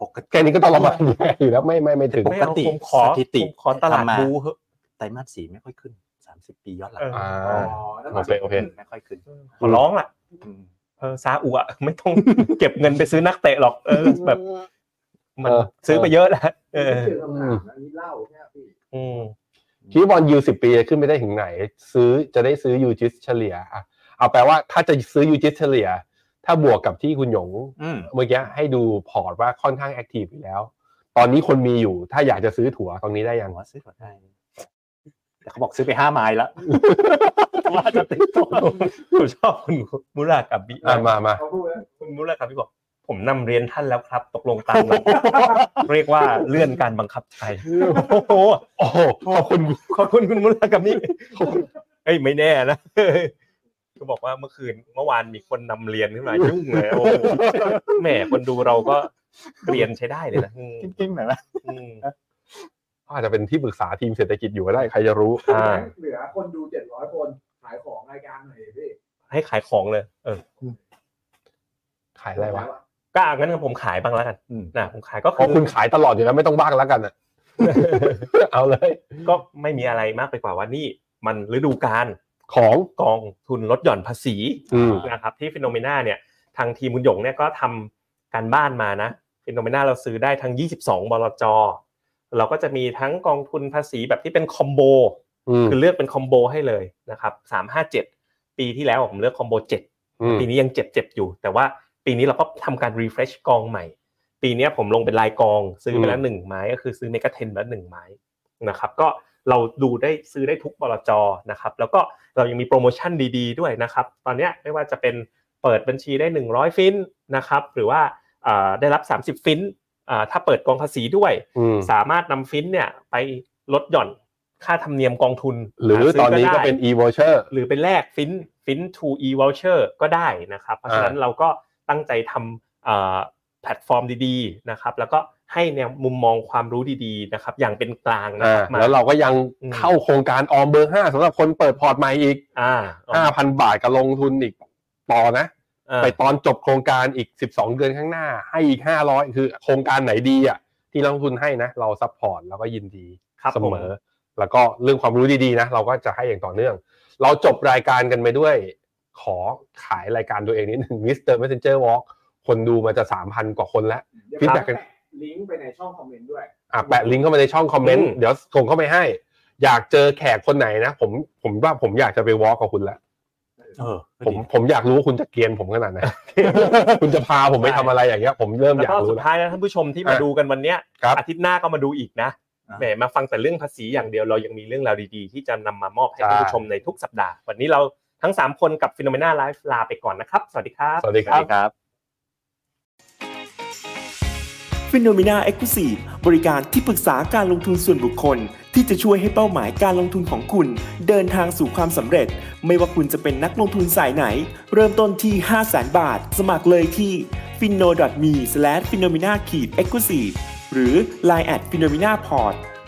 [SPEAKER 5] ปกติ
[SPEAKER 2] แค่นี้ก็ต้องระวังอยู่แล้วอยู่แล้วไม่ไม่ไม่ถึง
[SPEAKER 5] ปกติ
[SPEAKER 3] ไม่เอาผมขอ
[SPEAKER 5] สถิติ
[SPEAKER 3] ผมขอตลาด
[SPEAKER 5] ทำมา
[SPEAKER 3] บูเหอะ
[SPEAKER 5] ไตรมาสสี่ไม่ค่อยขึ้นสามสิบปีย้อนหลัง
[SPEAKER 3] เออ
[SPEAKER 2] อ่า
[SPEAKER 6] อ๋อนั่นห
[SPEAKER 2] โอ
[SPEAKER 6] มาย
[SPEAKER 2] เคโอเค
[SPEAKER 5] ไม่ค่อยขึ้น
[SPEAKER 3] ขอร้องล่ะ
[SPEAKER 5] อืม
[SPEAKER 3] เออซาอุอะ [laughs] ไม่ต้อง เก็บเงินไปซื้อนักเตะหรอกเออแบบ มัน
[SPEAKER 2] เออ
[SPEAKER 3] ซื้อไปเยอะแล้วเออ
[SPEAKER 6] เจอคำถามอันนี้เล่าแค่พี่
[SPEAKER 3] อืม
[SPEAKER 2] คิดว่าบอลยูสิบปีจะขึ้นไปได้ถึงไหน ซื้อจะได้ซื้อยูจิสเฉลี่ยอ่ะเอาแปลว่าถ้าจะซื้อยูจิสเฉลี่ย ถ้าบวกกับที่คุณหยง
[SPEAKER 5] อืม
[SPEAKER 2] เมื่อกี้ให้ดูพอร์ตว่าค่อนข้างแอคทีฟอยู่แล้ว ตอนนี้คนมีอยู่ ถ้าอยากจะซื้อถั่วตรงนี้ได้ยัง
[SPEAKER 5] ผมว่าซื้อก่อนได้ แต่เขาบอกซื้อไปห้าไม้แล้ว ว่าจะติดตัว
[SPEAKER 3] ผมชอบคุณมุรากับบิ
[SPEAKER 2] อ่ะมามา
[SPEAKER 6] เขาพูดแล้ว
[SPEAKER 3] คุณมุรากับบิบอก ผมนำเรียนท่านแล้วครับ ตกลงตามหลั
[SPEAKER 2] [laughs]
[SPEAKER 3] กเรียกว่าเลื่อนการบังคับใช้โอ้โห
[SPEAKER 2] โอ้โหขอบคุณ
[SPEAKER 3] ขอบคุณคุณมุรากับบิเอ้ยไม่แน่นะ [laughs] ก็บอกว่าเมื่อคืนเมื่อวานมีคนนำเรียนขึ้นมายุ่งเลยโอ้โห แหมคนดูเราก็เรียนใช้ได้เลยนะอืม
[SPEAKER 5] จริงๆหน่อยไหม
[SPEAKER 3] อืม
[SPEAKER 2] อาจจะเป็นที่ปรึกษาทีมเศรษฐกิจอยู่ก็ได้ใครจะรู้
[SPEAKER 3] อ่า
[SPEAKER 6] เหลือคนดูเจ็ดร้อยคนขายของรายการหน่อยพี่
[SPEAKER 3] ให้ขายของเลย เออ
[SPEAKER 2] ขายอะไรวะ
[SPEAKER 3] ก็อ่ะงั้นผมขายบ้างแล้วกัน
[SPEAKER 5] อืม
[SPEAKER 3] นะผมขายก็
[SPEAKER 2] พอคุณขายตลอดอยู่แล้วไม่ต้องบ้างแล้วกันอ่ะ เอาเลย
[SPEAKER 3] ก็ไม่มีอะไรมากไปกว่าว่านี่มันฤดูกาล
[SPEAKER 2] ของ
[SPEAKER 3] กองทุนลดหย่อนภาษี
[SPEAKER 2] อืม
[SPEAKER 3] นะครับที่ฟิโนเมนาเนี่ยทางทีมคุณหยงเนี่ยก็ทำการบ้านมานะฟิโนเมนาเราซื้อได้ทั้ง 22 บลจ เราก็จะมีทั้งกองทุนภาษีแบบที่เป็นคอมโบ
[SPEAKER 2] อืม
[SPEAKER 3] คือเลือกเป็นคอมโบให้เลยนะครับสามห้าเจ็ดปีที่แล้วผมเลือกคอมโบเจ็ด
[SPEAKER 2] อืม
[SPEAKER 3] ปีนี้ยังเจ็บเจ็บอยู่ แต่ว่าปีนี้เราก็ทำการ refresh กองใหม่ ปีเนี้ยผมลงเป็นลายกอง ซื้อไปแล้วหนึ่งไม้ก็คือซื้อเมกาเทนแล้วหนึ่งไม้นะครับ ก็เราดูได้ซื้อได้ทุกบลจนะครับ แล้วก็เรายังมีโปรโมชั่นดีๆด้วยนะครับ ตอนเนี้ยไม่ว่าจะเป็นเปิดบัญชีได้ 100 ฟินนะครับ หรือว่าเอ่อได้รับ 30 ฟินอ่าถ้าเปิดกองภาษีด้วย
[SPEAKER 2] อืม
[SPEAKER 3] สามารถนำฟินเนี่ยไปลดหย่อนค่าธรรมเนียมกองทุน
[SPEAKER 2] หรือ
[SPEAKER 3] ซื้
[SPEAKER 2] ตอนนี้ก็
[SPEAKER 3] ได้
[SPEAKER 2] เป็น e voucher
[SPEAKER 3] หรือเป็นแลกฟินฟิน to e voucher ก็ได้นะครับ เพราะฉะนั้นเราก็ตั้งใจทำเอ่อแพลตฟอร์มดีๆนะครับแล้วก็ให้แนวมุมมองความรู้ดีๆนะครับอย่างเป็นกลางนะ
[SPEAKER 2] อ่า
[SPEAKER 3] ครับมา
[SPEAKER 2] แล้วเราก็ยัง
[SPEAKER 3] อืม
[SPEAKER 2] เข้าโครงการออมเบอร์ห้าสำหรับคนเปิดพอร์ตใหม่อีก
[SPEAKER 3] อ่า
[SPEAKER 2] 5,000 บาทกับลงทุนอีกต่อนะ
[SPEAKER 3] อ่า
[SPEAKER 2] ไปตอนจบโครงการอีก 12 เดือนข้างหน้า ให้อีก 500 คือโครงการไหนดีอ่ะที่นักลงทุนให้นะ เราซัพพอร์ตแล้วก็ยินดี
[SPEAKER 3] ครับ
[SPEAKER 2] เส
[SPEAKER 3] ผม
[SPEAKER 2] อ แล้วก็เรื่องความรู้ดีๆนะ เราก็จะให้อย่างต่อเนื่อง เราจบรายการกันไปด้วย ขอขายรายการตัวเองนิดหนึ่ง Mr. Messenger Walk คนดูมาจะ 3,000 กว่าคนแล้ว
[SPEAKER 6] เดี๋ยว
[SPEAKER 2] ฟีด
[SPEAKER 6] ผม
[SPEAKER 2] แบ็กกัน
[SPEAKER 6] แปะลิงก์ไปในช่องคอมเมนต์ด้วย
[SPEAKER 2] อ่ะแปะลิงก์เข้ามาในช่องคอมเมนต์ เดี๋ยวส่งเข้าไปให้ อยากเจอแขกคนไหนนะ ผมผมว่าผมอยากจะไปวอล์กกับคุณละ
[SPEAKER 3] เออ
[SPEAKER 2] ผ
[SPEAKER 3] ก็
[SPEAKER 2] ม
[SPEAKER 3] ดี
[SPEAKER 2] ผมอยากรู้ว่าคุณจะเกรียนผมขนาดไหน คุณจะพาผมไปทำอะไรอย่างเงี้ย ผมเริ่ม
[SPEAKER 3] แล้วย
[SPEAKER 2] อาก
[SPEAKER 3] ก็
[SPEAKER 2] รู้
[SPEAKER 3] สุด
[SPEAKER 2] แล้ว
[SPEAKER 3] ท้ายนะท่านผู้ชมที่มา
[SPEAKER 2] อ่ะ
[SPEAKER 3] ดูกันวันเนี้ย
[SPEAKER 2] ครับ
[SPEAKER 3] อาทิตย์หน้าก็มาดูอีกนะ
[SPEAKER 5] อ่ะ
[SPEAKER 3] แหมมาฟังแต่เรื่องภาษีอย่างเดียวเรายังมีเรื่องราวดีๆ ที่จะนำมามอบให้ท่านผู้ชมในทุกสัปดาห์ วันนี้เราทั้ง 3 คนกับฟิโนเมนาไลฟ์ลาไปก่อนนะครับ สวัสดีครับ
[SPEAKER 2] สวัสดี
[SPEAKER 5] ส
[SPEAKER 2] ค
[SPEAKER 5] วั
[SPEAKER 2] รั
[SPEAKER 5] ส
[SPEAKER 2] บ
[SPEAKER 5] ดีครับ
[SPEAKER 7] f i n o m e n a e x c l u s i v e บริการที่ปรึกษาการลงทุนส่วนบุคคล ที่จะช่วยให้เป้าหมายการลงทุนของคุณ เดินทางสู่ความสำเร็จ ไม่ว่าคุณจะเป็นนักลงทุนสายไหน เริ่มต้นที่ 5 0 0 0 0 0 บาท สมัครเลยที่ f i n o m e f i n o m e n a e x c l u s i v e หรือ line at f i n o m e n a p o r t